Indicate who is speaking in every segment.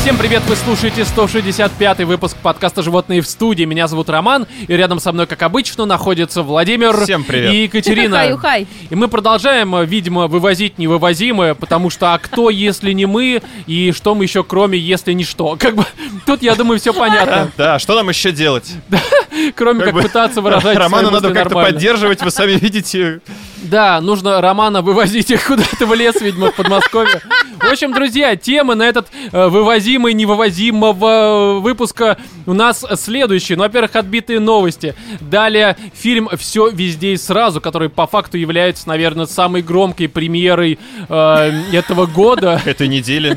Speaker 1: Всем привет, вы слушаете 165-й выпуск подкаста «Животные в студии». Меня зовут Роман, и рядом со мной, как обычно, находятся Владимир
Speaker 2: Всем привет.
Speaker 1: и Екатерина.
Speaker 3: Хай, ухай.
Speaker 1: И мы продолжаем, э, видимо, вывозить невывозимое, потому что а кто, если не мы, и что мы еще, кроме «если ничто». Как бы тут, я думаю, все понятно.
Speaker 2: Да, что нам еще делать?
Speaker 1: Кроме как,
Speaker 2: бы
Speaker 1: пытаться выражать
Speaker 2: Романа
Speaker 1: свои мысли
Speaker 2: надо как-то
Speaker 1: нормально.
Speaker 2: поддерживать, вы сами видите.
Speaker 1: Да, нужно Романа вывозить их куда-то в лес, видимо, в Подмосковье. В общем, друзья, темы на этот э, вывозимый, невывозимого э, выпуска у нас следующие. Ну, во-первых, отбитые новости. Далее фильм «Все везде и сразу», который по факту является, наверное, самой громкой премьерой э, этого года.
Speaker 2: Этой недели.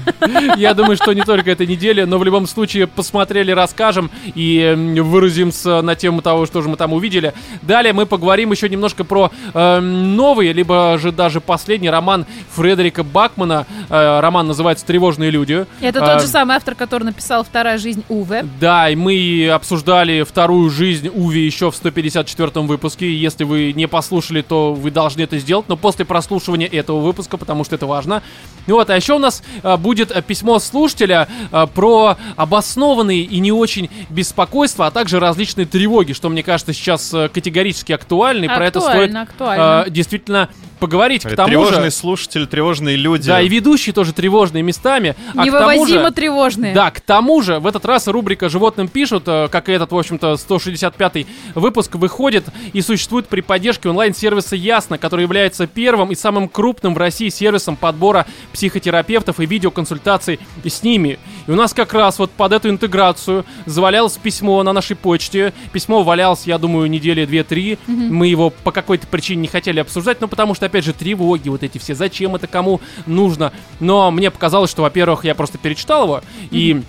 Speaker 1: Я думаю, что не только этой недели, но в любом случае посмотрели, расскажем и м, выразимся на тему того, что же мы там увидели. Далее мы поговорим еще немножко про эм, новый, либо же даже последний роман Фредерика Бакмана. Э, роман называется «Тревожные люди».
Speaker 3: Это
Speaker 1: Э,
Speaker 3: тот же самый автор, который написал «Вторая жизнь Уве».
Speaker 1: да, и мы обсуждали вторую жизнь Уви еще в 154 выпуске. Если вы не послушали, то вы должны это сделать, но после прослушивания этого выпуска, потому что это важно. Ну вот, а еще у нас а, будет а, письмо слушателя а, про обоснованные и не очень беспокойства, а также различные тревоги, что, мне кажется, сейчас а, категорически актуально, и про это стоит
Speaker 3: Актуально, актуально.
Speaker 1: а, действительно поговорить. К тому
Speaker 2: Тревожные
Speaker 1: же,
Speaker 2: слушатель, тревожные люди.
Speaker 1: да, и ведущие тоже тревожные местами. а к тому же-
Speaker 3: Невывозимо тревожные.
Speaker 1: да, к тому же, в этот раз рубрика «Животным пишут», э, как и этот, в общем-то, 165-й выпуск, выходит и существует при поддержке онлайн-сервиса «Ясно», который является первым и самым крупным в России сервисом подбора психотерапевтов и видеоконсультаций с ними. И у нас как раз вот под эту интеграцию завалялось письмо на нашей почте. Письмо валялось, я думаю, недели 2-3. Мы его по какой-то причине не хотели обсуждать, ну потому что, опять же, тревоги вот эти все, зачем это кому нужно. Но мне показалось, что, во-первых, я просто перечитал его, и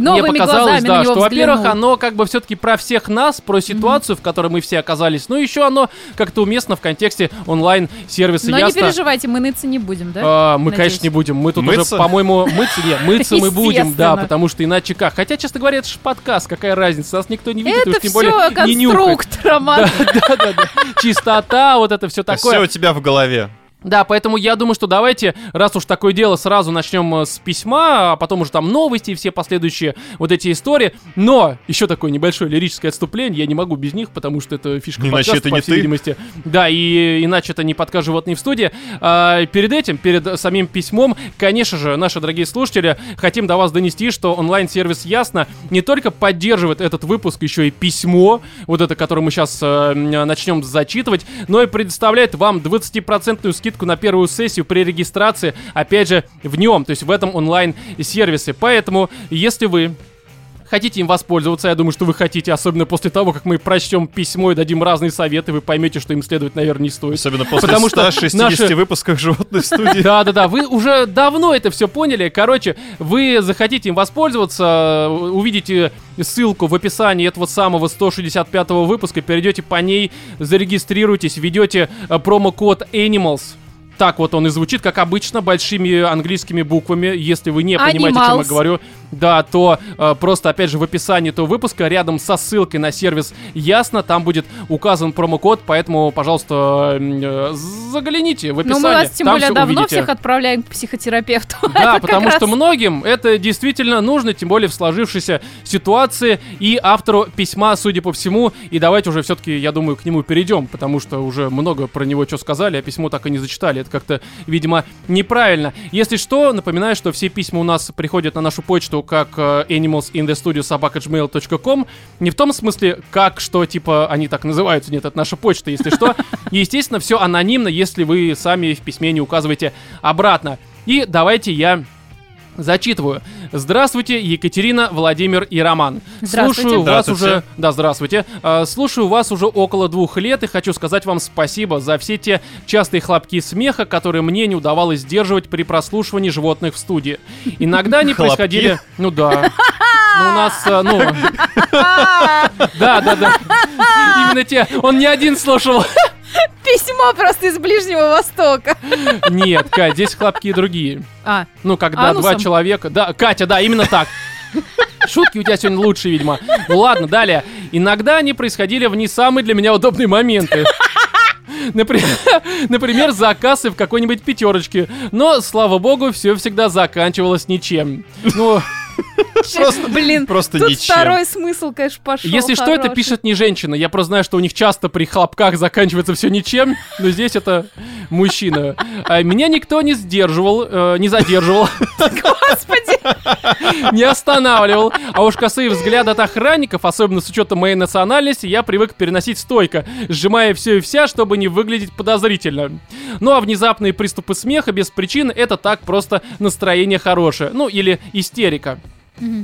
Speaker 1: мне
Speaker 3: новыми
Speaker 1: показалось,
Speaker 3: глазами
Speaker 1: да,
Speaker 3: на него
Speaker 1: что, во-первых,
Speaker 3: взглянул.
Speaker 1: оно как бы все-таки про всех нас, про ситуацию, в которой мы все оказались. Ну, еще оно как-то уместно в контексте онлайн-сервиса.
Speaker 3: Но не
Speaker 1: Ясно.
Speaker 3: переживайте, мы ныться не будем, да?
Speaker 1: А, мы,
Speaker 3: Надеюсь.
Speaker 1: конечно, не будем. Мы тут
Speaker 2: Мыться?
Speaker 1: уже, по-моему, мыться, не, мыться мы будем, да,
Speaker 3: Естественно.
Speaker 1: потому что иначе как. Хотя, честно говоря, это же подкаст, какая разница, нас никто не видит, и
Speaker 3: Это
Speaker 1: уж тем более
Speaker 3: все
Speaker 1: не нюхает.
Speaker 3: конструкт, Роман.
Speaker 1: Да-да-да. Чистота, вот это все такое.
Speaker 2: Все А у тебя в голове.
Speaker 1: Да, поэтому я думаю, что давайте, раз уж такое дело, сразу начнем э, с письма, а потом уже там новости и все последующие вот эти истории. Но еще такое небольшое лирическое отступление, я не могу без них, потому что это фишка
Speaker 2: Иначе
Speaker 1: подкаста,
Speaker 2: это
Speaker 1: по
Speaker 2: не
Speaker 1: всей
Speaker 2: ты.
Speaker 1: видимости. Да, и иначе это не подкаст «Животные в студии». А, перед этим, перед самим письмом, конечно же, наши дорогие слушатели, хотим до вас донести, что онлайн-сервис «Ясно» не только поддерживает этот выпуск, еще и письмо, вот это, которое мы сейчас начнем зачитывать, но и предоставляет вам 20% скидку на первую сессию при регистрации, опять же, в нем, то есть в этом онлайн-сервисе. Поэтому, если вы хотите им воспользоваться, я думаю, что вы хотите, особенно после того, как мы прочтем письмо и дадим разные советы, вы поймете, что им следовать, наверное, не стоит.
Speaker 2: Особенно после
Speaker 1: Потому что
Speaker 2: 160
Speaker 1: наши-
Speaker 2: выпусков животных в студии.
Speaker 1: Да, да, да, вы уже давно это все поняли. Короче, вы захотите им воспользоваться, э, увидите ссылку в описании этого самого 165 выпуска, перейдете по ней, зарегистрируйтесь, ведете э, промокод Animals. Так вот он и звучит, как обычно, большими английскими буквами. Если вы не понимаете, о чем я
Speaker 3: Animals.
Speaker 1: говорю, да, то э, просто, опять же, в описании этого выпуска, рядом со ссылкой на сервис Ясно, там будет указан промокод, поэтому, пожалуйста, м, э, загляните в
Speaker 3: Но
Speaker 1: описание.
Speaker 3: Ну, мы вас, тем
Speaker 1: там
Speaker 3: более,
Speaker 1: всё
Speaker 3: давно
Speaker 1: увидите.
Speaker 3: всех отправляем к психотерапевту.
Speaker 1: Да,
Speaker 3: Это
Speaker 1: потому
Speaker 3: как
Speaker 1: что
Speaker 3: раз-
Speaker 1: многим это действительно нужно, тем более в сложившейся ситуации. И автору письма, судя по всему, и давайте уже все-таки, я думаю, к нему перейдем, потому что уже много про него что сказали, а письмо так и не зачитали. Это как-то, видимо, неправильно. Если что, напоминаю, что все письма у нас приходят на нашу почту как э, animalsinthestudio.sobaka.gmail.com. Не в том смысле, как, что, типа, они так называются. Нет, это наша почта, если что. И, естественно, все анонимно, если вы сами в письме не указываете обратно. И давайте я зачитываю. Здравствуйте, Екатерина, Владимир и Роман.
Speaker 3: Здравствуйте.
Speaker 1: Слушаю вас
Speaker 2: Здравствуйте.
Speaker 1: уже... Да, здравствуйте. Э, Слушаю вас уже около двух лет и хочу сказать вам спасибо за все те частые хлопки смеха, которые мне не удавалось сдерживать при прослушивании животных в студии. Иногда они
Speaker 2: Хлопки?
Speaker 1: происходили... Ну да. Ну, у нас, э, ну... Да, да, да. Именно те. Он не один слушал.
Speaker 3: Письмо просто из Ближнего Востока.
Speaker 1: Нет, Кать, здесь хлопки другие.
Speaker 3: А,
Speaker 1: Ну, когда
Speaker 3: Анусом?
Speaker 1: два человека... Да, Катя, да, именно так. Шутки у тебя сегодня лучше, видимо. Ну ладно, далее. Иногда они происходили в не самые для меня удобные моменты. Напри- Например, заказы в какой-нибудь пятерочке. Но, слава богу, все всегда заканчивалось ничем. Ну,
Speaker 2: Просто-
Speaker 3: Блин,
Speaker 2: Просто
Speaker 3: тут
Speaker 2: ничем.
Speaker 3: второй смысл, конечно, пошел.
Speaker 1: Если что, это
Speaker 3: хороший.
Speaker 1: пишет не женщина. Я просто знаю, что у них часто при хлопках заканчивается все ничем, но здесь это мужчина. А Меня никто не сдерживал, э, не задерживал,
Speaker 3: Господи,
Speaker 1: не останавливал. А уж косые взгляды от охранников, особенно с учетом моей национальности, я привык переносить стойко, сжимая все и вся, чтобы не выглядеть подозрительно. Ну а внезапные приступы смеха без причины — это так просто настроение хорошее. Ну или истерика.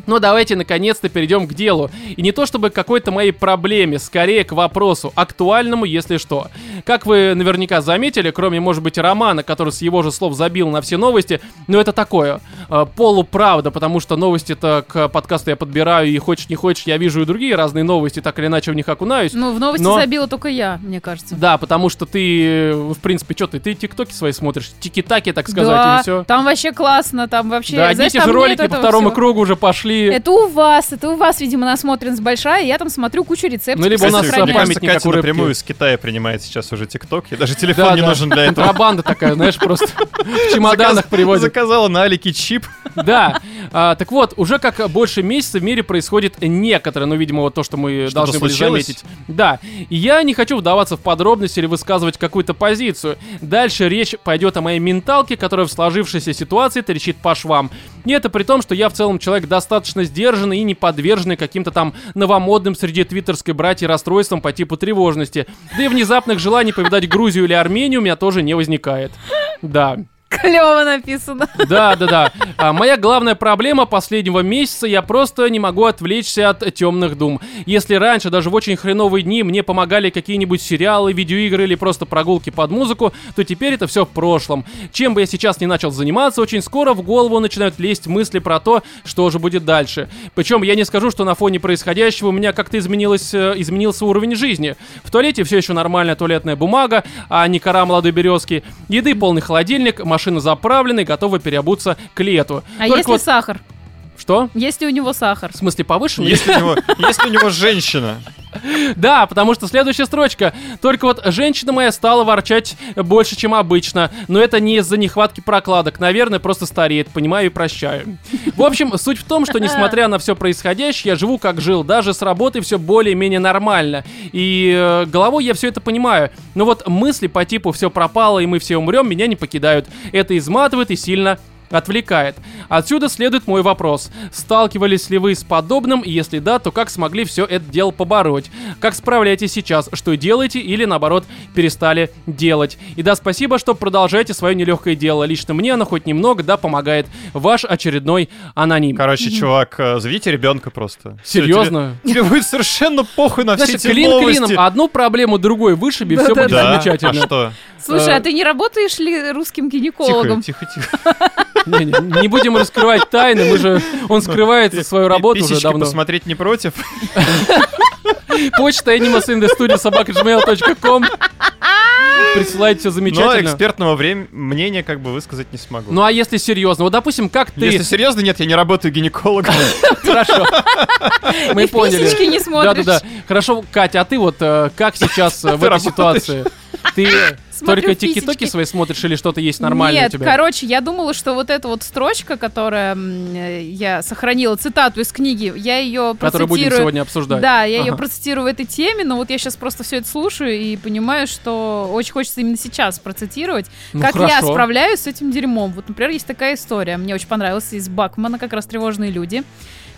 Speaker 1: Но давайте наконец-то перейдем к делу. И не то чтобы к какой-то моей проблеме, скорее к вопросу, актуальному, если что. Как вы наверняка заметили, кроме, может быть, Романа, который с его же слов забил на все новости, но это такое, э, полуправда, потому что новости-то к подкасту я подбираю, и хочешь не хочешь, я вижу и другие разные новости, так или иначе в них окунаюсь.
Speaker 3: Ну, в новости
Speaker 1: Но-
Speaker 3: забила только я, мне кажется.
Speaker 1: Да, потому что ты, э, в принципе, что ты, ты тиктоки свои смотришь, тики-таки, так сказать,
Speaker 3: да,
Speaker 1: и все.
Speaker 3: там вообще классно, там вообще...
Speaker 1: да, одни и
Speaker 3: знаешь,
Speaker 1: те же
Speaker 3: там
Speaker 1: ролики
Speaker 3: нет
Speaker 1: по
Speaker 3: этого
Speaker 1: второму
Speaker 3: всего.
Speaker 1: кругу уже пошли.
Speaker 3: Это у вас, это у вас, видимо, насмотренность большая, я там смотрю кучу рецептов.
Speaker 1: Ну, либо у нас
Speaker 2: Кстати, мне
Speaker 1: память
Speaker 2: кажется,
Speaker 1: не как
Speaker 2: Катя
Speaker 1: у рыбки.
Speaker 2: напрямую из Китая принимает сейчас уже ТикТок, и даже
Speaker 1: Да,
Speaker 2: телефон не
Speaker 1: да.
Speaker 2: нужен для этого.
Speaker 1: Контрабанда такая, знаешь, просто в чемоданах
Speaker 2: Заказ-
Speaker 1: привозят.
Speaker 2: Заказала на Алике чип.
Speaker 1: Да. А, так вот, уже как больше месяца в мире происходит некоторое, ну, видимо, вот то, что мы
Speaker 2: Что-то
Speaker 1: должны были
Speaker 2: случилось?
Speaker 1: заметить. Да. И я не хочу вдаваться в подробности или высказывать какую-то позицию. Дальше речь пойдет о моей менталке, которая в сложившейся ситуации трещит по швам. И это при том, что я в целом человек достаточно сдержанный и не подверженный каким-то там новомодным среди твиттерской братьи расстройствам по типу тревожности. Да и внезапных желаний повидать Грузию или Армению у меня тоже не возникает. Да.
Speaker 3: Клево написано.
Speaker 1: Да, да, да. А, моя главная проблема последнего месяца я просто не могу отвлечься от темных дум. Если раньше, даже в очень хреновые дни, мне помогали какие-нибудь сериалы, видеоигры или просто прогулки под музыку, то теперь это все в прошлом. Чем бы я сейчас не начал заниматься, очень скоро в голову начинают лезть мысли про то, что же будет дальше. Причем я не скажу, что на фоне происходящего у меня как-то изменилось, э, изменился уровень жизни. В туалете все еще нормальная туалетная бумага, а не кора молодой березки. Еды полный холодильник, машина заправлена и готова переобуться к лету.
Speaker 3: А
Speaker 1: Только
Speaker 3: если
Speaker 1: вот-
Speaker 3: сахар?
Speaker 1: Что?
Speaker 3: Если у него сахар?
Speaker 1: В смысле повышенный?
Speaker 2: Если у него- если у него женщина.
Speaker 1: Да, потому что следующая строчка. Только вот женщина моя стала ворчать больше, чем обычно. Но это не из-за нехватки прокладок. Наверное, просто стареет. Понимаю и прощаю. В общем, суть в том, что несмотря на все происходящее, я живу как жил. Даже с работы все более-менее нормально. И э, головой я все это понимаю. Но вот мысли по типу «все пропало и мы все умрем» меня не покидают. Это изматывает и сильно отвлекает. Отсюда следует мой вопрос. Сталкивались ли вы с подобным? И Если да, то как смогли все это дело побороть? Как справляетесь сейчас? Что делаете или, наоборот, перестали делать? И да, спасибо, что продолжаете свое нелегкое дело. Лично мне оно хоть немного, да, помогает. Ваш очередной аноним.
Speaker 2: Короче, чувак, э, заведите ребенка просто. Всё,
Speaker 1: Серьёзно?
Speaker 2: Тебе, тебе будет совершенно похуй на все
Speaker 1: Значит,
Speaker 2: эти
Speaker 1: клин
Speaker 2: новости.
Speaker 1: клином, одну проблему другой вышиби,
Speaker 3: Да,
Speaker 1: все
Speaker 3: да,
Speaker 1: будет
Speaker 2: Да, а
Speaker 1: замечательно.
Speaker 2: что?
Speaker 3: Слушай,
Speaker 1: Э,
Speaker 3: а ты не работаешь ли русским
Speaker 2: Тихо,
Speaker 3: гинекологом?
Speaker 2: тихо, тихо.
Speaker 1: Не, не- не будем раскрывать тайны, мы же... Он скрывает за свою работу уже
Speaker 2: Писечки
Speaker 1: давно.
Speaker 2: посмотреть не против?
Speaker 1: Почта animalsinthestudio.gmail.com Присылайте
Speaker 2: Ну,
Speaker 1: все
Speaker 2: Но
Speaker 1: замечательно.
Speaker 2: экспертного врем- мнения как бы высказать не смогу.
Speaker 1: Ну а если серьезно, вот допустим, как ты...
Speaker 2: Если серьезно, нет, я не работаю гинекологом.
Speaker 1: Хорошо. Мы
Speaker 3: И в писечки
Speaker 1: поняли.
Speaker 3: не смотришь.
Speaker 1: Да-да-да. Хорошо, Катя, а ты вот э, как сейчас э, в
Speaker 2: Ты
Speaker 1: этой
Speaker 2: работаешь?
Speaker 1: ситуации? Ты
Speaker 3: Смотрю
Speaker 1: только
Speaker 3: писечки.
Speaker 1: тики-токи свои смотришь или что-то есть нормальное у
Speaker 3: Нет,
Speaker 1: тебя?
Speaker 3: короче, я думала, что вот эта вот строчка, которая м, э, я сохранила цитату из книги, я ее
Speaker 1: Которую будем
Speaker 3: процитирую.
Speaker 1: сегодня обсуждать.
Speaker 3: Да, я ее
Speaker 1: Ага.
Speaker 3: процитирую в этой теме, но вот я сейчас просто все это слушаю и понимаю, что очень хочется именно сейчас процитировать,
Speaker 1: Ну,
Speaker 3: как я
Speaker 1: хорошо.
Speaker 3: справляюсь с этим дерьмом. Вот, например, есть такая история, мне очень понравилась из Бакмана, как раз тревожные люди.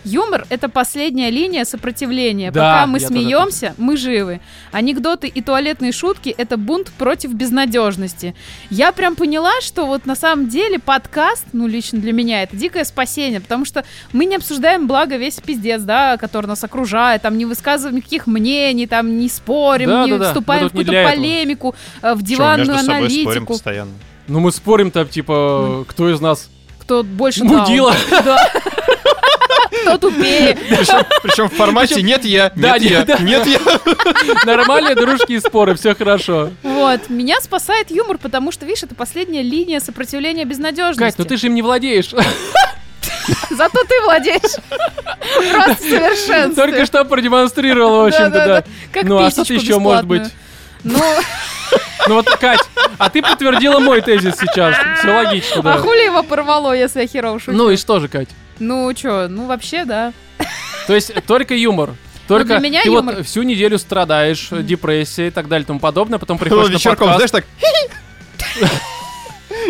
Speaker 3: Юмор — это последняя линия сопротивления.
Speaker 1: Да,
Speaker 3: Пока мы
Speaker 1: я тоже это
Speaker 3: смеемся, мы живы. Анекдоты и туалетные шутки — это бунт против безнадежности. Я прям поняла, что вот на самом деле подкаст, ну, лично для меня, это дикое спасение, потому что мы не обсуждаем, благо, весь пиздец, да, который нас окружает, там не высказываем никаких мнений, там не спорим,
Speaker 1: Да,
Speaker 3: не
Speaker 1: да, да.
Speaker 3: вступаем
Speaker 1: Мы
Speaker 3: в
Speaker 1: тут не
Speaker 3: какую-то
Speaker 1: для этого.
Speaker 3: полемику, э, в
Speaker 2: Чё,
Speaker 3: диванную
Speaker 2: между собой спорим
Speaker 3: аналитику.
Speaker 2: постоянно.
Speaker 1: Ну мы спорим-то, типа, кто из нас
Speaker 3: Кто больше даун,
Speaker 1: мудила?
Speaker 3: да. Кто тупее.
Speaker 2: Причем в формате нет я,
Speaker 1: Да,
Speaker 2: нет я,
Speaker 1: нет, да.
Speaker 2: нет я.
Speaker 1: Нормальные дружки и споры, все хорошо.
Speaker 3: Вот, меня спасает юмор, потому что, видишь, это последняя линия сопротивления
Speaker 1: Кать,
Speaker 3: безнадежности.
Speaker 1: ну ты же им не владеешь.
Speaker 3: Зато ты владеешь. Просто совершенством.
Speaker 1: Только что продемонстрировала, в общем-то, да.
Speaker 3: Как
Speaker 1: Ну а что ты
Speaker 3: писечку
Speaker 1: еще может
Speaker 3: бесплатную.
Speaker 1: быть?
Speaker 3: Ну,
Speaker 1: Ну вот, Кать, а ты подтвердила мой тезис сейчас. Все логично,
Speaker 3: а
Speaker 1: да.
Speaker 3: хули его порвало, если я херово шучу?
Speaker 1: Ну и что же, Кать?
Speaker 3: Ну чё, ну вообще, да.
Speaker 1: То есть только юмор. Только
Speaker 3: Ну, для меня
Speaker 1: ты
Speaker 3: юмор.
Speaker 1: вот всю неделю страдаешь, э, депрессия и так далее и тому подобное, потом
Speaker 2: Потом
Speaker 1: приходишь на
Speaker 2: вечерком,
Speaker 1: подкаст.
Speaker 2: знаешь, так...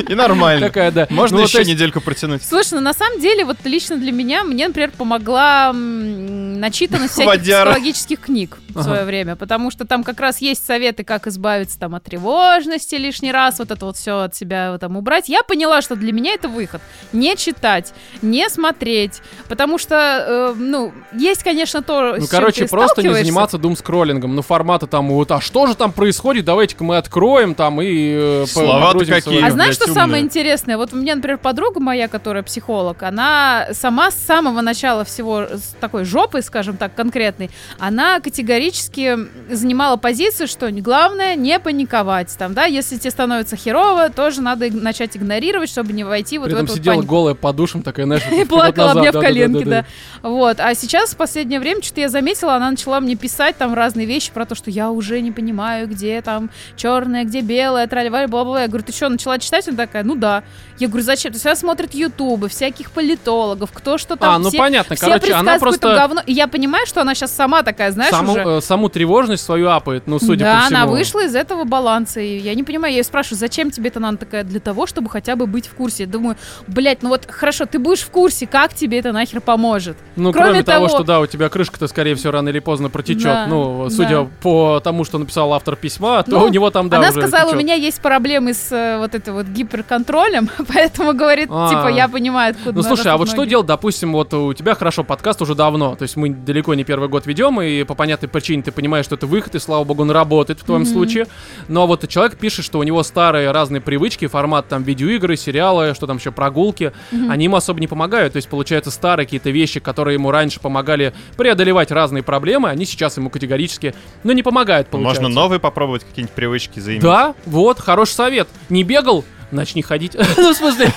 Speaker 2: И нормально.
Speaker 1: Такая, да.
Speaker 2: Можно
Speaker 1: Ну, вот, то
Speaker 2: еще
Speaker 1: есть,
Speaker 2: недельку протянуть.
Speaker 3: Слушай, ну на самом деле, вот лично для меня, мне, например, помогла м, начитанность всяких
Speaker 2: Водяра.
Speaker 3: психологических книг в
Speaker 1: Ага.
Speaker 3: свое время, потому что там как раз есть советы, как избавиться там от тревожности лишний раз, вот это вот все от себя вот, там убрать. Я поняла, что для меня это выход. Не читать, не смотреть, потому что, э, ну, есть, конечно, то, с
Speaker 1: Ну,
Speaker 3: чем
Speaker 1: короче,
Speaker 3: ты
Speaker 1: просто не
Speaker 3: сталкиваешься.
Speaker 1: заниматься думскроллингом. Ну, формата там, вот, а что же там происходит? Давайте-ка мы откроем там и э, по-
Speaker 2: Слова-то
Speaker 1: погрузимся в
Speaker 2: какие.
Speaker 1: это.
Speaker 3: А
Speaker 2: Блядь,
Speaker 3: знаешь, что
Speaker 2: умная.
Speaker 3: самое интересное? Вот у меня, например, подруга моя, которая психолог, она сама с самого начала всего с такой жопы, скажем так, конкретной, она категорически занимала позицию, что не- главное не паниковать. Там, да, если тебе становится херово, тоже надо иг- начать игнорировать, чтобы не войти вот
Speaker 1: При
Speaker 3: в
Speaker 1: этом
Speaker 3: эту вот
Speaker 1: сидела
Speaker 3: панику.
Speaker 1: голая по душам, такая, знаешь,
Speaker 3: И
Speaker 1: вперед
Speaker 3: плакала
Speaker 1: назад,
Speaker 3: мне в
Speaker 1: да-да-да-да-да.
Speaker 3: коленке, да. Вот. А сейчас в последнее время что-то я заметила, она начала мне писать там разные вещи про то, что я уже не понимаю, где там черное, где белое, тролливали, бла-бла. Я говорю, ты что, начала читать? Она такая, ну да. Я говорю, зачем? То есть она смотрит ютубы, всяких политологов, кто что там.
Speaker 1: А, ну
Speaker 3: все,
Speaker 1: понятно,
Speaker 3: все
Speaker 1: короче, она
Speaker 3: предсказывают там
Speaker 1: просто
Speaker 3: говно. И я понимаю, что она сейчас сама такая, знаешь,
Speaker 1: саму,
Speaker 3: уже.
Speaker 1: э, саму тревожность свою апает, ну, судя
Speaker 3: да,
Speaker 1: по всему.
Speaker 3: она вышла из этого баланса, и я не понимаю, я ее спрашиваю, зачем тебе это надо? Она Такая, для того, чтобы хотя бы быть в курсе. Я думаю, блядь, ну вот, хорошо, ты будешь в курсе, как тебе это нахер поможет?
Speaker 1: Ну,
Speaker 3: Кроме
Speaker 1: кроме, того,
Speaker 3: того-
Speaker 1: что да, у тебя крышка-то, скорее всего, рано или поздно протечет.
Speaker 3: Да,
Speaker 1: ну,
Speaker 3: да.
Speaker 1: судя по тому, что написал автор письма, то
Speaker 3: Ну,
Speaker 1: у него там, да,
Speaker 3: Она
Speaker 1: уже
Speaker 3: сказала, у
Speaker 1: течет.
Speaker 3: меня есть проблемы с э, вот этой вот гиперконтролем, поэтому говорит,
Speaker 1: А.
Speaker 3: типа, я понимаю, откуда
Speaker 1: Ну слушай,
Speaker 3: растут
Speaker 1: а вот что
Speaker 3: ноги.
Speaker 1: делать, допустим, вот у тебя хорошо подкаст уже давно, то есть мы далеко не первый год ведем, и по понятной причине ты понимаешь, что это выход, и слава богу, он работает в твоем
Speaker 3: Мгм.
Speaker 1: случае. Но вот человек пишет, что у него старые разные привычки, формат там видеоигры, сериалы, что там еще прогулки,
Speaker 3: Мгм.
Speaker 1: они ему особо не помогают. То есть, получается, старые какие-то вещи, которые ему раньше помогали преодолевать разные проблемы, они сейчас ему категорически, ну, не помогают, получается.
Speaker 2: Можно новые попробовать, какие-нибудь привычки заиметь.
Speaker 1: Да, вот, хороший совет. Не бегал, начни ходить. Ну, в смысле,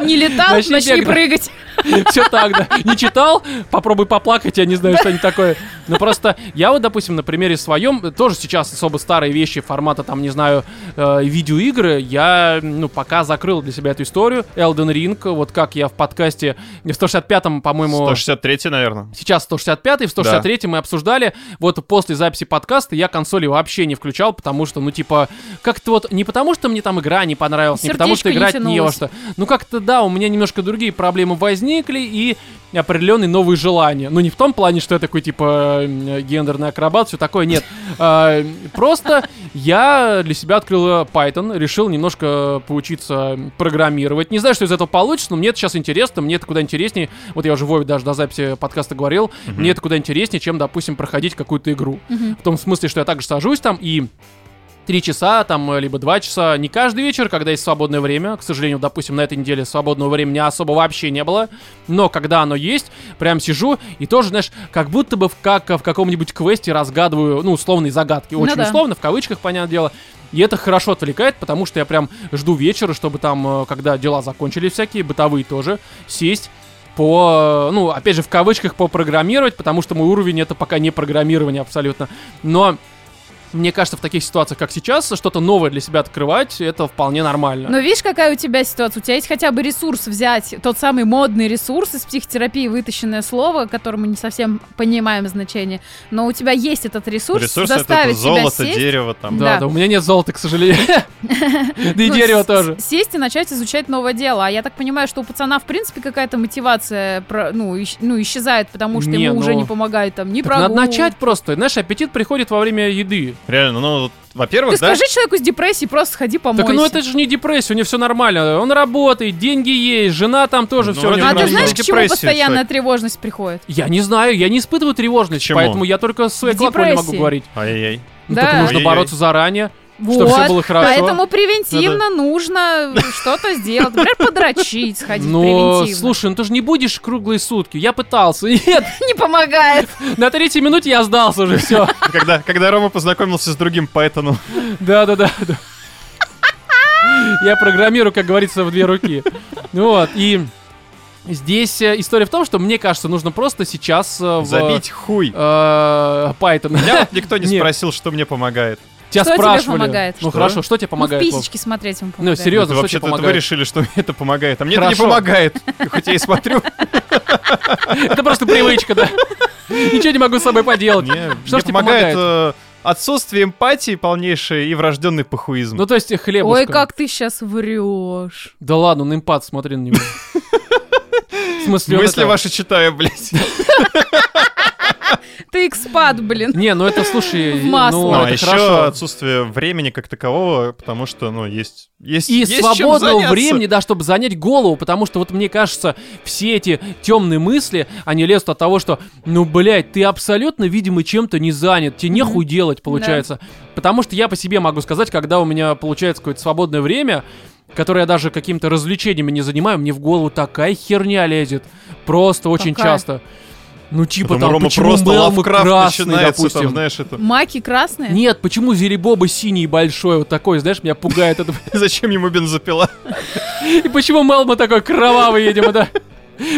Speaker 3: Не летал,
Speaker 1: Начни
Speaker 3: начни,
Speaker 1: бегать.
Speaker 3: прыгать.
Speaker 1: Все так, да. Не читал? Попробуй поплакать, я не знаю, что-нибудь такое. Ну просто я вот, допустим, на примере своем, тоже сейчас особо старые вещи формата, там, не знаю, э, видеоигры, я, ну, пока закрыл для себя эту историю. Elden Ring, вот как я в подкасте в 165-м, по-моему...
Speaker 2: 163, наверное.
Speaker 1: Сейчас 165 в 163 мы обсуждали. Вот после записи подкаста я консоли вообще не включал, потому что, ну, типа, как-то вот не потому, что мне там игра не понравилась, не потому, что
Speaker 3: Сердечко не
Speaker 1: играть не, во
Speaker 3: тянулось.
Speaker 1: что. Ну, как-то да, у меня немножко другие проблемы возникли и определенные новые желания. Ну, не в том плане, что я такой, типа, м, гендерный акробат, все такое, нет. А, Просто я для себя открыл э, Python, решил немножко поучиться программировать. Не знаю, что из этого получится, но мне это сейчас интересно, мне это куда интереснее. Вот я уже Вове даже до записи подкаста говорил, мне это куда интереснее, чем, допустим, проходить какую-то игру.
Speaker 3: Мгм.
Speaker 1: В том смысле, что я также сажусь там и три часа, там, э, либо два часа, не каждый вечер, когда есть свободное время. К сожалению, допустим, на этой неделе свободного времени особо вообще не было. Но когда оно есть, прям сижу и тоже, знаешь, как будто бы в, как, в каком-нибудь квесте разгадываю, ну, условные загадки.
Speaker 3: Ну
Speaker 1: Очень
Speaker 3: да.
Speaker 1: условно, в кавычках, понятное дело. И это хорошо отвлекает, потому что я прям жду вечера, чтобы там, э, когда дела закончились всякие, бытовые тоже, сесть по, э, ну, опять же, в кавычках попрограммировать, потому что мой уровень это пока не программирование абсолютно. Но мне кажется, в таких ситуациях, как сейчас, что-то новое для себя открывать, это вполне нормально.
Speaker 3: Но видишь, какая у тебя ситуация? У тебя есть хотя бы ресурс взять, тот самый модный ресурс из психотерапии, вытащенное слово, которому не совсем понимаем значение. Но у тебя есть этот ресурс,
Speaker 2: Ресурс это,
Speaker 3: заставить себя
Speaker 2: золото,
Speaker 3: сесть
Speaker 2: дерево там.
Speaker 1: да,
Speaker 3: да.
Speaker 1: да, у меня нет золота, к сожалению. Да и
Speaker 3: Ну,
Speaker 1: дерево
Speaker 3: с-
Speaker 1: тоже.
Speaker 3: с- Сесть и начать изучать новое дело. А я так понимаю, что у пацана, в принципе, какая-то мотивация про- ну, ищ- ну, исчезает, потому что
Speaker 1: Не,
Speaker 3: ему уже
Speaker 1: ну,
Speaker 3: не помогает там ни
Speaker 1: Так Надо
Speaker 3: прогулки.
Speaker 1: начать просто. Знаешь, аппетит приходит во время еды.
Speaker 2: Реально, ну, вот, во-первых,
Speaker 3: Ты
Speaker 2: да,
Speaker 3: скажи человеку с депрессией, просто сходи помойся. А
Speaker 1: Так ну это же не депрессия, у него все нормально. Он работает, деньги есть, жена там тоже
Speaker 2: Ну,
Speaker 1: все у
Speaker 2: вроде
Speaker 1: него
Speaker 3: А ты
Speaker 2: нормально.
Speaker 1: нормально.
Speaker 3: знаешь, к чему
Speaker 2: Депрессия,
Speaker 3: постоянная
Speaker 2: человек.
Speaker 3: тревожность приходит?
Speaker 1: Я не знаю, я не испытываю тревожность,
Speaker 2: К чему?
Speaker 1: поэтому я только с своей
Speaker 3: К
Speaker 1: колокольни могу
Speaker 3: депрессии.
Speaker 1: говорить.
Speaker 2: Ай-яй-яй.
Speaker 1: Ну,
Speaker 3: Да.
Speaker 1: так нужно
Speaker 2: Ой-ой-ой.
Speaker 1: бороться заранее, чтобы
Speaker 3: Вот.
Speaker 1: все было хорошо.
Speaker 3: Поэтому превентивно нужно что-то сделать. Например, подрочить, сходить
Speaker 1: Но,
Speaker 3: превентивно.
Speaker 1: слушай, ну ты же не будешь круглые сутки. Я пытался. Нет,
Speaker 3: не помогает.
Speaker 1: на третьей минуте я сдался уже, все.
Speaker 2: Когда, когда Рома познакомился с другим Пайтоном.
Speaker 1: Да, да, да, да. Я программирую, как говорится, в две руки. Вот, и здесь э, история в том, что мне кажется, нужно просто сейчас э, в
Speaker 2: Забить хуй.
Speaker 1: э, Python.
Speaker 2: Меня вот никто не
Speaker 1: Нет.
Speaker 2: спросил, что мне помогает.
Speaker 1: Тебя
Speaker 3: Что тебе
Speaker 1: спрашивали.
Speaker 3: помогает?
Speaker 1: Ну
Speaker 2: Что?
Speaker 1: хорошо, что тебе помогает?
Speaker 3: ну, в
Speaker 1: Вов?
Speaker 3: писечки смотреть ему
Speaker 1: Ну,
Speaker 3: помогает.
Speaker 1: серьезно,
Speaker 2: Ну,
Speaker 1: что тебе
Speaker 2: вообще-то вы
Speaker 1: помогает?
Speaker 2: решили, что мне это помогает. А мне это не
Speaker 1: Хорошо.
Speaker 2: помогает. Хоть я и смотрю.
Speaker 1: Это просто привычка, да? Ничего не могу с собой поделать.
Speaker 2: Мне
Speaker 1: Что
Speaker 2: мне
Speaker 1: ж тебе помогает?
Speaker 2: э, отсутствие эмпатии полнейшее и врожденный похуизм.
Speaker 1: Ну, то есть хлебушка.
Speaker 3: Ой, как ты сейчас врешь.
Speaker 1: Да ладно, на импад смотри на него. В смысле, он
Speaker 2: Мысли
Speaker 1: это-
Speaker 2: ваши читаю, блядь.
Speaker 3: Ты экспат, блин.
Speaker 1: Не, ну это, слушай,
Speaker 3: В масло.
Speaker 1: ну
Speaker 2: Ну, а
Speaker 1: это
Speaker 2: еще
Speaker 1: хорошо.
Speaker 2: отсутствие времени как такового, потому что, ну, есть... есть
Speaker 1: И
Speaker 2: есть чем
Speaker 1: свободного
Speaker 2: заняться.
Speaker 1: времени, да, чтобы занять голову, потому что вот мне кажется, все эти темные мысли, они лезут от того, что, ну, блядь, ты абсолютно, видимо, чем-то не занят, тебе нехуй делать, получается. Потому что я по себе могу сказать, когда у меня получается какое-то свободное время, которое я даже какими-то развлечениями не занимаю, мне в голову такая херня лезет. Просто очень
Speaker 3: Какая?
Speaker 1: часто. Ну, типа
Speaker 2: Потом
Speaker 1: там,
Speaker 2: Рома
Speaker 1: почему
Speaker 2: просто
Speaker 1: Мелмы
Speaker 2: Лавкрафт
Speaker 1: красный,
Speaker 2: начинается,
Speaker 1: допустим?
Speaker 2: там, знаешь, это...
Speaker 3: Маки красные?
Speaker 1: Нет, почему Зеребоба синий и большой, вот такой, знаешь, меня пугает это.
Speaker 2: Зачем ему бензопила?
Speaker 1: И почему Мелма такой кровавый, видимо, да?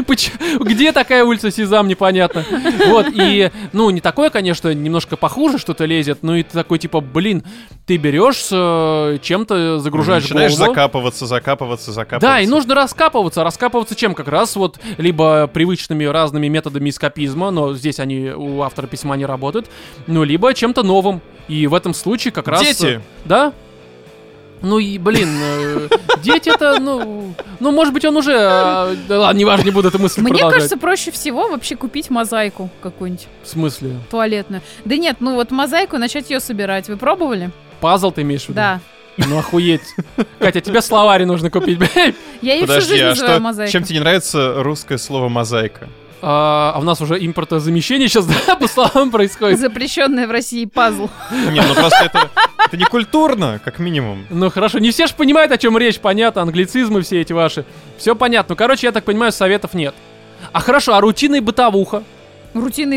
Speaker 1: Поч- Где такая улица Сезам, непонятно. Вот, и, ну, не такое, конечно, немножко похуже что-то лезет, но и ты такой, типа, блин, ты берешь, э, чем-то загружаешь
Speaker 2: Начинаешь
Speaker 1: голову.
Speaker 2: закапываться, закапываться, закапываться.
Speaker 1: Да, и нужно раскапываться. Раскапываться чем? Как раз вот либо привычными разными методами эскапизма, но здесь они у автора письма не работают, ну, либо чем-то новым. И в этом случае как раз...
Speaker 2: Дети!
Speaker 1: Да? Ну и, блин, э, дети это, ну, ну, может быть, он уже, э, да ладно, неважно, не буду эту мысль
Speaker 3: Мне
Speaker 1: Типа, продолжать.
Speaker 3: кажется, проще всего вообще купить мозаику какую-нибудь
Speaker 1: В смысле?
Speaker 3: туалетную. Да нет, ну вот мозаику и начать ее собирать. Вы пробовали?
Speaker 1: Пазл ты имеешь в виду?
Speaker 3: Да.
Speaker 1: Ну охуеть. Катя, тебе словарь нужно купить, блядь.
Speaker 3: Я ее всю
Speaker 2: Подожди,
Speaker 3: жизнь
Speaker 2: а
Speaker 3: называю
Speaker 2: что,
Speaker 3: мозаикой.
Speaker 2: чем тебе не нравится русское слово «мозаика»?
Speaker 1: А а у нас уже импортозамещение сейчас, да, по словам происходит.
Speaker 3: Запрещенная в России пазл.
Speaker 2: Не, ну просто это это не культурно, как минимум.
Speaker 1: Ну хорошо, не все же понимают, о чем речь, понятно, англицизмы все эти ваши. Все понятно. Ну, короче, я так понимаю, советов нет. А хорошо, а рутина и бытовуха?
Speaker 3: Рутинный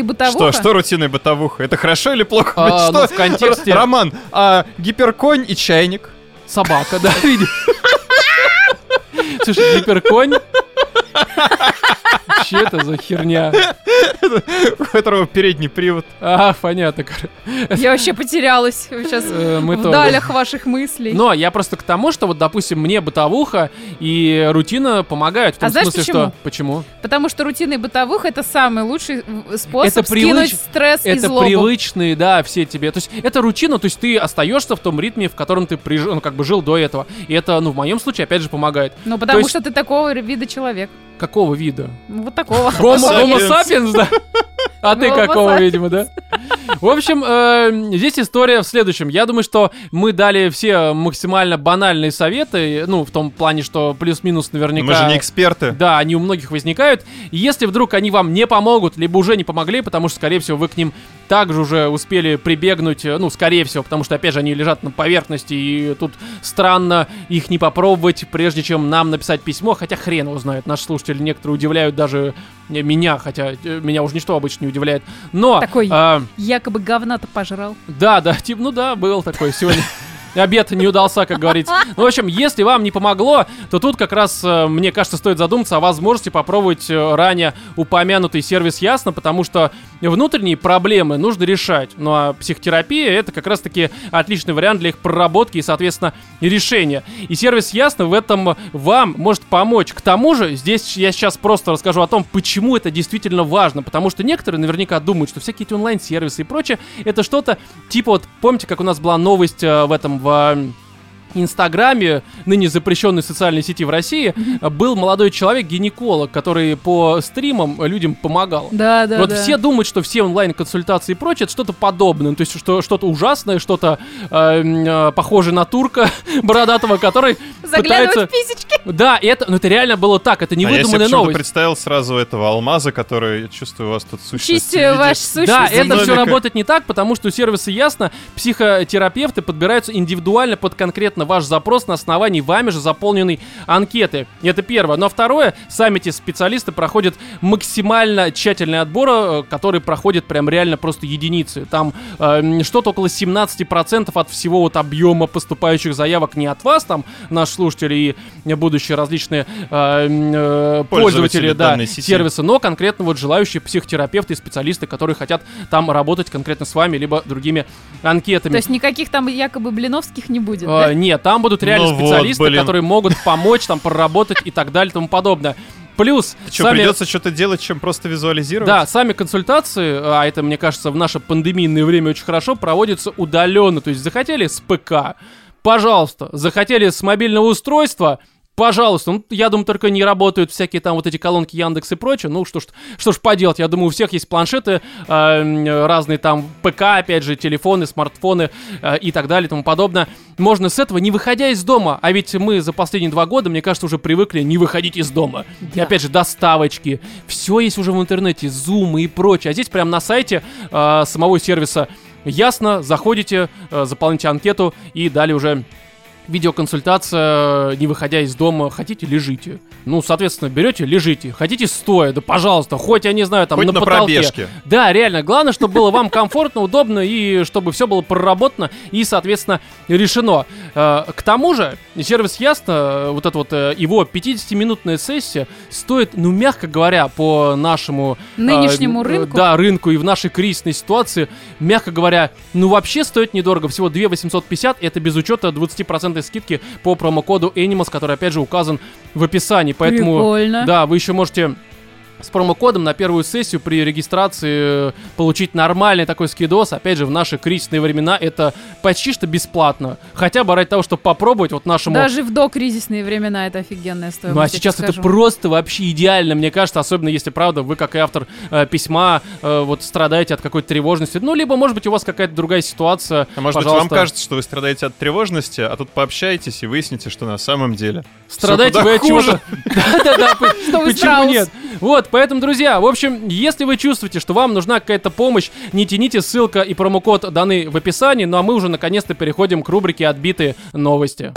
Speaker 2: Что,
Speaker 3: бытовуха.
Speaker 2: что рутинная бытовуха? Это хорошо или плохо?
Speaker 1: А,
Speaker 2: Блядь,
Speaker 1: ну,
Speaker 2: что?
Speaker 1: в контексте-
Speaker 2: Р- Роман, а гиперконь и чайник?
Speaker 1: Собака, да, видишь? Слушай, гиперконь? Че это за херня?
Speaker 2: У которого передний привод.
Speaker 1: А, понятно. кор-
Speaker 3: Я вообще потерялась сейчас
Speaker 1: Э, Мы
Speaker 3: в
Speaker 1: тоже.
Speaker 3: далях ваших мыслей.
Speaker 1: Но я просто к тому, что вот, допустим, мне бытовуха и рутина помогают. В том
Speaker 3: А знаешь
Speaker 1: смысле,
Speaker 3: почему?
Speaker 1: что... Почему?
Speaker 3: Потому что рутинный бытовых это самый лучший в- способ
Speaker 1: Это привыч-
Speaker 3: скинуть стресс и
Speaker 1: это
Speaker 3: злобу.
Speaker 1: привычные, да, все тебе. То есть это рутина, то есть ты остаешься в том ритме, в котором ты приж... ну, как бы жил до этого. И это, ну, в моем случае, опять же, помогает.
Speaker 3: Ну, потому
Speaker 1: есть-
Speaker 3: что ты такого вида человек.
Speaker 1: Какого вида?
Speaker 3: Ну, Вот такого.
Speaker 1: Гомо
Speaker 2: Homo
Speaker 1: гомо
Speaker 2: sapiens.
Speaker 1: сапиенс, да? А ты
Speaker 3: Homo
Speaker 1: какого,
Speaker 3: sapiens.
Speaker 1: видимо, да? В общем, э, здесь история в следующем. Я думаю, что мы дали все максимально банальные советы, ну, в том плане, что плюс-минус наверняка...
Speaker 2: Мы же не эксперты.
Speaker 1: Да, они у многих возникают. И Если вдруг они вам не помогут, либо уже не помогли, потому что, скорее всего, вы к ним также уже успели прибегнуть, э, ну, скорее всего, потому что, опять же, они лежат на поверхности, и тут странно их не попробовать, прежде чем нам написать письмо, хотя хрен его знает, наши слушатели некоторые удивляют даже э, меня, хотя э, меня уже ничто обычно не удивляет, но...
Speaker 3: Такой.
Speaker 1: э,
Speaker 3: Якобы говна-то пожрал.
Speaker 1: да, да, типа, ну да, был такой сегодня. Обед не удался, как говорится. Ну, в общем, если вам не помогло, то тут как раз, э, мне кажется, стоит задуматься о возможности попробовать э, ранее упомянутый сервис Ясно, потому что внутренние проблемы нужно решать. Ну, а психотерапия — это как раз-таки отличный вариант для их проработки и, соответственно, решения. И сервис Ясно в этом вам может помочь. К тому же, здесь я сейчас просто расскажу о том, почему это действительно важно, потому что некоторые наверняка думают, что всякие эти онлайн-сервисы и прочее — это что-то типа вот, помните, как у нас была новость э, в этом, в э, Инстаграме, ныне запрещенной социальной сети в России, э, был молодой человек, гинеколог, который по стримам людям помогал.
Speaker 3: Да, да,
Speaker 1: вот
Speaker 3: да.
Speaker 1: все думают, что все онлайн-консультации и прочее, это что-то подобное. Ну, То есть что, что-то ужасное, что-то э, м, э, похожее на турка бородатого, который
Speaker 3: Заглядывать
Speaker 1: пытается...
Speaker 3: в писечки.
Speaker 1: Да, и это, ну, это реально было так, это
Speaker 2: а я себе
Speaker 1: невыдуманная
Speaker 2: почему-то
Speaker 1: новость.
Speaker 2: представил сразу этого алмаза, который, я чувствую, у вас тут сущность
Speaker 3: Чисти
Speaker 2: видит.
Speaker 3: ваш сущность.
Speaker 1: Да, это все
Speaker 2: Экономика.
Speaker 1: работает не так, потому что у сервиса ясно, психотерапевты подбираются индивидуально под конкретного конкретно ваш запрос на основании вами же заполненной анкеты. Это первое. Но второе, сами эти специалисты проходят максимально тщательный отбор, э, который проходит прям реально просто единицы. Там э, что-то около 17% от всего вот объема поступающих заявок не от вас, там, наши слушатели и будущие различные э, э, пользователи,
Speaker 2: Пользователи
Speaker 1: да,
Speaker 2: данной сети.
Speaker 1: сервиса, но конкретно вот желающие психотерапевты и специалисты, которые хотят там работать конкретно с вами, либо другими анкетами.
Speaker 3: То есть никаких там якобы блиновских не будет,
Speaker 1: А,
Speaker 3: да?
Speaker 1: Нет, там будут реально
Speaker 2: Ну вот,
Speaker 1: специалисты,
Speaker 2: блин.
Speaker 1: которые могут помочь, там проработать и так далее и тому подобное. Плюс,
Speaker 2: Что,
Speaker 1: сами-
Speaker 2: придется что-то делать, чем просто визуализировать?
Speaker 1: да, сами консультации, а это, мне кажется, в наше пандемийное время очень хорошо, проводятся удаленно. То есть захотели с ПК, пожалуйста, захотели с мобильного устройства, Пожалуйста, ну, я думаю, только не работают всякие там вот эти колонки Яндекс и прочее. Ну, что ж, что ж поделать, я думаю, у всех есть планшеты, э, м, разные там ПК, опять же, телефоны, смартфоны э, и так далее и тому подобное. Можно с этого, не выходя из дома, а ведь мы за последние два года, мне кажется, уже привыкли не выходить из дома. И
Speaker 3: Да.
Speaker 1: опять же, доставочки, все есть уже в интернете, зумы и прочее. А здесь прямо на сайте э, самого сервиса ясно, заходите, э, заполните анкету и далее уже видеоконсультация, э, не выходя из дома. Хотите, лежите. Ну, соответственно, берете, лежите. Хотите, стоя, да пожалуйста, хоть, я не знаю, там
Speaker 2: Хоть
Speaker 1: на,
Speaker 2: на
Speaker 1: потолке.
Speaker 2: пробежке.
Speaker 1: Да, реально, главное, чтобы было вам комфортно, удобно и чтобы все было проработано и, соответственно, решено. Э, К тому же, сервис Ясно, э, вот это вот э, его 50-минутная сессия стоит, ну, мягко говоря, по нашему... э,
Speaker 3: Нынешнему
Speaker 1: э,
Speaker 3: рынку?
Speaker 1: Да, рынку и в нашей кризисной ситуации, мягко говоря, ну, вообще стоит недорого, всего 2 850, это без учета 20% скидки по промокоду Animals, который, опять же, указан в описании, поэтому...
Speaker 3: Прикольно.
Speaker 1: Да, вы еще можете с промокодом на первую сессию при регистрации э, получить нормальный такой скидос. Опять же, в наши кризисные времена это почти что бесплатно. Хотя бы ради того, чтобы попробовать вот нашему...
Speaker 3: Даже в докризисные времена это офигенная стоимость.
Speaker 1: ну а
Speaker 3: я тебе
Speaker 1: сейчас это
Speaker 3: скажу.
Speaker 1: просто вообще идеально, мне кажется, особенно если, правда, вы, как и автор э, письма, э, вот страдаете от какой-то тревожности. Ну, либо, может быть, у вас какая-то другая ситуация.
Speaker 2: А может
Speaker 1: Пожалуйста.
Speaker 2: быть, вам кажется, что вы страдаете от тревожности, а тут пообщаетесь и выясните, что на самом деле.
Speaker 1: Страдаете
Speaker 2: Всё куда
Speaker 1: вы от чего-то.
Speaker 2: хуже.
Speaker 1: Да-да-да, п-
Speaker 3: Что вы
Speaker 1: почему
Speaker 3: страус?
Speaker 1: нет? Вот, поэтому, друзья, в общем, если вы чувствуете, что вам нужна какая-то помощь, не тяните, ссылка и промокод даны в описании. Ну а мы уже наконец-то переходим к рубрике «Отбитые новости».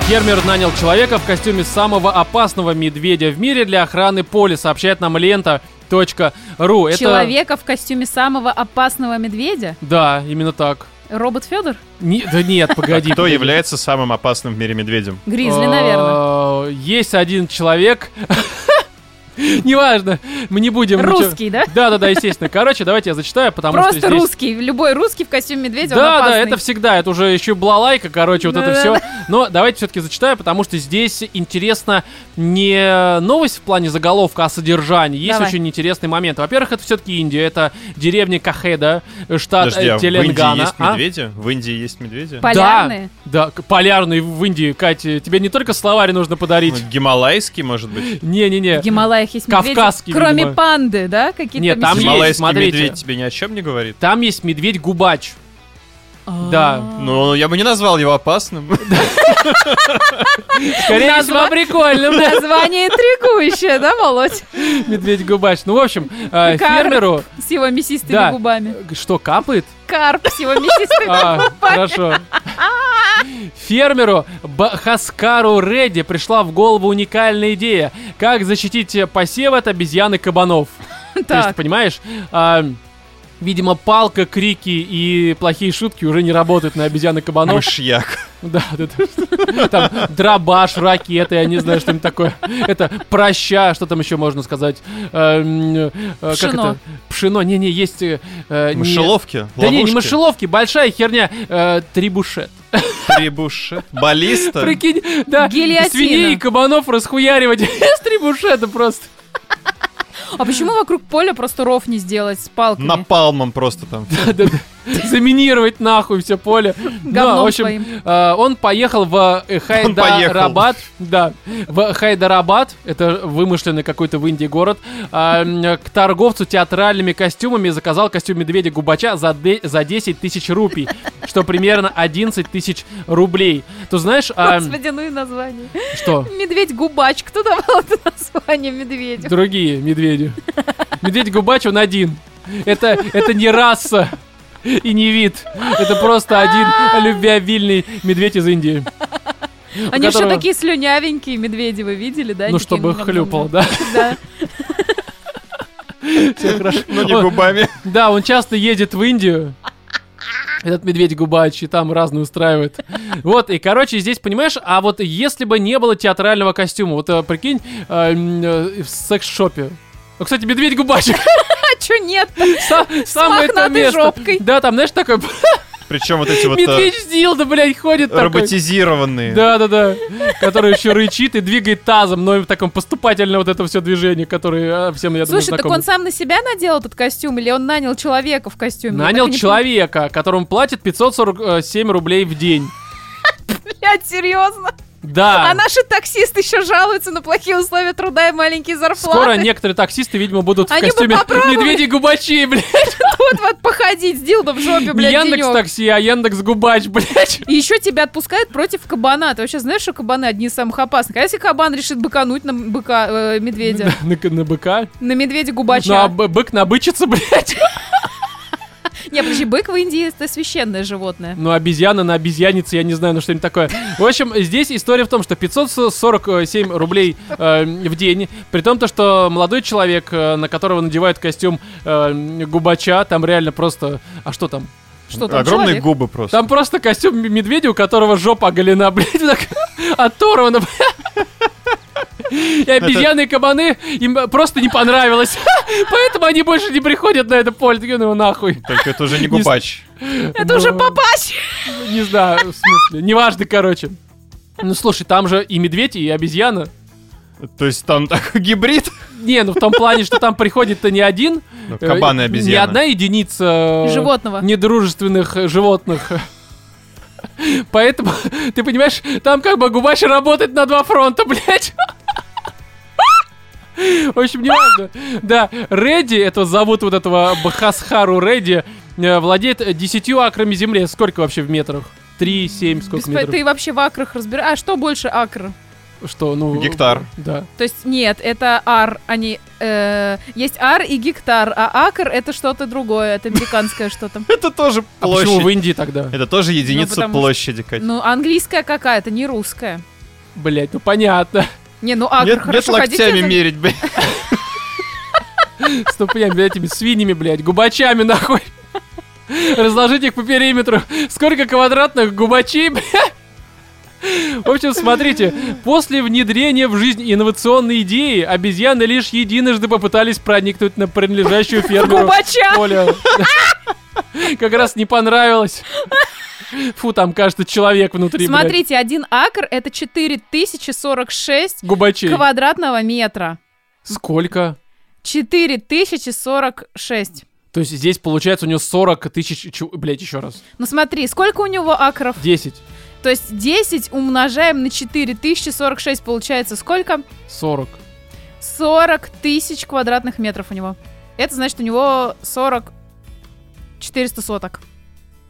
Speaker 1: Фермер нанял человека в костюме самого опасного медведя в мире для охраны поля, сообщает нам лента.ру. Это-
Speaker 3: Человека в костюме самого опасного медведя?
Speaker 1: Да, именно так.
Speaker 3: Робот Федор?
Speaker 1: Не- да нет, погоди.
Speaker 2: А Кто
Speaker 1: погоди.
Speaker 2: является самым опасным в мире медведем?
Speaker 1: А,
Speaker 3: Гризли, наверное.
Speaker 1: Э, Есть один человек. Неважно, мы не будем... ничего-
Speaker 3: Русский, да?
Speaker 1: Да-да-да, естественно. Короче, давайте я зачитаю, потому что
Speaker 3: Просто
Speaker 1: здесь...
Speaker 3: русский. Любой русский в костюме
Speaker 1: Да,
Speaker 3: медведя, он
Speaker 1: да,
Speaker 3: опасный.
Speaker 1: это всегда, это уже еще балалайка, короче, вот это все.
Speaker 3: Да-да-да.
Speaker 1: Но давайте все-таки зачитаю, потому что здесь интересно не новость в плане заголовка, а содержание. Есть
Speaker 3: Давай.
Speaker 1: очень интересный момент. Во-первых, это все-таки Индия, это деревня Кахеда, штат
Speaker 2: Подожди, а в Индии
Speaker 1: Теленгана.
Speaker 2: есть медведи? В Индии есть медведи?
Speaker 3: Полярные?
Speaker 1: Да, да, к- полярные в Индии, Катя, тебе не только словарь нужно
Speaker 2: Ну,
Speaker 1: подарить.
Speaker 2: Гималайский, может быть?
Speaker 1: Не-не-не.
Speaker 3: В Гималаях есть медведи.
Speaker 1: Кавказский,
Speaker 3: Кроме
Speaker 1: видимо.
Speaker 3: панды, да? Какие-то
Speaker 1: Нет, там
Speaker 3: мисс-
Speaker 1: есть,
Speaker 2: Гималайский
Speaker 1: смотрите.
Speaker 2: медведь тебе ни о чем не говорит?
Speaker 1: Там есть медведь-губач.
Speaker 3: А.
Speaker 1: да.
Speaker 2: Ну, я бы не назвал его опасным.
Speaker 1: Скорее всего,
Speaker 3: Назва-
Speaker 1: прикольно. бля,
Speaker 3: Название интригующее, да, Володь?
Speaker 1: Медведь-губач. Ну, в общем, э,
Speaker 3: Карп.
Speaker 1: фермеру...
Speaker 3: С его мясистыми
Speaker 1: Да.
Speaker 3: губами.
Speaker 1: Что, капает?
Speaker 3: Карп с его мясистыми
Speaker 1: А, хорошо. Фермеру Бахаскару Редди пришла в голову уникальная идея. Как защитить э, посев от обезьян и кабанов. То есть,
Speaker 3: Так.
Speaker 1: понимаешь, а, видимо, палка, крики и плохие шутки уже не работают на обезьян и кабанов.
Speaker 2: Мышьяк.
Speaker 1: Да, да, да. Там дробаш, ракеты, я не знаю, что-нибудь такое. Это проща, что там еще можно сказать? Эм, э, Как
Speaker 3: Пшено.
Speaker 1: это? Пшено. Не-не, есть... э, э, не-
Speaker 2: Мышеловки.
Speaker 1: Да не, не
Speaker 2: ловушки,
Speaker 1: мышеловки, большая херня. Э, Трибушет.
Speaker 2: трибушет, Баллиста.
Speaker 1: Прикинь, да,
Speaker 3: Гильотина.
Speaker 1: свиней и кабанов расхуяривать с трибушета просто.
Speaker 3: А почему вокруг поля просто ров не сделать с палками?
Speaker 2: Напалмом просто там.
Speaker 1: Да-да-да. Заминировать нахуй все поле.
Speaker 3: Говном
Speaker 1: Ну, в общем,
Speaker 3: своим.
Speaker 1: э, он поехал в э,
Speaker 2: Он поехал.
Speaker 1: Хайдарабад. Да, в Хайдарабад, это вымышленный какой-то в Индии город, а, м, к торговцу театральными костюмами и заказал костюм медведя Губача за, де- за 10 тысяч рупий, что примерно 11 тысяч рублей. Ты знаешь, а,
Speaker 3: Господи, ну и название.
Speaker 1: что?
Speaker 3: Медведь-губач. Кто давал это название медведю?
Speaker 1: Другие медведи. Медведь Губач, он один. Это, это не раса и не вид. Это просто один любвеобильный медведь из Индии. у
Speaker 3: Они еще
Speaker 1: которого-
Speaker 3: такие слюнявенькие, медведи вы видели, да?
Speaker 1: Ну,
Speaker 3: Такие,
Speaker 1: чтобы
Speaker 3: нам-
Speaker 1: хлюпал,
Speaker 3: нам-
Speaker 1: да?
Speaker 3: Да.
Speaker 1: Всё хорошо.
Speaker 2: Но ну, не
Speaker 1: Он-
Speaker 2: губами.
Speaker 1: Да, он часто едет в Индию. Этот медведь губач, и там разные устраивает. Вот, и, короче, здесь, понимаешь, а вот если бы не было театрального костюма, вот, э, прикинь, э, м, э, в секс-шопе. Ну, кстати, медведь губачик,
Speaker 3: А чё нет?
Speaker 1: сам- самое то
Speaker 3: мохнатой
Speaker 1: место.
Speaker 3: жопкой.
Speaker 1: Да, там, знаешь, такой
Speaker 2: Причем вот эти вот э,
Speaker 1: медведь с дилдо, блядь, ходит такой.
Speaker 2: роботизированные.
Speaker 1: Да, да, да. Который еще рычит и двигает тазом, но в таком поступательно вот это все движение, которое э, всем, я думаю,
Speaker 3: Слушай, так
Speaker 1: знакомо.
Speaker 3: он сам на себя надел этот костюм или он нанял человека в костюме? Я
Speaker 1: Нанял
Speaker 3: так и не
Speaker 1: человека, которому платит 547 рублей в день.
Speaker 3: понимаю. Блядь, серьезно?
Speaker 1: Да.
Speaker 3: А наши таксисты еще жалуются на плохие условия труда и маленькие зарплаты.
Speaker 1: Скоро некоторые таксисты, видимо, будут в
Speaker 3: Они бы
Speaker 1: костюме
Speaker 3: попробовали.
Speaker 1: медведей губачей, блядь.
Speaker 3: Тут вот походить с дилдо в жопе,
Speaker 1: Не
Speaker 3: блядь,
Speaker 1: Яндекс
Speaker 3: денек.
Speaker 1: такси, а Яндекс губач, блядь.
Speaker 3: И еще тебя отпускают против кабана. Ты вообще знаешь, что кабаны одни из самых опасных? А если кабан решит быкануть на быка, э, медведя?
Speaker 1: На, на- на быка.
Speaker 3: На медведя
Speaker 1: На
Speaker 3: губача?
Speaker 1: б- бык набычится, блядь.
Speaker 3: Не, подожди, бык в Индии это священное животное.
Speaker 1: Ну, обезьяна на обезьянице, я не знаю, ну что-нибудь такое. В общем, здесь история в том, что 547 рублей э, в день, при том, то, что молодой человек, э, на которого надевают костюм э, губача, там реально просто... А что там?
Speaker 3: Что там,
Speaker 2: Огромные
Speaker 3: человек?
Speaker 2: губы просто.
Speaker 1: Там просто костюм м- медведя, у которого жопа оголена, блядь, так оторвана, блядь. И обезьяны и кабаны им просто не понравилось. Поэтому они больше не приходят на это поле. Такие, Ну нахуй.
Speaker 2: Только это уже
Speaker 1: Не
Speaker 2: не
Speaker 1: с-
Speaker 2: губач.
Speaker 3: Это уже
Speaker 1: Ну,
Speaker 3: папач!
Speaker 1: Не знаю, в смысле. Неважно, короче. Ну слушай, там же и медведь, и обезьяна.
Speaker 2: То есть там такой гибрид.
Speaker 1: Не, ну в том плане, что там приходит-то не один.
Speaker 2: Ну, кабан и
Speaker 1: э,
Speaker 2: обезьяна.
Speaker 1: Не одна единица. э,
Speaker 3: Животного.
Speaker 1: Недружественных э, животных. Поэтому, ты понимаешь, там как бы губач работает на два фронта, блядь. В общем, неважно. Да, Редди, это зовут вот этого Бахасхару Редди, э, владеет э, 10 акрами земли. Сколько вообще в метрах? 3, 7, сколько
Speaker 3: Беспо-
Speaker 1: метров?
Speaker 3: Ты вообще в акрах разбираешь. А что больше акр?
Speaker 1: Что, ну...
Speaker 2: Гектар.
Speaker 1: Да.
Speaker 3: То есть нет, это ар, они э, есть ар и гектар, а акр это что-то другое, это американское что-то.
Speaker 2: Это тоже
Speaker 1: А почему в
Speaker 2: площадь.
Speaker 1: Индии тогда?
Speaker 2: Это тоже единица
Speaker 3: потому что-
Speaker 2: площади, Катя.
Speaker 3: Ну английская какая-то, не русская.
Speaker 1: Блять, ну понятно.
Speaker 3: Не, ну акр
Speaker 2: Нет, нет
Speaker 3: хорошо
Speaker 2: локтями
Speaker 3: ходите.
Speaker 2: мерить, блядь.
Speaker 1: С тупнями, блядь, этими свиньями, блядь, губачами, нахуй. Разложить их по периметру. Сколько квадратных губачей, блядь. В общем, смотрите, после внедрения в жизнь инновационной идеи, обезьяны лишь единожды попытались проникнуть на принадлежащую фермеру
Speaker 3: Губача!
Speaker 1: поле. Как раз не понравилось. Фу, там, кажется, человек внутри, блядь,
Speaker 3: Смотрите, один акр это 4046
Speaker 1: губачей.
Speaker 3: квадратного метра.
Speaker 1: Сколько?
Speaker 3: 4046.
Speaker 1: То есть здесь, получается, у него 40 тысяч... чу- Блядь, еще раз.
Speaker 3: Ну смотри, сколько у него акров?
Speaker 1: 10.
Speaker 3: То есть 10 умножаем на 4046 получается сколько?
Speaker 1: 40.
Speaker 3: 40 тысяч квадратных метров у него. Это значит, у него 40... 400 соток.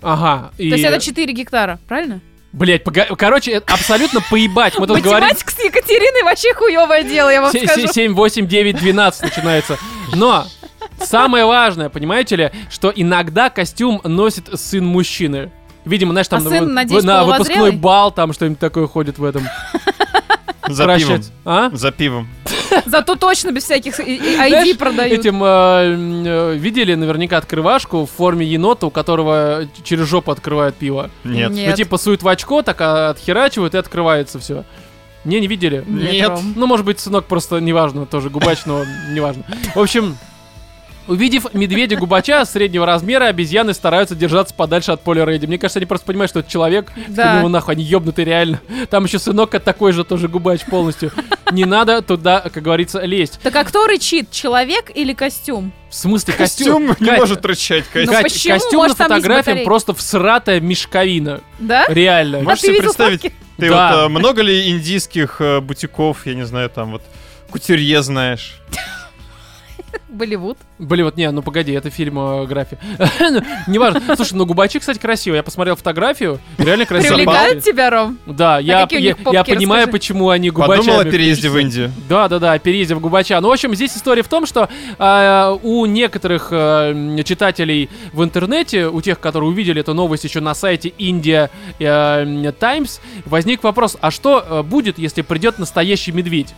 Speaker 1: Ага. И...
Speaker 3: То есть это 4 гектара, правильно?
Speaker 1: Блять, пога- короче, это абсолютно поебать. Мы тут говорим...
Speaker 3: Математика с Екатериной вообще хуевое дело, я вам
Speaker 1: се-
Speaker 3: скажу.
Speaker 1: се- 7, 8, 9, 12 начинается. Но самое важное, понимаете ли, что иногда костюм носит сын мужчины. Видимо, знаешь, там
Speaker 3: А
Speaker 1: на
Speaker 3: сын,
Speaker 1: вы-
Speaker 3: надеюсь,
Speaker 1: на выпускной
Speaker 3: половозрелый?
Speaker 1: бал там что-нибудь такое ходит в этом.
Speaker 2: За пивом.
Speaker 1: Прощать. А?
Speaker 2: За пивом.
Speaker 3: Зато точно без всяких и- и
Speaker 1: Знаешь,
Speaker 3: ID продают.
Speaker 1: Этим э, м, э, видели наверняка открывашку в форме енота, у которого ч- через жопу открывают пиво.
Speaker 2: Нет.
Speaker 3: Нет.
Speaker 1: Ну, типа, суют в очко, так а, отхерачивают и открывается все. Не, не видели?
Speaker 2: Нет.
Speaker 3: Ром.
Speaker 1: Ну, может быть, сынок просто неважно, тоже губач, но неважно. В общем, увидев медведя губача среднего размера, обезьяны стараются держаться подальше от поля Рейди. Мне кажется, они просто понимают, что это человек.
Speaker 3: Да.
Speaker 1: Да. Ну, нахуй, они ёбнутые реально. Там еще сынок такой же тоже губач полностью. Не надо туда, как говорится, лезть.
Speaker 3: Так а кто рычит, человек или костюм?
Speaker 1: В смысле, костюм?
Speaker 2: Костюм не
Speaker 1: Кать, а
Speaker 2: может рычать, Катя.
Speaker 3: Ну,
Speaker 1: Кать,
Speaker 3: почему?
Speaker 1: костюм на
Speaker 3: Может, там есть
Speaker 1: фотографии
Speaker 3: батарейка?
Speaker 1: просто всратая мешковина.
Speaker 3: Да?
Speaker 1: Э, Реально.
Speaker 2: Можешь
Speaker 3: ты
Speaker 2: себе
Speaker 3: видел
Speaker 2: представить,
Speaker 3: фотки?
Speaker 2: ты
Speaker 1: Да.
Speaker 2: вот э, много ли индийских э, бутиков, я не знаю, там вот кутюрье знаешь?
Speaker 3: Болливуд.
Speaker 1: Блин, вот не, ну погоди, это фильм э, Графи. Ну, Неважно. Слушай, ну губачи, кстати, красиво. Я посмотрел фотографию. Реально красиво.
Speaker 3: Привлекают тебя, Ром?
Speaker 1: Да, я,
Speaker 3: А какие у
Speaker 1: я,
Speaker 3: них попки,
Speaker 1: я понимаю,
Speaker 3: расскажи.
Speaker 1: почему они губачами.
Speaker 2: Подумал о переезде в Индию.
Speaker 1: Да, да, да, о переезде в Губача. Ну, в общем, здесь история в том, что э, у некоторых э, м, читателей в интернете, у тех, которые увидели эту новость еще на сайте India э, м, Times, возник вопрос: а что э, будет, если придет настоящий медведь?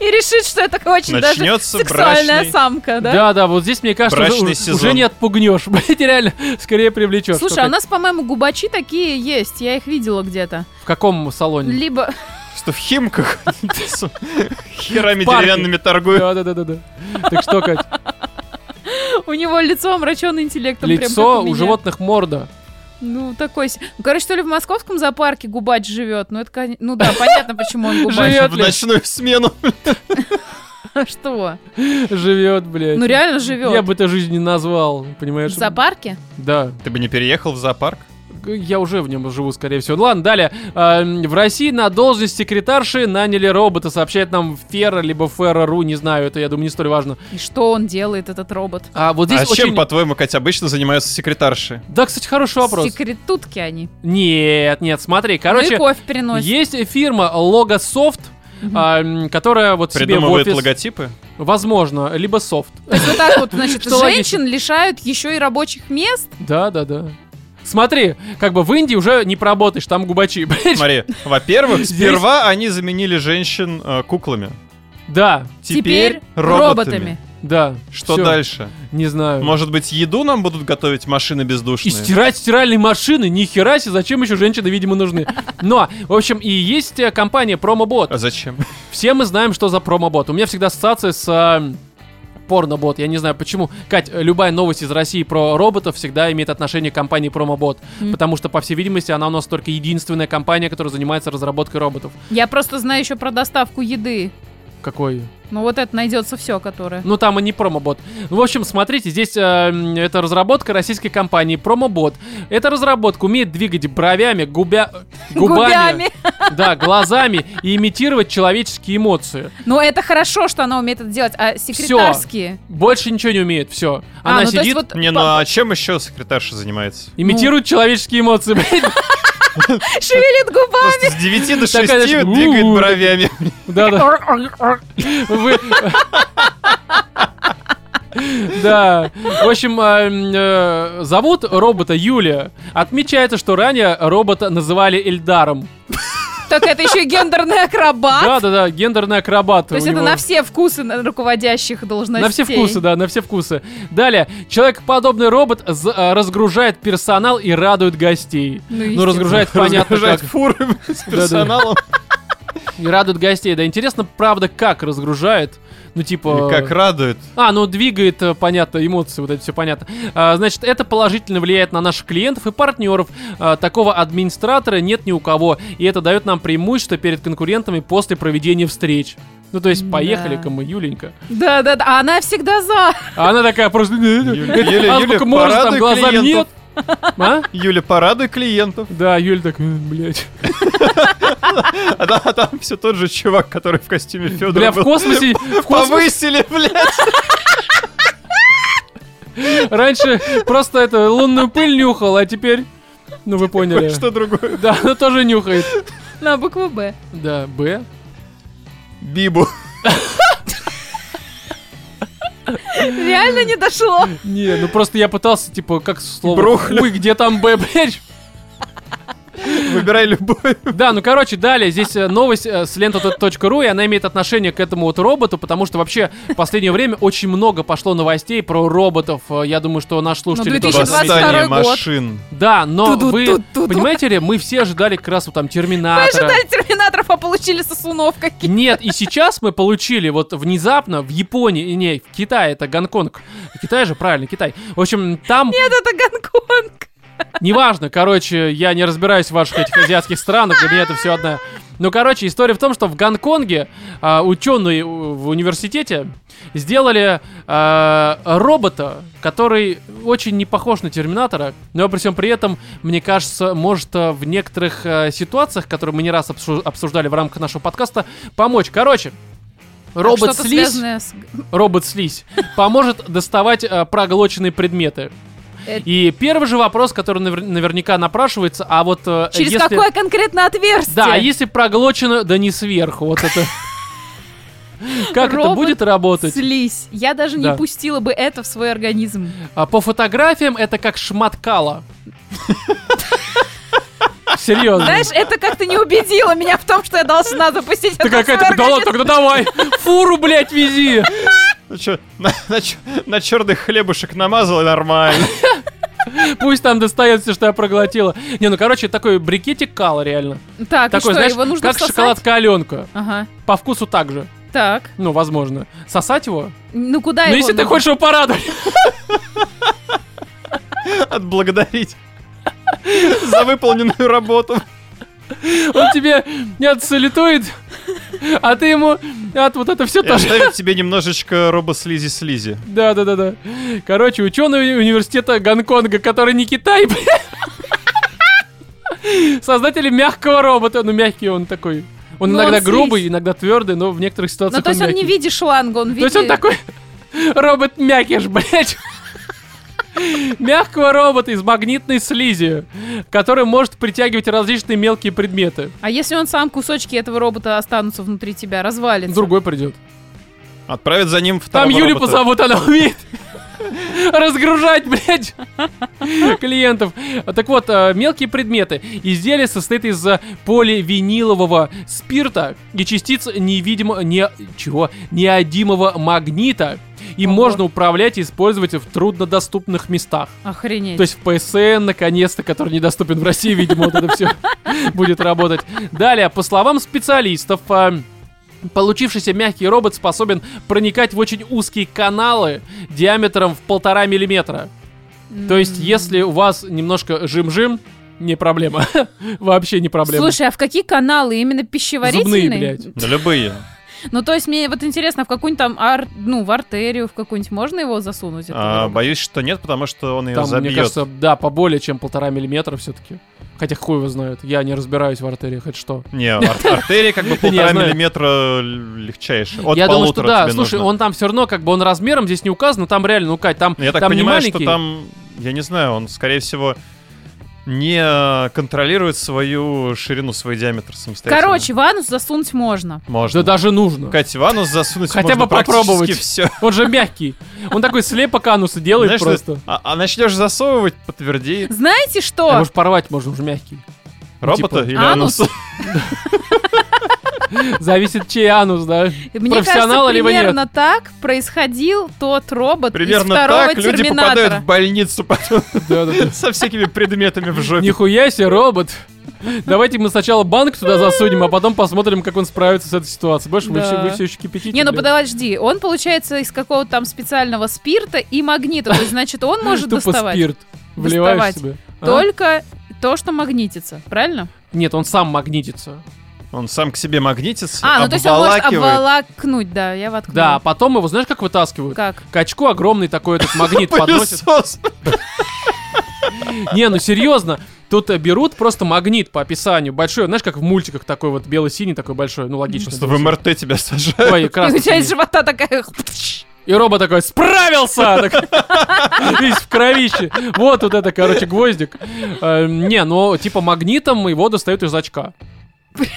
Speaker 3: И решит, что это очень даже
Speaker 2: Начнется
Speaker 3: сексуальная
Speaker 2: брачный-
Speaker 3: самка, А, да?
Speaker 1: да, вот здесь, мне кажется, уже,
Speaker 2: Брачный
Speaker 1: уже
Speaker 2: сезон.
Speaker 1: не отпугнешь. Блядь, реально, скорее привлечешь.
Speaker 3: Слушай, а у нас, по-моему, губачи такие есть. Я их видела где-то.
Speaker 1: В каком салоне?
Speaker 3: Либо...
Speaker 2: Что в Химках с херами
Speaker 1: В парке.
Speaker 2: деревянными торгуют.
Speaker 1: Да, да, да, да, да. Так что, Кать,
Speaker 3: У него лицо омраченное интеллектом. прям как
Speaker 1: лицо у
Speaker 3: меня.
Speaker 1: животных морда.
Speaker 3: Ну, такой... се- Ну, короче, то ли в московском зоопарке губач живет. Ну, это, кон- ну да, понятно, почему он губач.
Speaker 1: Живет
Speaker 2: В
Speaker 1: ли?
Speaker 2: ну ночную смену.
Speaker 3: А Что?
Speaker 1: Живет, блядь.
Speaker 3: Ну, реально
Speaker 1: Я
Speaker 3: живет.
Speaker 1: бы это жизнь не назвал,
Speaker 3: В
Speaker 1: понимаешь?
Speaker 3: зоопарке?
Speaker 1: Да.
Speaker 2: Ты бы не переехал в зоопарк?
Speaker 1: Я уже в нем живу, скорее всего. Ну Ладно, далее. Эм, В России на должность секретарши наняли робота, сообщает нам Фера, либо Фера.ру, не знаю, это, я думаю, не столь важно.
Speaker 3: И что он делает, этот робот?
Speaker 1: А вот здесь
Speaker 2: А
Speaker 1: очень...
Speaker 2: чем, по-твоему, Катя, обычно занимаются секретарши?
Speaker 1: Да, кстати, хороший вопрос.
Speaker 3: Секретутки они.
Speaker 1: Нет, нет, смотри,
Speaker 3: ну и
Speaker 1: короче,
Speaker 3: кофе приносит.
Speaker 1: есть фирма Logosoft, эм, которая вот себе в
Speaker 2: Придумывают
Speaker 1: офис...
Speaker 2: логотипы?
Speaker 1: Возможно, либо софт.
Speaker 3: То есть вот так вот, значит,
Speaker 1: Что
Speaker 3: женщин лишают еще и рабочих мест.
Speaker 1: Да, да, да. Смотри, как бы в Индии уже не поработаешь, там губачи. понимаешь?
Speaker 2: Смотри, во-первых,
Speaker 1: Здесь-
Speaker 2: сперва они заменили женщин э, куклами.
Speaker 1: Да,
Speaker 3: Теперь, роботами.
Speaker 1: да.
Speaker 2: Что
Speaker 1: всё,
Speaker 2: дальше?
Speaker 1: Не знаю.
Speaker 2: Может быть, еду нам будут готовить машины
Speaker 1: И
Speaker 2: бездушные?
Speaker 1: стирать стиральные машины, ни хера себе, зачем еще женщины, видимо, нужны. Но, в общем, и есть э, компания Промобот.
Speaker 2: А зачем?
Speaker 1: Все мы знаем, что за Промобот. У меня всегда ассоциация с э, Порнобот. Я не знаю почему. Кать, э, любая новость из России про роботов всегда имеет отношение к компании Промобот.
Speaker 3: М.
Speaker 1: Потому что, по всей видимости, она у нас только единственная компания, которая занимается разработкой роботов.
Speaker 3: Я просто знаю еще про доставку еды.
Speaker 1: Какой?
Speaker 3: Ну вот это найдется все, которое.
Speaker 1: Ну там и не промобот. Ну, в общем, смотрите, здесь э, м, это разработка российской компании промобот. Эта разработка умеет двигать бровями, губя... губами, да, глазами и имитировать человеческие эмоции.
Speaker 3: Ну это хорошо, что она умеет это делать, а секретарские.
Speaker 1: Больше ничего не умеет, все.
Speaker 3: А,
Speaker 1: Она
Speaker 3: ну, то есть
Speaker 1: сидит,
Speaker 3: вот ну.
Speaker 2: Не, ну а чем еще секретарша занимается?
Speaker 1: имитирует человеческие эмоции. блядь.
Speaker 3: шевелит губами.
Speaker 2: Просто с 9 до 6
Speaker 1: Такая, значит,
Speaker 2: двигает
Speaker 1: «У-у-у».
Speaker 2: бровями.
Speaker 1: Да, да. Вы- Да. В общем, э, м, э, зовут робота Юлия. Отмечается, что ранее робота называли Эльдаром.
Speaker 3: Так это еще и гендерный акробат.
Speaker 1: Да, да, да, гендерный акробат.
Speaker 3: То есть
Speaker 1: у
Speaker 3: это
Speaker 1: него.
Speaker 3: на все вкусы на- руководящих должностей.
Speaker 1: На все вкусы, да, на все вкусы. Далее, человекоподобный робот з- а, разгружает персонал и радует гостей.
Speaker 3: Ну,
Speaker 1: Ну,
Speaker 3: естественно.
Speaker 1: разгружает, понятно,
Speaker 2: Разгружает
Speaker 1: как.
Speaker 2: фуры с персоналом.
Speaker 1: И радует гостей. Да, интересно, правда, как разгружает? Ну, типа...
Speaker 2: И Как радует.
Speaker 1: А, ну двигает, э, понятно, эмоции, вот это все понятно. А, значит, это положительно влияет на наших клиентов и партнеров. А, такого администратора нет ни у кого. И это дает нам преимущество перед конкурентами после проведения встреч. Ну, то есть,
Speaker 3: Да.
Speaker 1: поехали-ка мы, Юленька.
Speaker 3: Да, да, да. А она всегда за.
Speaker 1: А она такая просто...
Speaker 2: Юля, Юля,
Speaker 1: Азбука
Speaker 2: Юля,
Speaker 1: может, там
Speaker 2: порадуй
Speaker 1: глазам нет.
Speaker 2: клиентов.
Speaker 1: А?
Speaker 2: Юля, порадуй клиентов.
Speaker 1: Да, Юль так, «М, блядь.
Speaker 2: А та- а там все тот же чувак, который в костюме Федора
Speaker 1: Бля, в космосе, в космосе
Speaker 2: Повысили, блядь.
Speaker 1: раньше просто это лунную пыль нюхал, а теперь, ну вы поняли.
Speaker 2: Что другое?
Speaker 1: Да, она тоже нюхает.
Speaker 3: На букву Б.
Speaker 1: Да, Б.
Speaker 2: Бибу.
Speaker 3: Реально не дошло.
Speaker 1: Не, ну просто я пытался, типа, как слово...
Speaker 2: Брухлю.
Speaker 1: Ой, где там Б, блядь?
Speaker 2: Выбирай любой.
Speaker 1: Да, ну короче, далее здесь э, новость э, с лента.ру, и она имеет отношение к этому вот роботу, потому что вообще в последнее время очень много пошло новостей про роботов. Э, Я думаю, что наш слушатель... тоже
Speaker 3: 2022
Speaker 1: заметил.
Speaker 2: Восстание
Speaker 3: год.
Speaker 2: машин.
Speaker 1: Да, но
Speaker 3: Ту-ду,
Speaker 1: вы
Speaker 3: ту-ду, ту.
Speaker 1: понимаете ли, мы все ожидали как раз вот там
Speaker 3: Мы
Speaker 1: Терминатора.
Speaker 3: ожидали терминаторов, а получили сосунов какие
Speaker 1: Нет, и сейчас мы получили вот внезапно в Японии, и не, в Китае, это Гонконг. Китай же, правильно, Китай. В общем, там,
Speaker 3: Нет, это Гонконг.
Speaker 1: неважно, короче, я не разбираюсь в ваших этих азиатских странах, для меня это все одна. Ну, короче, история в том, что в Гонконге а, ученые у- в университете сделали а, робота, который очень не похож на Терминатора, но при всем при этом, мне кажется, может а, в некоторых а, ситуациях, которые мы не раз обсу- обсуждали в рамках нашего подкаста, помочь. Короче,
Speaker 3: что-то
Speaker 1: Робот-слизь,
Speaker 3: связанное с-
Speaker 1: робот-слизь поможет доставать э, проглоченные предметы.
Speaker 3: Э,
Speaker 1: И первый же вопрос, который навер- наверняка напрашивается, а вот э,
Speaker 4: Через
Speaker 1: если-
Speaker 4: какое конкретно отверстие?
Speaker 1: Да, а если проглочено, да не сверху, вот это. Как это
Speaker 3: Робот
Speaker 1: будет работать?
Speaker 3: Слизь. Я даже не
Speaker 1: Да.
Speaker 3: пустила бы это в свой организм.
Speaker 1: А По фотографиям это как шмат кала. Серьезно.
Speaker 4: Знаешь, это как-то не убедило меня в том, что я должна запустить это
Speaker 1: Ты
Speaker 4: в свой
Speaker 1: какая-то, да ладно,
Speaker 4: организм.
Speaker 1: тогда давай, фуру, блядь, вези.
Speaker 2: Ну чё, на, черных хлебушек намазал и нормально.
Speaker 1: Пусть там достает все, что я проглотила. Не, ну, короче, такой брикетик кала, реально.
Speaker 3: Так,
Speaker 1: Такой,
Speaker 3: и А что,
Speaker 1: знаешь,
Speaker 3: его нужно
Speaker 1: как
Speaker 3: всосать?
Speaker 1: шоколадка Аленка.
Speaker 3: Ага,
Speaker 1: По вкусу так же.
Speaker 3: так.
Speaker 1: Ну, возможно. Сосать его?
Speaker 3: Ну куда
Speaker 1: ну,
Speaker 3: его?
Speaker 1: если ты
Speaker 3: Ну,
Speaker 1: хочешь его порадовать.
Speaker 2: Отблагодарить за выполненную работу.
Speaker 1: Он тебе не отсалютует, а ты ему от вот это все
Speaker 2: И
Speaker 1: тоже.
Speaker 2: оставить тебе немножечко робослизи-слизи.
Speaker 1: Да, да, да, да. Короче, ученые университета Гонконга, который не Китай, бля. создатели мягкого робота. Ну, мягкий он такой. Он
Speaker 3: Ну,
Speaker 1: иногда
Speaker 3: он слизь.
Speaker 1: грубый, иногда твердый, но в некоторых
Speaker 3: Ну,
Speaker 1: ситуациях
Speaker 3: то есть он не
Speaker 1: мягкий.
Speaker 3: в виде шланга, он в
Speaker 1: То есть он
Speaker 3: виде-
Speaker 1: такой робот мякиш, блядь. Мягкого робота из магнитной слизи, который может притягивать различные мелкие предметы.
Speaker 3: А если он сам, кусочки этого робота останутся внутри тебя, развалится?
Speaker 1: Другой придет.
Speaker 2: Отправят за ним второго
Speaker 1: Там Юлю
Speaker 2: робота.
Speaker 1: позовут, она умеет разгружать, блядь, клиентов. Так вот, э, мелкие предметы. Изделие состоит из э, поливинилового спирта и частиц невидимо... Не, чего? Неодимого магнита. Им
Speaker 3: Ого.
Speaker 1: можно управлять и использовать в труднодоступных местах.
Speaker 3: Охренеть.
Speaker 1: То есть в ПСН, наконец-то, который недоступен в России, видимо, вот это все будет работать. Далее, по словам специалистов, а, получившийся мягкий робот способен проникать в очень узкие каналы диаметром в полтора миллиметра. То есть, если у вас немножко жим-жим, не проблема. Вообще не проблема.
Speaker 3: Слушай, а в какие каналы? Именно пищеварительные?
Speaker 1: Зубные, блядь.
Speaker 2: Да любые.
Speaker 3: Ну, то есть мне вот интересно, в какую-нибудь там, ар... ну, в артерию, в какую-нибудь можно его засунуть? этого
Speaker 2: А,
Speaker 3: робота?
Speaker 2: боюсь, что нет, потому что он ее
Speaker 1: Там,
Speaker 2: забьет.
Speaker 1: мне кажется, да, поболее, чем полтора миллиметра все-таки. Хотя хуй его знает, я не разбираюсь в артериях, это что.
Speaker 2: Не, ар- артерия как бы полтора
Speaker 1: знаю.
Speaker 2: миллиметра легчайшая. От
Speaker 1: я думаю, что
Speaker 2: полутора
Speaker 1: да,
Speaker 2: тебе
Speaker 1: слушай,
Speaker 2: нужно.
Speaker 1: он там все равно, как бы он размером здесь не указан, но там реально, ну, Кать, там,
Speaker 2: Я так
Speaker 1: там не
Speaker 2: понимаю,
Speaker 1: маленький.
Speaker 2: что там, я не знаю, он, скорее всего, не э, контролирует свою ширину, свой диаметр самостоятельно.
Speaker 3: Короче, в анус засунуть можно.
Speaker 1: Да
Speaker 2: можно.
Speaker 1: даже нужно.
Speaker 2: Кать, в анус засунуть
Speaker 1: Хотя
Speaker 2: можно
Speaker 1: бы попробовать.
Speaker 2: все.
Speaker 1: Он же мягкий. Он такой слепок ануса делает просто.
Speaker 2: А, а начнешь засовывать,
Speaker 3: Ну,
Speaker 2: подтверди
Speaker 3: Знаете
Speaker 1: А
Speaker 3: что?
Speaker 1: может порвать можно, он же мягкий.
Speaker 2: робота
Speaker 1: типа,
Speaker 2: или
Speaker 3: анус.
Speaker 2: анус.
Speaker 1: Зависит, чей анус, да?
Speaker 3: Мне
Speaker 1: профессионал
Speaker 3: кажется,
Speaker 1: либо нет?
Speaker 3: примерно так происходил тот робот
Speaker 2: Примерно
Speaker 3: из второго
Speaker 2: так люди попадают в
Speaker 3: терминатора.
Speaker 2: больницу потом
Speaker 1: Да, да,
Speaker 2: со всякими предметами в
Speaker 1: да.
Speaker 2: жопе.
Speaker 1: Нихуя себе, робот. Давайте мы сначала банк туда засунем, а потом посмотрим, как он справится с этой ситуацией. Больше вы,
Speaker 3: Да.
Speaker 1: все, вы все еще кипятите.
Speaker 3: Не, ну
Speaker 1: блядь.
Speaker 3: подожди, он получается из какого-то там специального спирта и магнита, то есть, значит, он может
Speaker 1: Тупо
Speaker 3: доставать
Speaker 1: спирт. Вливаешь
Speaker 3: Доставать.
Speaker 1: себе. А?
Speaker 3: только то, что магнитится, правильно?
Speaker 1: Нет, он сам магнитится.
Speaker 2: Он сам к себе магнитится,
Speaker 3: А, ну то есть он может
Speaker 2: обволакивает.
Speaker 3: обволакнуть, да, я воткнула.
Speaker 1: Да, потом его, знаешь, как вытаскивают?
Speaker 3: Как?
Speaker 1: Качку огромный такой этот магнит подносит.
Speaker 2: Пылесос.
Speaker 1: Не, ну серьезно, тут э, берут просто магнит по описанию. Большой, знаешь, как в мультиках такой вот белый-синий, такой большой, ну логично.
Speaker 2: Просто в МРТ тебя сажают.
Speaker 1: Ой,
Speaker 4: И
Speaker 1: красный.
Speaker 4: у тебя из
Speaker 1: синий.
Speaker 4: живота такая...
Speaker 1: И робот такой, справился! Так, Весь в кровище. Вот вот это, короче, гвоздик. Э, Не, ну типа магнитом его достают из очка.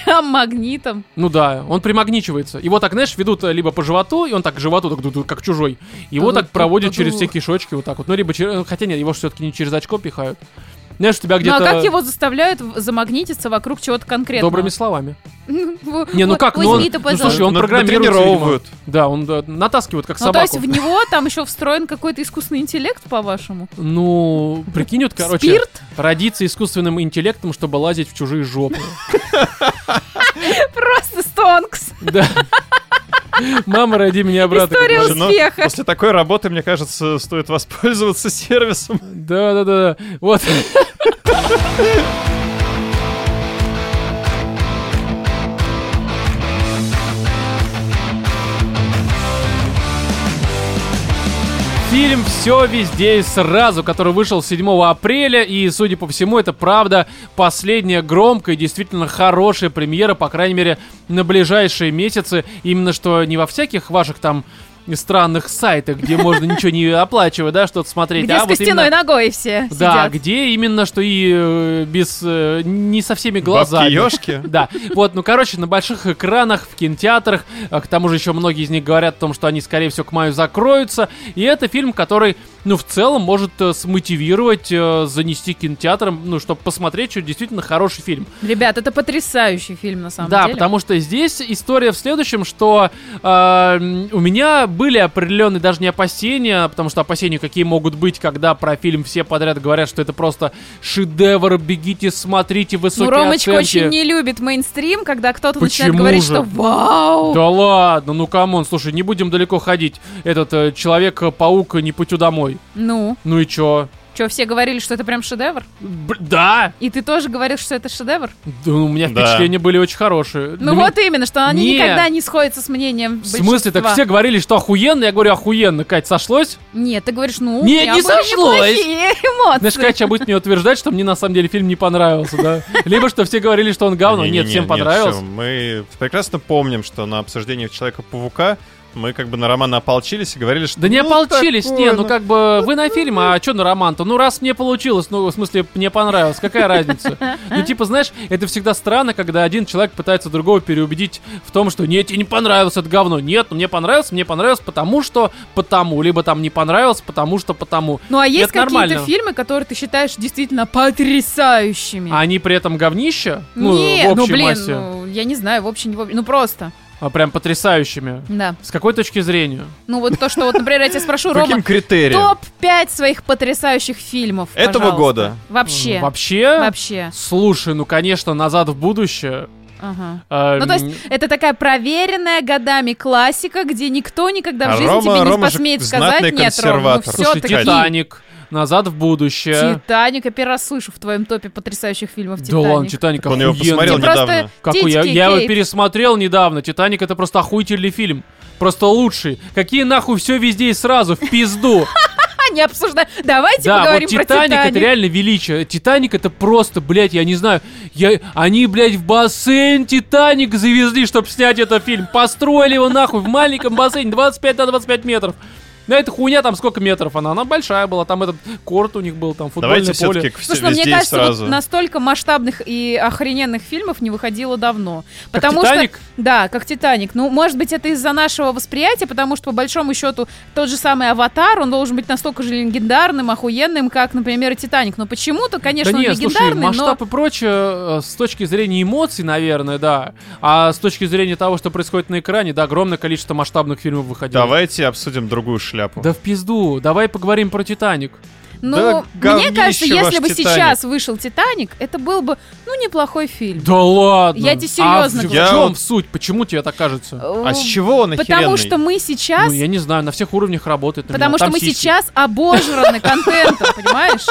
Speaker 3: Прям магнитом.
Speaker 1: Ну да, он примагничивается. Его так, знаешь, ведут э, либо по животу, и он так к животу, так, ду-ду, как чужой. Его так
Speaker 3: Ду-ду-ду-ду-ду.
Speaker 1: проводят через все кишочки вот так вот. Ну либо через... Хотя нет, его все-таки не через очко пихают. Знаешь, у тебя
Speaker 3: Ну
Speaker 1: где-то...
Speaker 3: а как его заставляют в- замагнититься вокруг чего-то конкретного?
Speaker 1: Добрыми словами.
Speaker 3: Не,
Speaker 1: Не, ну как, ну он-
Speaker 3: Возьми-то,
Speaker 1: ну,
Speaker 3: пожалуйста.
Speaker 1: слушай, он
Speaker 2: На-
Speaker 1: программируется,
Speaker 2: натренировывают.
Speaker 1: Да, он да, натаскивает как
Speaker 3: Ну, то
Speaker 1: собаку.
Speaker 3: есть в него там еще встроен какой-то искусственный интеллект, по-вашему?
Speaker 1: Ну, прикинь, вот, короче,
Speaker 3: Спирт?
Speaker 1: родиться искусственным интеллектом, чтобы лазить в чужие жопы.
Speaker 4: Просто стонкс.
Speaker 1: Да. Мама, роди меня обратно.
Speaker 4: История
Speaker 1: как
Speaker 2: Слушай, ну,
Speaker 4: успеха.
Speaker 2: после такой работы, мне кажется, стоит воспользоваться сервисом.
Speaker 1: говорится. Да, да, да. Вот. Фильм «Все везде и сразу», который вышел 7 апреля, и, судя по всему, это правда последняя громкая и действительно хорошая премьера, по крайней мере, на ближайшие месяцы. Именно что не во всяких ваших там странных сайтах, где можно ничего не оплачивать, да, что-то смотреть.
Speaker 3: Где
Speaker 1: а
Speaker 3: с
Speaker 1: вот именно-
Speaker 3: костяной ногой все
Speaker 1: Да,
Speaker 3: сидят.
Speaker 1: где именно, что и э, без э, не со всеми глазами.
Speaker 2: ёшки.
Speaker 1: Да, вот, ну, короче, на больших экранах, в кинотеатрах, а, к тому же еще многие из них говорят о том, что они, скорее всего, к маю закроются, и это фильм, который, ну, в целом может э, смотивировать, э, занести кинотеатрам, ну, чтобы посмотреть, что действительно хороший фильм.
Speaker 3: Ребят, это потрясающий фильм на самом
Speaker 1: да,
Speaker 3: деле.
Speaker 1: потому что здесь история в следующем, что э, м, у меня были определенные даже не опасения, потому что опасения какие могут быть, когда про фильм все подряд говорят, что это просто шедевр, бегите, смотрите,
Speaker 3: Ну,
Speaker 1: высокие
Speaker 3: Ромочка
Speaker 1: оценки.
Speaker 3: очень не любит мейнстрим, когда кто-то начинает
Speaker 1: Почему
Speaker 3: говорить,
Speaker 1: же?
Speaker 3: что вау!
Speaker 1: Да ладно, ну камон, слушай, не будем далеко ходить. Этот э, человек-паук не путю домой.
Speaker 3: Ну,
Speaker 1: Ну и чё?
Speaker 3: что, все говорили, что это прям шедевр?
Speaker 1: Б- да!
Speaker 3: И ты тоже говорил, что это шедевр?
Speaker 1: Да, ну, у меня
Speaker 2: Да.
Speaker 1: впечатления были очень хорошие.
Speaker 3: Ну
Speaker 1: На
Speaker 3: вот именно, что они
Speaker 1: Нет.
Speaker 3: никогда не сходятся с мнением
Speaker 1: меня- В смысле, так
Speaker 3: большинства.
Speaker 1: все говорили, что охуенно, я говорю, охуенно, Кать, сошлось?
Speaker 3: Нет, ты говоришь, ну,
Speaker 1: Не,
Speaker 3: у меня
Speaker 1: не
Speaker 3: были
Speaker 1: сошлось.
Speaker 3: неплохие эмоции.
Speaker 1: Знаешь, Катя сейчас будет мне утверждать, что мне на самом деле фильм не понравился, да? Либо что все говорили, что он говно.
Speaker 2: Не-не-не,
Speaker 1: Нет, всем
Speaker 2: нет,
Speaker 1: понравился.
Speaker 2: всё, Мы прекрасно помним, что на обсуждении Человека-паука мы как бы на романа ополчились и говорили, что...
Speaker 1: Да не
Speaker 2: «Ну,
Speaker 1: ополчились, не,
Speaker 2: такое,
Speaker 1: ну как бы вы на фильм, а что на роман-то? Ну раз мне получилось, ну в смысле мне понравилось, какая разница? Ну типа знаешь, это всегда странно, когда один человек пытается другого переубедить в том, что нет, тебе не понравилось это говно, нет, ну, мне понравилось, мне понравилось потому что потому, либо там не понравилось потому что потому.
Speaker 3: Ну а есть
Speaker 1: Это нормально.
Speaker 3: какие-то фильмы, которые ты считаешь действительно потрясающими?
Speaker 1: А они при этом говнища? Ну,
Speaker 3: Нет,
Speaker 1: в
Speaker 3: ну
Speaker 1: общей
Speaker 3: блин,
Speaker 1: массе.
Speaker 3: ну, я не знаю, в общем, не в общем, ну просто,
Speaker 1: А прям потрясающими.
Speaker 3: да.
Speaker 1: С какой точки зрения?
Speaker 3: Ну вот то, что вот, например, я тебя спрошу,
Speaker 2: по
Speaker 3: Рома,
Speaker 2: Каким критериям?
Speaker 3: топ-5 своих потрясающих фильмов,
Speaker 2: Этого
Speaker 3: пожалуйста.
Speaker 2: года.
Speaker 3: Вообще.
Speaker 1: Ну, Вообще?
Speaker 3: Вообще.
Speaker 1: Слушай, ну конечно, назад в будущее.
Speaker 3: Ага.
Speaker 1: э,
Speaker 3: Ну, то есть, это такая проверенная годами классика, где никто никогда
Speaker 2: А
Speaker 3: в жизни
Speaker 2: Рома-
Speaker 3: тебе не
Speaker 2: Рома же
Speaker 3: посмеет
Speaker 2: знатный
Speaker 3: сказать, нет, Ром, ну
Speaker 2: консерватор».
Speaker 3: все
Speaker 1: Слушай,
Speaker 2: всё-таки-
Speaker 1: Титаник, назад в будущее.
Speaker 3: Титаник, я первый раз слышу в твоем топе потрясающих фильмов
Speaker 1: Да
Speaker 3: Титаник.
Speaker 1: ладно, Титаник
Speaker 2: Он его
Speaker 1: охуенный.
Speaker 2: посмотрел
Speaker 3: Мне просто
Speaker 2: недавно.
Speaker 1: Какой? Я,
Speaker 3: титьки,
Speaker 1: я его
Speaker 3: Кейт.
Speaker 1: пересмотрел недавно. Титаник это просто охуительный фильм. Просто лучший. Какие нахуй все везде и сразу, в пизду.
Speaker 3: А, не обсуждаем. Давайте
Speaker 1: Да, вот
Speaker 3: поговорим Типа про
Speaker 1: Титаник это реально величие. Титаник это просто, блядь, я не знаю. Я... Они, блядь, в бассейн Титаник завезли, чтобы снять этот фильм. Построили его нахуй в маленьком бассейне 25 на 25 метров. На эта хуйня там сколько метров она? Она большая была, там этот корт у них был, там футбольное
Speaker 2: Давайте
Speaker 1: поле.
Speaker 2: все-таки к все
Speaker 3: Слушай, ну, мне
Speaker 2: везде и
Speaker 3: кажется, вот
Speaker 2: сразу.
Speaker 3: настолько масштабных и охрененных фильмов не выходило давно.
Speaker 1: Как
Speaker 3: потому
Speaker 1: «Титаник»?
Speaker 3: что. Да, как Титаник. Ну, может быть, это из-за нашего восприятия, потому что, по большому счету, тот же самый аватар, он должен быть настолько же легендарным, охуенным, как, например, и Титаник. Но почему-то, конечно,
Speaker 1: да
Speaker 3: он
Speaker 1: нет, слушай,
Speaker 3: легендарный,
Speaker 1: масштаб и прочее, э, с точки зрения эмоций, наверное, да. А с точки зрения того, что происходит на экране, да, огромное количество масштабных фильмов выходило.
Speaker 2: Давайте обсудим другую шляпу.
Speaker 1: Да в пизду, давай поговорим про «Титаник».
Speaker 3: но. Ну,
Speaker 2: Да
Speaker 3: мне
Speaker 2: говнище
Speaker 3: кажется,
Speaker 2: ваш
Speaker 3: если бы
Speaker 2: «Титаник».
Speaker 3: сейчас вышел Титаник, это был бы, ну, неплохой фильм.
Speaker 1: Да ладно!
Speaker 3: Я тебе серьезно
Speaker 1: а в,
Speaker 2: говорю. Я
Speaker 1: чем
Speaker 2: вот-
Speaker 1: суть? Почему тебе так кажется?
Speaker 2: А с чего он
Speaker 3: Э, Потому
Speaker 2: охеренный?
Speaker 3: что мы сейчас
Speaker 1: Ну, я не знаю, на всех уровнях работает. на
Speaker 3: Потому
Speaker 1: меня.
Speaker 3: что
Speaker 1: Там
Speaker 3: мы
Speaker 1: сиськи.
Speaker 3: сейчас обожраны контентом, понимаешь?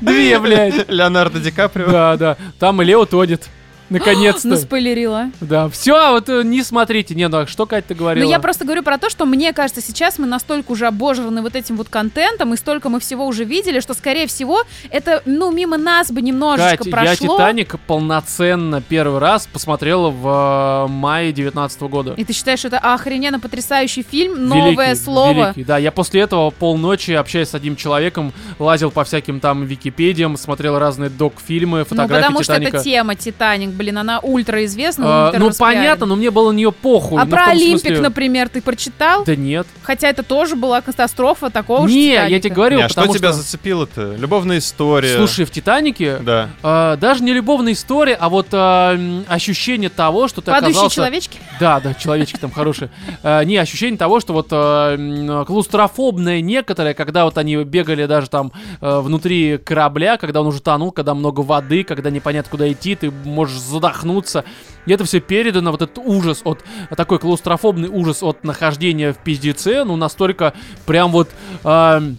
Speaker 1: Две, блядь.
Speaker 2: Леонардо Ди Каприо.
Speaker 1: Да, да. Там и Лео тонет.
Speaker 3: Ну,
Speaker 1: Наконец-то.
Speaker 3: Наспойлерила.
Speaker 1: Да, все, вот э, не смотрите. Не, ну а что Кать ты
Speaker 3: Но
Speaker 1: говорила?
Speaker 3: я просто говорю про то, что мне кажется, сейчас мы настолько уже обожраны вот этим вот контентом, и столько мы всего уже видели, что, скорее всего, это, ну, мимо нас бы немножечко
Speaker 1: Кать, я
Speaker 3: прошло.
Speaker 1: «Титаник» полноценно первый раз посмотрела в э, мае 19 года.
Speaker 3: И ты считаешь, что это охрененно потрясающий фильм, новое
Speaker 1: Великий,
Speaker 3: слово.
Speaker 1: великий. Да, я после этого полночи, общаясь с одним человеком, лазил по всяким там Википедиям, смотрел разные док-фильмы,
Speaker 3: Ну,
Speaker 1: фотографии
Speaker 3: потому что
Speaker 1: «Титаника».
Speaker 3: это тема Титаник, блин, она ультра
Speaker 1: А,
Speaker 3: известна.
Speaker 1: ну, понятно, но мне было на нее похуй.
Speaker 3: А
Speaker 1: ну, в
Speaker 3: про
Speaker 1: том
Speaker 3: Олимпик,
Speaker 1: смысле-
Speaker 3: например, ты прочитал?
Speaker 1: Да нет.
Speaker 3: Хотя это тоже была катастрофа такого же
Speaker 1: Не, я тебе
Speaker 3: «Титаника».
Speaker 1: говорю,
Speaker 2: Не, а
Speaker 1: потому
Speaker 2: что тебя
Speaker 1: что-
Speaker 2: зацепило-то? Любовная история.
Speaker 1: Слушай, в «Титанике»
Speaker 2: Да.
Speaker 1: а, даже не любовная история, а вот а, м, ощущение того, что ты
Speaker 3: Падающие
Speaker 1: оказался...
Speaker 3: человечки?
Speaker 1: Да, да, человечки там хорошие. Э, Не, ощущение того, что вот э, м, клаустрофобное некоторое, когда вот они бегали даже там э, внутри корабля, когда он уже тонул, когда много воды, когда непонятно куда идти, ты можешь задохнуться. И это все передано, вот этот ужас от, такой клаустрофобный ужас от нахождения в пиздеце, ну настолько прям вот... эм,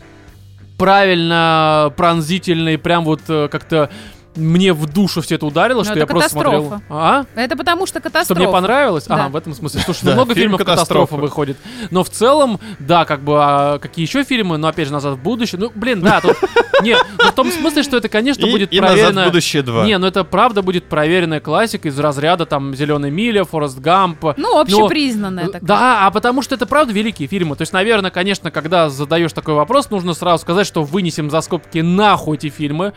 Speaker 1: правильно, пронзительно и прям вот э, как-то мне в душу все это ударило,
Speaker 3: Но
Speaker 1: что
Speaker 3: Ну, это
Speaker 1: я просто смотрел.
Speaker 3: катастрофа.
Speaker 1: А?
Speaker 3: Это потому что
Speaker 1: Что мне
Speaker 3: катастрофа.
Speaker 1: понравилось? Ага,
Speaker 3: Да.
Speaker 1: в этом смысле. Слушай,
Speaker 2: Да,
Speaker 1: ну много
Speaker 2: фильм
Speaker 1: фильмов катастрофа
Speaker 2: «Катастрофа».
Speaker 1: выходит. Но в целом, да, как бы, а, какие еще фильмы, но опять же, «Назад в будущее». Ну, блин, да, тут... Нет, ну, в том смысле, что это, конечно,
Speaker 2: И-
Speaker 1: будет
Speaker 2: и назад
Speaker 1: проверено...
Speaker 2: в будущее 2.
Speaker 1: Не, ну это правда будет проверенная классика из разряда там «Зеленая миля», «Форест Гамп».
Speaker 3: Ну,
Speaker 1: но-
Speaker 3: общепризнанная такая.
Speaker 1: Да, а потому что это правда великие фильмы. То есть, наверное, конечно, когда задаешь такой вопрос, нужно сразу сказать, что вынесем за скобки нахуй эти фильмы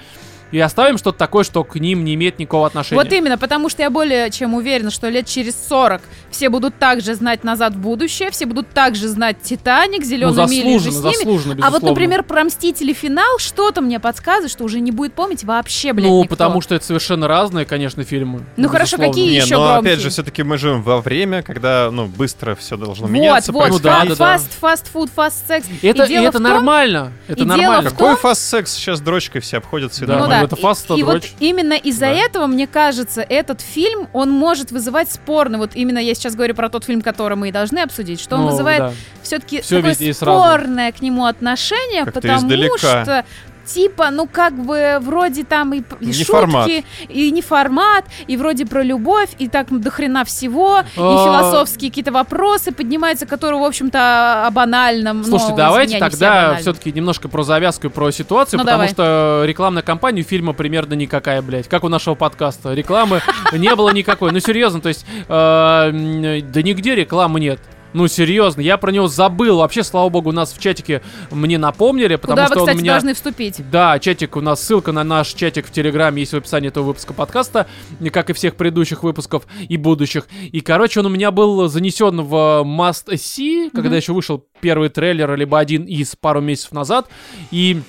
Speaker 1: и оставим что-то такое, что к ним не имеет никакого отношения.
Speaker 3: Вот именно, потому что я более чем уверена, что лет через 40 все будут также знать «Назад в будущее», все будут также знать «Титаник»,
Speaker 1: ну,
Speaker 3: «Зеленую милю»
Speaker 1: заслуженно,
Speaker 3: же с ними.
Speaker 1: заслуженно, безусловно.
Speaker 3: А вот, например, про «Мстители. Финал» что-то мне подсказывает, что уже не будет помнить вообще, блядь,
Speaker 1: ну,
Speaker 3: никто.
Speaker 1: потому что это совершенно разные, конечно, фильмы.
Speaker 3: Ну, хорошо,
Speaker 1: безусловно.
Speaker 3: какие?
Speaker 2: Не,
Speaker 3: еще
Speaker 2: но
Speaker 3: громкие.
Speaker 2: опять же, все-таки мы живем во время, когда ну быстро все должно
Speaker 3: Вот,
Speaker 2: меняться.
Speaker 3: вот,
Speaker 1: Ну
Speaker 2: происходить.
Speaker 1: да,
Speaker 3: фа-
Speaker 1: да, да.
Speaker 3: фаст, фастфуд, фаст-секс.
Speaker 1: Это,
Speaker 3: И
Speaker 1: и
Speaker 3: дело
Speaker 1: это
Speaker 3: в том-
Speaker 1: нормально. Это
Speaker 3: и дело
Speaker 1: нормально.
Speaker 3: в
Speaker 2: Какой фаст-секс сейчас дрочкой все обходятся? и
Speaker 1: Да,
Speaker 3: ну
Speaker 2: нормально.
Speaker 3: да,
Speaker 1: это фаст,
Speaker 3: и, и вот
Speaker 1: дрочь.
Speaker 3: именно из-за
Speaker 2: Да.
Speaker 3: этого, мне кажется, этот фильм, он может вызывать спорный, вот именно я сейчас говорю про тот фильм, который мы и должны обсудить, что он
Speaker 1: Ну,
Speaker 3: вызывает
Speaker 1: да.
Speaker 3: все-таки
Speaker 1: Всё
Speaker 3: такое
Speaker 1: везде и сразу.
Speaker 3: спорное к нему отношение,
Speaker 2: Как-то
Speaker 3: потому
Speaker 2: издалека.
Speaker 3: что типа, ну как бы вроде там и, п- и
Speaker 2: Не
Speaker 3: шутки,
Speaker 2: формат.
Speaker 3: и не формат, и вроде про любовь, и так до хрена всего, и
Speaker 1: А.
Speaker 3: философские какие-то вопросы поднимаются, которые, в общем-то, о банальном. но,
Speaker 1: Слушайте,
Speaker 3: из
Speaker 1: давайте
Speaker 3: меня не все
Speaker 1: тогда
Speaker 3: банальны.
Speaker 1: все-таки немножко про завязку и про ситуацию,
Speaker 3: Ну,
Speaker 1: потому
Speaker 3: давай.
Speaker 1: что рекламная кампания у фильма примерно никакая, блядь. Как у нашего подкаста. Рекламы не было никакой. Ну, серьезно, то есть, э, м, да нигде рекламы нет. Ну, серьезно, я про него забыл. Вообще, слава богу, у нас в чатике мне напомнили, потому
Speaker 3: Куда
Speaker 1: что
Speaker 3: вы,
Speaker 1: он
Speaker 3: кстати,
Speaker 1: у меня...
Speaker 3: должны вступить?
Speaker 1: Да, чатик у нас, ссылка на наш чатик в Телеграме есть в описании этого выпуска подкаста, и как и всех предыдущих выпусков и будущих. И, короче, он у меня был занесен в Must See, когда
Speaker 3: Мгм.
Speaker 1: еще вышел первый трейлер, либо один из пару месяцев назад. И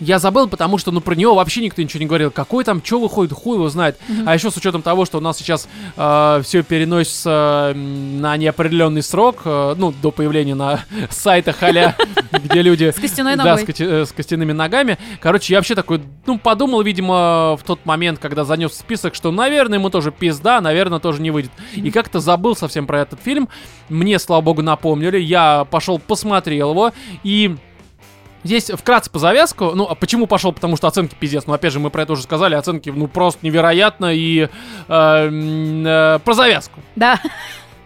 Speaker 1: я забыл, потому что, ну, про него вообще никто ничего не говорил. Какой там, что выходит, хуй его знает. А еще с учетом того, что у нас сейчас все переносится м, на неопределенный срок, э, ну, до появления на сайтах а где люди
Speaker 3: С костяной
Speaker 1: да,
Speaker 3: ногой.
Speaker 1: с, кости- э, с костяными ногами. Короче, я вообще такой, ну, подумал, видимо, в тот момент, когда занес в список, что, наверное, ему тоже пизда, наверное, тоже не выйдет. И как-то забыл совсем про этот фильм. Мне, слава богу, напомнили. Я пошел, посмотрел его. И Здесь вкратце по завязку. Ну, а почему пошел? Потому что оценки пиздец. Ну, опять же, мы про это уже сказали. Оценки, ну, просто невероятно. И э, м, э, про завязку.
Speaker 3: Да.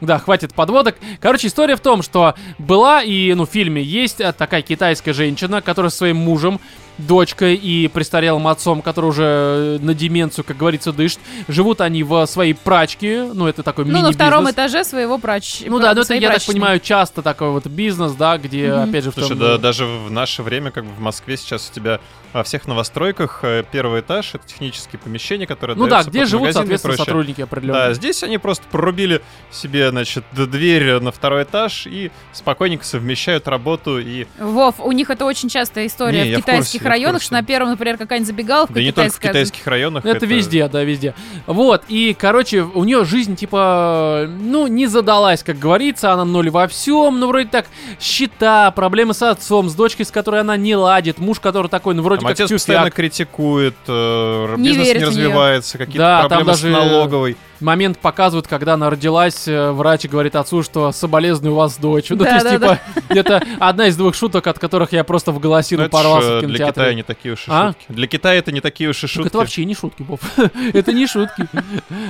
Speaker 1: Да, хватит подводок. Короче, история в том, что была и, ну, в фильме есть э, такая китайская женщина, которая со своим мужем, дочкой и престарелым отцом, который уже э, на деменцию, как говорится, дышит. Живут они в своей прачке, ну, это такой
Speaker 3: Ну,
Speaker 1: мини
Speaker 3: на втором этаже своего прач...
Speaker 1: Ну да, ну это,
Speaker 3: своей
Speaker 1: я так
Speaker 3: прачечной.
Speaker 1: понимаю, часто такой вот бизнес, да, где,
Speaker 3: Мгм.
Speaker 1: опять же, в
Speaker 2: Слушай,
Speaker 1: том...
Speaker 2: да, даже в наше время, как бы в Москве сейчас у тебя во всех новостройках э, первый этаж — это технические помещения, которые
Speaker 1: Ну да,
Speaker 2: отдаются
Speaker 1: где
Speaker 2: под
Speaker 1: живут,
Speaker 2: магазины и
Speaker 1: соответственно,
Speaker 2: прочее.
Speaker 1: сотрудники определенные.
Speaker 2: Да, здесь они просто прорубили себе, значит, д- дверь на второй этаж и спокойненько совмещают работу и...
Speaker 3: Вов, у них это очень частая история
Speaker 2: Не, я
Speaker 3: в
Speaker 2: в
Speaker 3: китайских
Speaker 2: курсе, я в
Speaker 3: районах,
Speaker 2: курсе.
Speaker 3: что на первом, например, какая-нибудь
Speaker 1: А
Speaker 3: забегаловка
Speaker 2: Да не только в
Speaker 3: китайская.
Speaker 2: китайских районах.
Speaker 1: Ну, Это, везде, да, везде. Вот, и, короче, у нее жизнь, типа, ну, не задалась, как говорится, она ноль во всем, ну, вроде так, счета, проблемы с отцом, с дочкой, с которой она не ладит, муж, который такой, ну, вроде
Speaker 2: Там
Speaker 1: как
Speaker 2: отец
Speaker 1: тюфяк.
Speaker 2: постоянно критикует, э, р-
Speaker 3: Не
Speaker 2: бизнес
Speaker 3: верит
Speaker 2: не
Speaker 3: в неё.
Speaker 2: развивается, какие-то
Speaker 1: Да, там
Speaker 2: проблемы
Speaker 1: даже, э,
Speaker 2: с налоговой.
Speaker 1: Момент показывают, когда она родилась, э, врач говорит отцу, что соболезную у вас дочь. Ну,
Speaker 3: Да,
Speaker 1: то есть,
Speaker 3: да,
Speaker 1: типа, это одна из двух шуток, от которых я просто в
Speaker 2: Ну,
Speaker 1: голосину
Speaker 2: это ж,
Speaker 1: порвался
Speaker 2: э,
Speaker 1: в
Speaker 2: для
Speaker 1: кинотеатре.
Speaker 2: Китая не такие уж и
Speaker 1: А?
Speaker 2: шутки. Для Китая это не такие уж и
Speaker 1: Так
Speaker 2: шутки.
Speaker 1: это вообще не шутки, Боб. Это не шутки.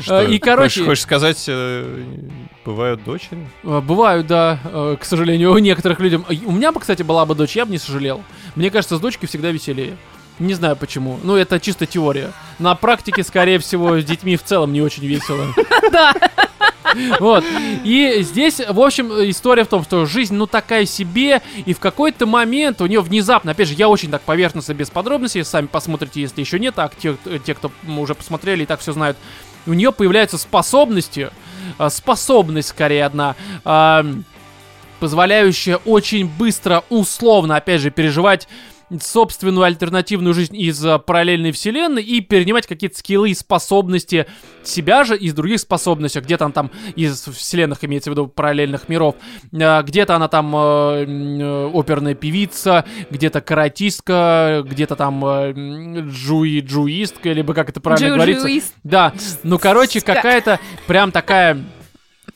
Speaker 2: Что,
Speaker 1: и,
Speaker 2: хочешь-
Speaker 1: короче-
Speaker 2: Хочешь сказать, э, бывают дочери?
Speaker 1: Э, Бывают, да, э, к сожалению, у некоторых людям. Э, У меня бы, кстати, была бы дочь, я бы не сожалел. Мне кажется, с дочкой всегда веселее. Не знаю почему. Ну, это чисто теория. На практике, скорее всего, с детьми в целом не очень весело.
Speaker 3: Да.
Speaker 1: Вот. И здесь, в общем, история в том, что жизнь, ну, такая себе, и в какой-то момент у нее внезапно, опять же, я очень так поверхностно, без подробностей, сами посмотрите, если еще нет, а те, кто- те кто м, уже посмотрели и так все знают, у нее появляются способности, а, способность, скорее, одна, ам, позволяющая очень быстро, условно, опять же, переживать собственную альтернативную жизнь из э, параллельной вселенной и перенимать какие-то скиллы и способности себя же из других способностей, где там там из вселенных имеется в виду параллельных миров, А, где-то она там э, м, э, оперная певица, где-то каратистка, где-то там э, м, джуи джуистка, либо как это правильно говорится.
Speaker 3: Джу-джуист.
Speaker 1: Да, ну короче,
Speaker 3: Ска.
Speaker 1: какая-то прям такая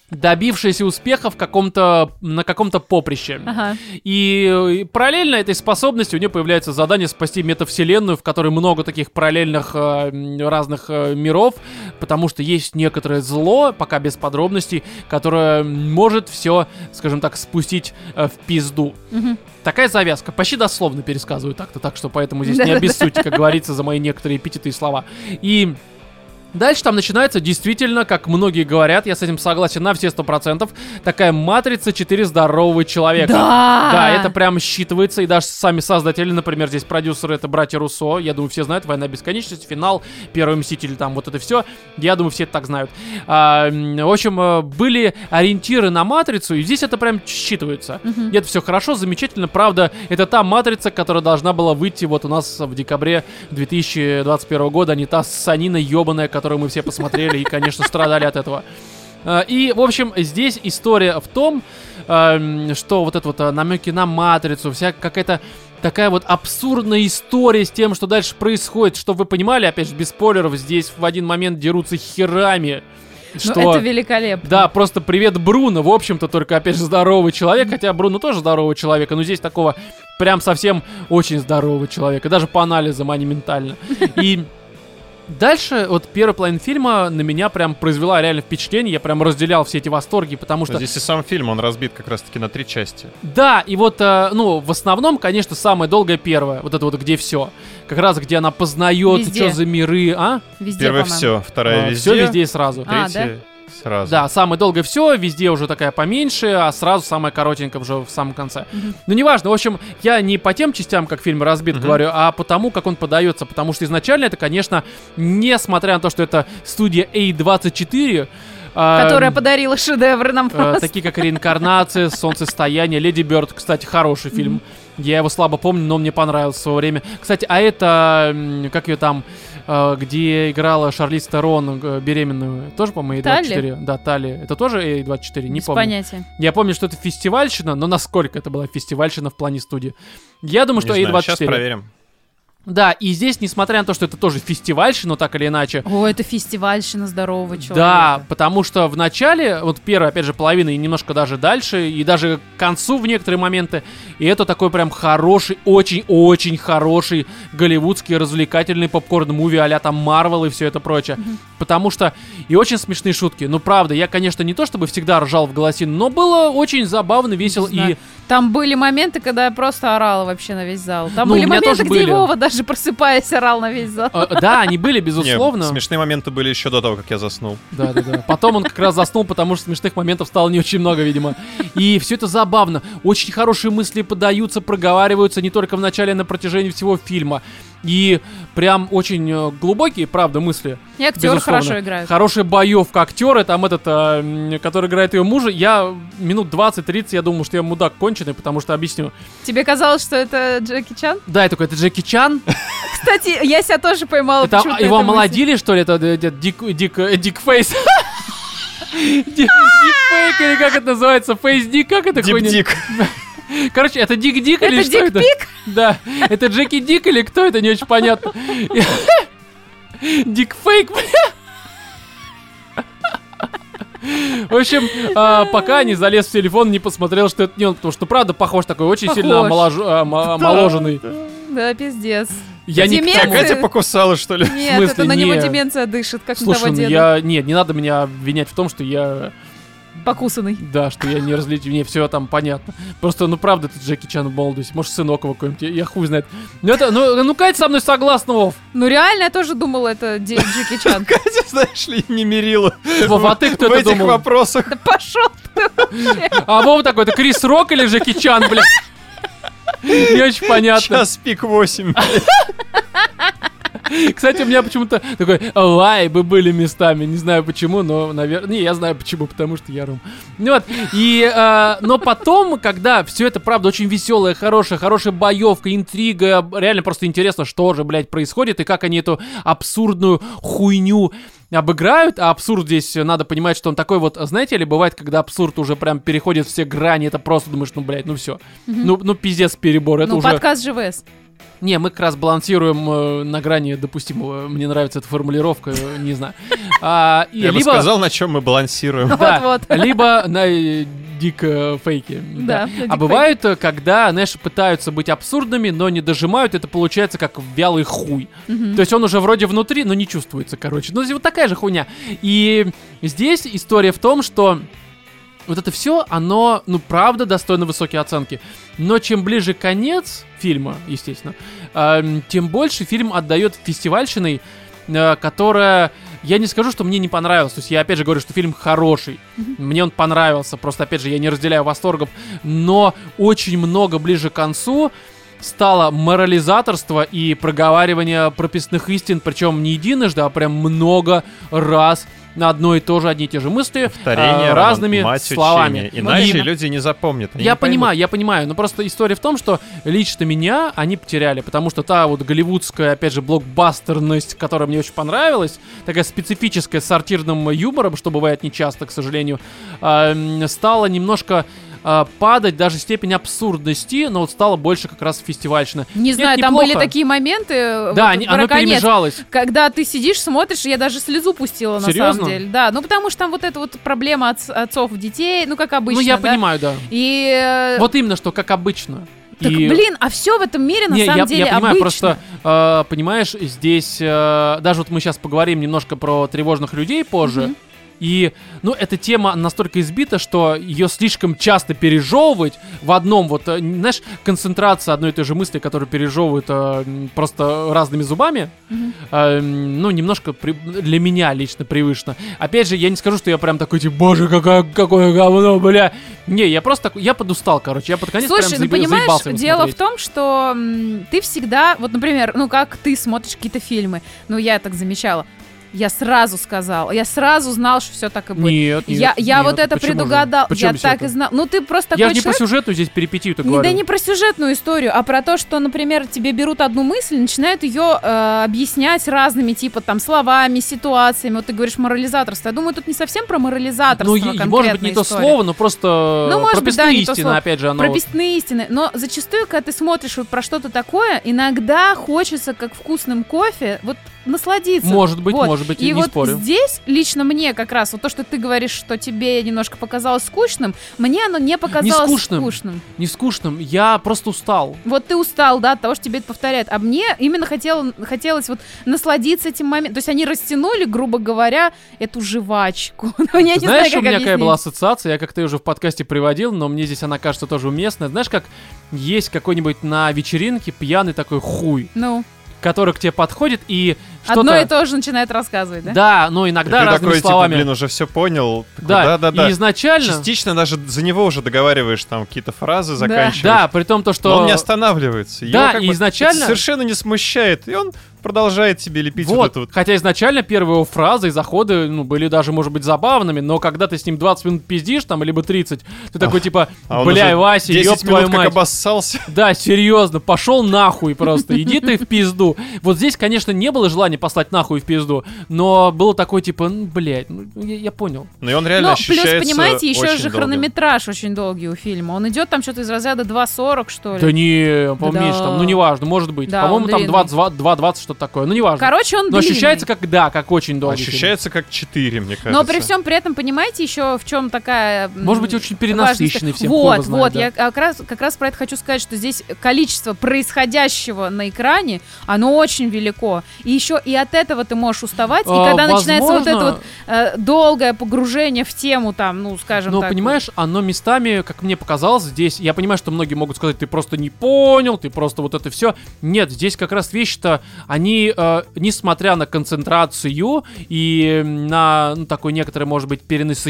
Speaker 1: добившаяся успеха в каком-то, на каком-то поприще.
Speaker 3: Ага.
Speaker 1: И э, параллельно этой способности у нее появляется задание спасти метавселенную, в которой много таких параллельных э, м, разных э, миров, потому что есть некоторое зло, пока без подробностей, которое может все, скажем так, спустить э, в пизду.
Speaker 3: Мгм.
Speaker 1: Такая завязка. Почти дословно пересказываю так-то, так что поэтому здесь не
Speaker 3: Да-да-да.
Speaker 1: обессудьте, как говорится, за мои некоторые эпитеты и слова. И Дальше там начинается действительно, как многие говорят, я с этим согласен на все 100%, такая матрица 4 здорового человека.
Speaker 3: Да!
Speaker 1: Да, это прям считывается, и даже сами создатели, например, здесь продюсеры, это братья Руссо, я думаю, все знают, «Война бесконечности», «Финал», «Первый мститель», там вот это все, я думаю, все это так знают. А, м, в общем, э, были ориентиры на «Матрицу», и здесь это прям считывается.
Speaker 3: Мгм.
Speaker 1: И это все хорошо, замечательно, правда, это та «Матрица», которая должна была выйти вот у нас в декабре 2021 года, а не та санина ебаная, которую мы все посмотрели и, конечно, страдали от этого. Э, И, в общем, здесь история в том, эм, что вот это вот э, намеки на матрицу, вся какая-то такая вот абсурдная история с тем, что дальше происходит, чтобы вы понимали, опять же, без спойлеров, здесь в один момент дерутся херами.
Speaker 3: Ну,
Speaker 1: Что...
Speaker 3: это великолепно.
Speaker 1: Да, просто привет Бруно, в общем-то, только, опять же, здоровый человек, хотя Бруно тоже здоровый человек, но здесь такого прям совсем очень здорового человека, даже по анализам, а не ментально. И дальше, вот первый план фильма на меня прям произвела реально впечатление, я прям разделял все эти восторги, потому что...
Speaker 2: Здесь и сам фильм, он разбит как раз-таки на три части.
Speaker 1: Да, и вот, э, ну, в основном, конечно, самое долгое первое, вот это вот где все, как раз где она познает,
Speaker 3: Везде.
Speaker 1: что за миры, а?
Speaker 3: Везде,
Speaker 2: Первое
Speaker 3: по-моему.
Speaker 2: все, вторая везде.
Speaker 1: Все везде и сразу.
Speaker 3: А,
Speaker 2: Третья сразу.
Speaker 1: Да, самое долгое все, везде уже такая поменьше, а сразу самая коротенькая уже в самом конце.
Speaker 3: Мгм.
Speaker 1: Ну, неважно, в общем, я не по тем частям, как фильм разбит,
Speaker 2: Мгм.
Speaker 1: говорю, а по тому, как он подается. Потому что изначально это, конечно, несмотря на то, что это студия A24, а,
Speaker 3: Которая подарила шедевр нам
Speaker 1: э,
Speaker 3: просто.
Speaker 1: такие как «Реинкарнация», «Солнцестояние», «Леди Бёрд», кстати, хороший фильм. Я его слабо помню, но мне понравился в свое время. Кстати, а это, м, как ее там, э, где играла Шарлиз Терон э, беременную, тоже, по-моему, A24? Да, Тали. Это тоже A24? Не
Speaker 3: Без
Speaker 1: помню.
Speaker 3: понятия.
Speaker 1: Я помню, что это фестивальщина, но насколько это была фестивальщина в плане студии? Я думаю, что A24.
Speaker 2: Сейчас проверим.
Speaker 1: Да, и здесь, несмотря на то, что это тоже фестивальщина, так или иначе,
Speaker 3: О, это фестивальщина здорового человека.
Speaker 1: да, потому что в начале, вот первая, опять же, половина и немножко даже дальше, и даже к концу в некоторые моменты, и это такой прям хороший, очень-очень хороший голливудский развлекательный попкорн-муви а-ля там Марвел и все это прочее. Потому что и очень смешные шутки. Ну, правда, я, конечно, не то чтобы всегда ржал в голосину, но было очень забавно, весело
Speaker 3: знаю.
Speaker 1: и...
Speaker 3: Там были моменты, когда я просто орала вообще на весь зал. Там
Speaker 1: Ну, у
Speaker 3: были
Speaker 1: меня
Speaker 3: моменты,
Speaker 1: тоже
Speaker 3: где
Speaker 1: были.
Speaker 3: Вова даже просыпаясь орал на весь зал.
Speaker 1: э, Да, они были,
Speaker 2: Не,
Speaker 1: безусловно.
Speaker 2: смешные моменты были еще до того, как я заснул.
Speaker 1: Да, да, да. Потом он как раз заснул, потому что смешных моментов стало не очень много, видимо. И все это забавно. Очень хорошие мысли подаются, проговариваются не только в начале, а на протяжении всего фильма. И прям очень э, глубокие, правда, мысли.
Speaker 3: И актеры
Speaker 1: безусловно.
Speaker 3: хорошо играют.
Speaker 1: Хорошая боевка актера, там этот, э, м, который играет ее мужа, я минут 20-30, я думал, что я мудак конченый, потому что объясню.
Speaker 3: Тебе казалось, что это Джеки Чан?
Speaker 1: Да, я такой, это Джеки Чан,
Speaker 3: Кстати, я себя тоже поймала.
Speaker 1: Это
Speaker 3: почему-то на
Speaker 1: его
Speaker 3: этой мысли.
Speaker 1: омолодили, что ли? Это э, дик, дик, э, дикфейс. Ди- Дикфейк или как это называется? Фейсдик, как это хуйня?
Speaker 2: Дип-дик.
Speaker 1: Короче, это Дик Дик или
Speaker 3: Это
Speaker 1: что это?
Speaker 3: дикпик?
Speaker 1: Да, это Джеки Дик или кто это, не очень понятно. Дикфейк, бля. В общем, а, пока не залез в телефон, не посмотрел, что это не он, потому что правда похож такой, очень сильно
Speaker 3: Похож.
Speaker 1: омолож- омо- омоложенный.
Speaker 3: Да, пиздец.
Speaker 1: Я не к
Speaker 3: Деменция.
Speaker 1: тому.
Speaker 2: Катя покусала, что ли?
Speaker 3: Нет,
Speaker 1: смысле,
Speaker 3: это на него
Speaker 1: нет?
Speaker 3: деменция дышит, как на
Speaker 1: Слушай,
Speaker 3: того
Speaker 1: ну
Speaker 3: деда.
Speaker 1: я... Нет, не надо меня обвинять в том, что я...
Speaker 3: Покусанный.
Speaker 1: Да, что я не различил. Мне все там понятно. Просто, ну правда, ты Джеки Чан в молодости. Может, сынок его какой-нибудь. Я я хуй знает. Ну, это, ну, ну Катя со мной согласна, Вов.
Speaker 3: Ну реально, я тоже думала, это Ди- Джеки Чан.
Speaker 2: Катя, знаешь ли, не мерила
Speaker 1: Вов, а ты
Speaker 2: в
Speaker 1: кто это
Speaker 2: этих
Speaker 1: думал?
Speaker 2: вопросах.
Speaker 3: Да пошел ты вообще.
Speaker 1: А Вова такой, это Крис Рок или Джеки Чан, бля? Не очень понятно.
Speaker 2: Сейчас пик 8.
Speaker 1: Кстати, у меня почему-то такой вайбы были местами. Не знаю почему, но, наверное... Не, я знаю почему, потому что я рум. Ну Вот. И, э, но потом, когда все это, правда, очень веселое, хорошее, хорошая боевка, интрига, реально просто интересно, что же, блядь, происходит и как они эту абсурдную хуйню обыграют, а абсурд здесь, э, надо понимать, что он такой вот, знаете ли, бывает, когда абсурд уже прям переходит все грани, это просто думаешь, ну, блядь, ну все, ну, ну пиздец перебор, это
Speaker 3: Ну,
Speaker 1: уже...
Speaker 3: подкаст ЖВС.
Speaker 1: Не, мы как раз балансируем э, на грани допустимого. Мне нравится эта формулировка, э, не знаю. А, и
Speaker 2: Я бы
Speaker 1: либо-
Speaker 2: сказал, на чем мы балансируем.
Speaker 1: Да,
Speaker 3: Вот-вот.
Speaker 1: Либо на э, дико фейке.
Speaker 3: Да, на
Speaker 1: А
Speaker 3: дикфейке.
Speaker 1: бывают, э, когда, знаешь, пытаются быть абсурдными, но не дожимают, это получается как вялый хуй. То есть он уже вроде внутри, но не чувствуется, короче. Ну, здесь вот такая же хуйня. И здесь история в том, что вот это все, оно, ну, правда, достойно высокой оценки. Но чем ближе конец фильма, естественно, эм, тем больше фильм отдает фестивальщиной, э, которая... Я не скажу, что мне не понравилось. То есть я опять же говорю, что фильм хороший. Мне он понравился. Просто, опять же, я не разделяю восторгов. Но очень много ближе к концу стало морализаторство и проговаривание прописных истин, причем не единожды, а прям много раз на одно и то же одни и те же мысли, э,
Speaker 2: Повторение, Роман,
Speaker 1: разными
Speaker 2: мать
Speaker 1: словами. Ну,
Speaker 2: учения. Иначе
Speaker 1: И-
Speaker 2: люди не запомнят. они
Speaker 1: я
Speaker 2: не поймут.
Speaker 1: понимаю, я понимаю, но просто история в том, что лично меня они потеряли, потому что та вот голливудская, опять же, блокбастерность, которая мне очень понравилась, такая специфическая с сортирным юмором, что бывает нечасто, к сожалению, эм, стала немножко э, падать даже степень абсурдности, но вот стала больше как раз фестивальщина.
Speaker 3: Не
Speaker 1: Нет,
Speaker 3: знаю, там
Speaker 1: неплохо.
Speaker 3: были такие моменты. э,
Speaker 1: Да,
Speaker 3: вот
Speaker 1: они-
Speaker 3: про
Speaker 1: оно
Speaker 3: конец,
Speaker 1: перемежалось.
Speaker 3: Когда ты сидишь, смотришь, я даже слезу пустила на
Speaker 1: Серьезно?
Speaker 3: самом деле. Да, ну потому что там вот эта вот проблема отц- отцов и детей, ну как обычно.
Speaker 1: ну, я
Speaker 3: да.
Speaker 1: понимаю, да.
Speaker 3: И э,
Speaker 1: Вот именно, что как обычно.
Speaker 3: так,
Speaker 1: И-
Speaker 3: блин, а все в этом мире на
Speaker 1: Не,
Speaker 3: самом
Speaker 1: я,
Speaker 3: деле
Speaker 1: я понимаю,
Speaker 3: обычно.
Speaker 1: просто, э, понимаешь, здесь, э, даже вот мы сейчас поговорим немножко про тревожных людей позже,
Speaker 3: Мгм.
Speaker 1: и, ну, эта тема настолько избита, что ее слишком часто пережевывать в одном, вот, э, знаешь, концентрация одной и той же мысли, которую пережевывают э, м, просто разными зубами,
Speaker 3: Мгм.
Speaker 1: э, м, ну, немножко при- для меня лично привычно. Опять же, я не скажу, что я прям такой, типа, боже, какое, какое говно, бля. Не, я просто такой, я подустал, короче, я под конец
Speaker 3: Слушай,
Speaker 1: прям
Speaker 3: ну
Speaker 1: заеби-
Speaker 3: понимаешь,
Speaker 1: заебался его
Speaker 3: дело
Speaker 1: смотреть.
Speaker 3: в том, что м, ты всегда, вот, например, ну как ты смотришь какие-то фильмы, ну я так замечала, я сразу сказала, я сразу знал, что все так и будет.
Speaker 1: Нет, нет,
Speaker 3: я я
Speaker 1: нет,
Speaker 3: вот это
Speaker 1: а почему же?
Speaker 3: предугадал,
Speaker 1: Почему
Speaker 3: я
Speaker 1: без
Speaker 3: так
Speaker 1: этого?
Speaker 3: и знал. Ну ты просто
Speaker 1: Я же
Speaker 3: такой
Speaker 1: не про
Speaker 3: человек,
Speaker 1: сюжетную здесь перипетию-то
Speaker 3: не,
Speaker 1: говорю.
Speaker 3: да не про сюжетную историю, а про то, что, например, тебе берут одну мысль, начинают ее э, объяснять разными, типа там словами, ситуациями. Вот ты говоришь морализаторство. Я думаю, тут не совсем про
Speaker 1: ну,
Speaker 3: морализаторство.
Speaker 1: и-
Speaker 3: конкретная
Speaker 1: может быть, не то
Speaker 3: история.
Speaker 1: слово, но просто
Speaker 3: Ну, может быть,
Speaker 1: прописная
Speaker 3: да, не то
Speaker 1: истина,
Speaker 3: слово.
Speaker 1: опять же, она вот-
Speaker 3: Прописные истины. Но зачастую, когда ты смотришь вот про что-то такое, иногда хочется, как вкусным кофе, вот насладиться.
Speaker 1: Может быть,
Speaker 3: Вот.
Speaker 1: может быть,
Speaker 3: И
Speaker 1: не
Speaker 3: вот
Speaker 1: спорю.
Speaker 3: здесь лично мне как раз вот то, что ты говоришь, что тебе немножко показалось скучным, мне оно не показалось
Speaker 1: скучным. Не скучным, я просто устал.
Speaker 3: Вот ты устал, да, от того, что тебе это повторяют. А мне именно хотел, хотелось вот насладиться этим моментом. То есть они растянули, грубо говоря, эту жвачку. Ну, я не знаю,
Speaker 1: Знаешь,
Speaker 3: как
Speaker 1: у меня какая
Speaker 3: объяснить.
Speaker 1: была ассоциация, я как-то её уже в подкасте приводил, но мне здесь она кажется тоже уместная. Знаешь, как есть какой-нибудь на вечеринке пьяный такой хуй,
Speaker 3: Ну,
Speaker 1: который к тебе подходит и что-то...
Speaker 3: одно и то же начинает рассказывать, да?
Speaker 1: Да, но
Speaker 2: И
Speaker 1: иногда
Speaker 2: Ты
Speaker 1: разными
Speaker 2: такой, типа,
Speaker 1: словами.
Speaker 2: блин, уже все понял. Такой,
Speaker 1: да,
Speaker 2: Да, да, да.
Speaker 1: И изначально...
Speaker 2: Частично даже за него уже договариваешь там какие-то фразы, заканчиваешь.
Speaker 1: Да, при том то, что...
Speaker 2: Но он не останавливается. Его
Speaker 1: Да,
Speaker 2: как
Speaker 1: и
Speaker 2: бы
Speaker 1: изначально-
Speaker 2: это совершенно не смущает. И он продолжает тебе лепить вот,
Speaker 1: Вот.
Speaker 2: это вот.
Speaker 1: Хотя изначально первые его фразы и заходы, ну, были даже, может быть, забавными, но когда ты с ним 20 минут пиздишь, там, либо 30, ты такой, типа,
Speaker 2: А он
Speaker 1: бля,
Speaker 2: уже
Speaker 1: Вася,
Speaker 2: 10
Speaker 1: ёб твою
Speaker 2: минут как
Speaker 1: мать.
Speaker 2: обоссался.
Speaker 1: Да, серьезно, пошел нахуй просто, иди ты в пизду. Вот здесь, конечно, не было желания послать нахуй в пизду, но было такое, типа, ну, блядь, ну, я, я понял.
Speaker 2: Но и он реально
Speaker 3: Но
Speaker 2: ощущается
Speaker 3: Ну, плюс, понимаете, еще
Speaker 2: очень
Speaker 3: же
Speaker 2: долго.
Speaker 3: хронометраж очень долгий у фильма. Он идет там что-то из разряда 2.40, что ли.
Speaker 1: Да не, поменьше
Speaker 3: Да.
Speaker 1: там, ну, неважно, может быть.
Speaker 3: Да,
Speaker 1: По-моему,
Speaker 3: он
Speaker 1: там
Speaker 3: длинный.
Speaker 1: 22 2.20 что-то такое, ну, неважно.
Speaker 3: Короче, он
Speaker 1: но
Speaker 3: длинный.
Speaker 1: ощущается как, да, как очень долго.
Speaker 2: Ощущается как 4, мне
Speaker 1: Ну,
Speaker 2: кажется.
Speaker 3: Но при всем при этом, понимаете, еще в чем такая... м,
Speaker 1: Может быть, очень
Speaker 3: важность?
Speaker 1: перенасыщенный всем, хуй его
Speaker 3: Вот,
Speaker 1: знает,
Speaker 3: вот,
Speaker 1: да.
Speaker 3: я как раз, как раз про это хочу сказать, что здесь количество происходящего на экране, оно очень велико. И еще и от этого ты можешь уставать, и
Speaker 1: А,
Speaker 3: когда начинается вот это
Speaker 1: возможно,
Speaker 3: вот э, долгое погружение в тему, там, ну, скажем
Speaker 1: Но
Speaker 3: так.
Speaker 1: понимаешь, оно местами, как мне показалось, здесь. Я понимаю, что многие могут сказать, ты просто не понял, ты просто вот это все. Нет, здесь как раз вещи-то, они, э, несмотря на концентрацию и на ну, такое некоторое, может быть,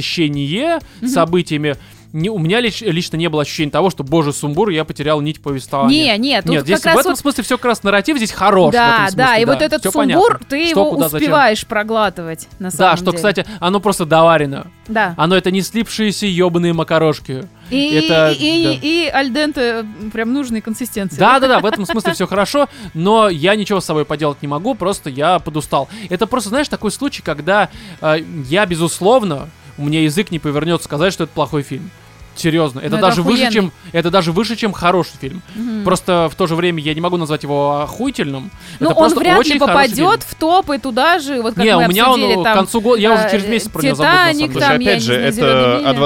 Speaker 1: перенасыщение событиями, не, у меня лич- лично не было ощущения того, что, боже, сумбур, я потерял нить повествования.
Speaker 3: Не, нет, тут
Speaker 1: Нет, здесь
Speaker 3: как
Speaker 1: в
Speaker 3: раз
Speaker 1: этом
Speaker 3: вот
Speaker 1: смысле все как раз нарратив здесь хорош. в
Speaker 3: да,
Speaker 1: этом смысле,
Speaker 3: да, и вот этот
Speaker 1: Всё
Speaker 3: сумбур,
Speaker 1: понятно.
Speaker 3: ты
Speaker 1: Что,
Speaker 3: его
Speaker 1: куда, зачем.
Speaker 3: успеваешь проглатывать, на самом
Speaker 1: Да, что,
Speaker 3: деле.
Speaker 1: кстати, а, оно просто доварено.
Speaker 3: Да.
Speaker 1: Оно это не слипшиеся ебаные макарошки.
Speaker 3: И,
Speaker 1: это-
Speaker 3: и,
Speaker 1: да.
Speaker 3: и альденте прям нужной консистенции.
Speaker 1: Да, да, да, в этом смысле все хорошо, но я ничего с собой поделать не могу, просто я подустал. Это просто, знаешь, такой случай, когда э, я, безусловно, у меня язык не повернет сказать, что это плохой фильм. Серьезно, это,
Speaker 3: Ну, это
Speaker 1: даже выше,
Speaker 3: охуенный.
Speaker 1: чем это даже выше, чем хороший фильм.
Speaker 3: Мгм.
Speaker 1: Просто в то же время я не могу назвать его охуительным. это
Speaker 3: Ну, он
Speaker 1: просто
Speaker 3: вряд
Speaker 1: очень
Speaker 3: ли
Speaker 1: хороший
Speaker 3: попадет в топы туда же, вот как
Speaker 1: не,
Speaker 3: мы
Speaker 1: у меня он
Speaker 3: обсудили
Speaker 1: э, к
Speaker 3: там.
Speaker 1: концу года, я уже
Speaker 3: э,
Speaker 1: через месяц про него забыл. на
Speaker 3: «Титаник»,
Speaker 1: самом деле.
Speaker 2: Слушай,
Speaker 3: там, я
Speaker 2: опять
Speaker 3: не
Speaker 2: же,
Speaker 3: знаю,
Speaker 2: это
Speaker 3: «Зелёная миля».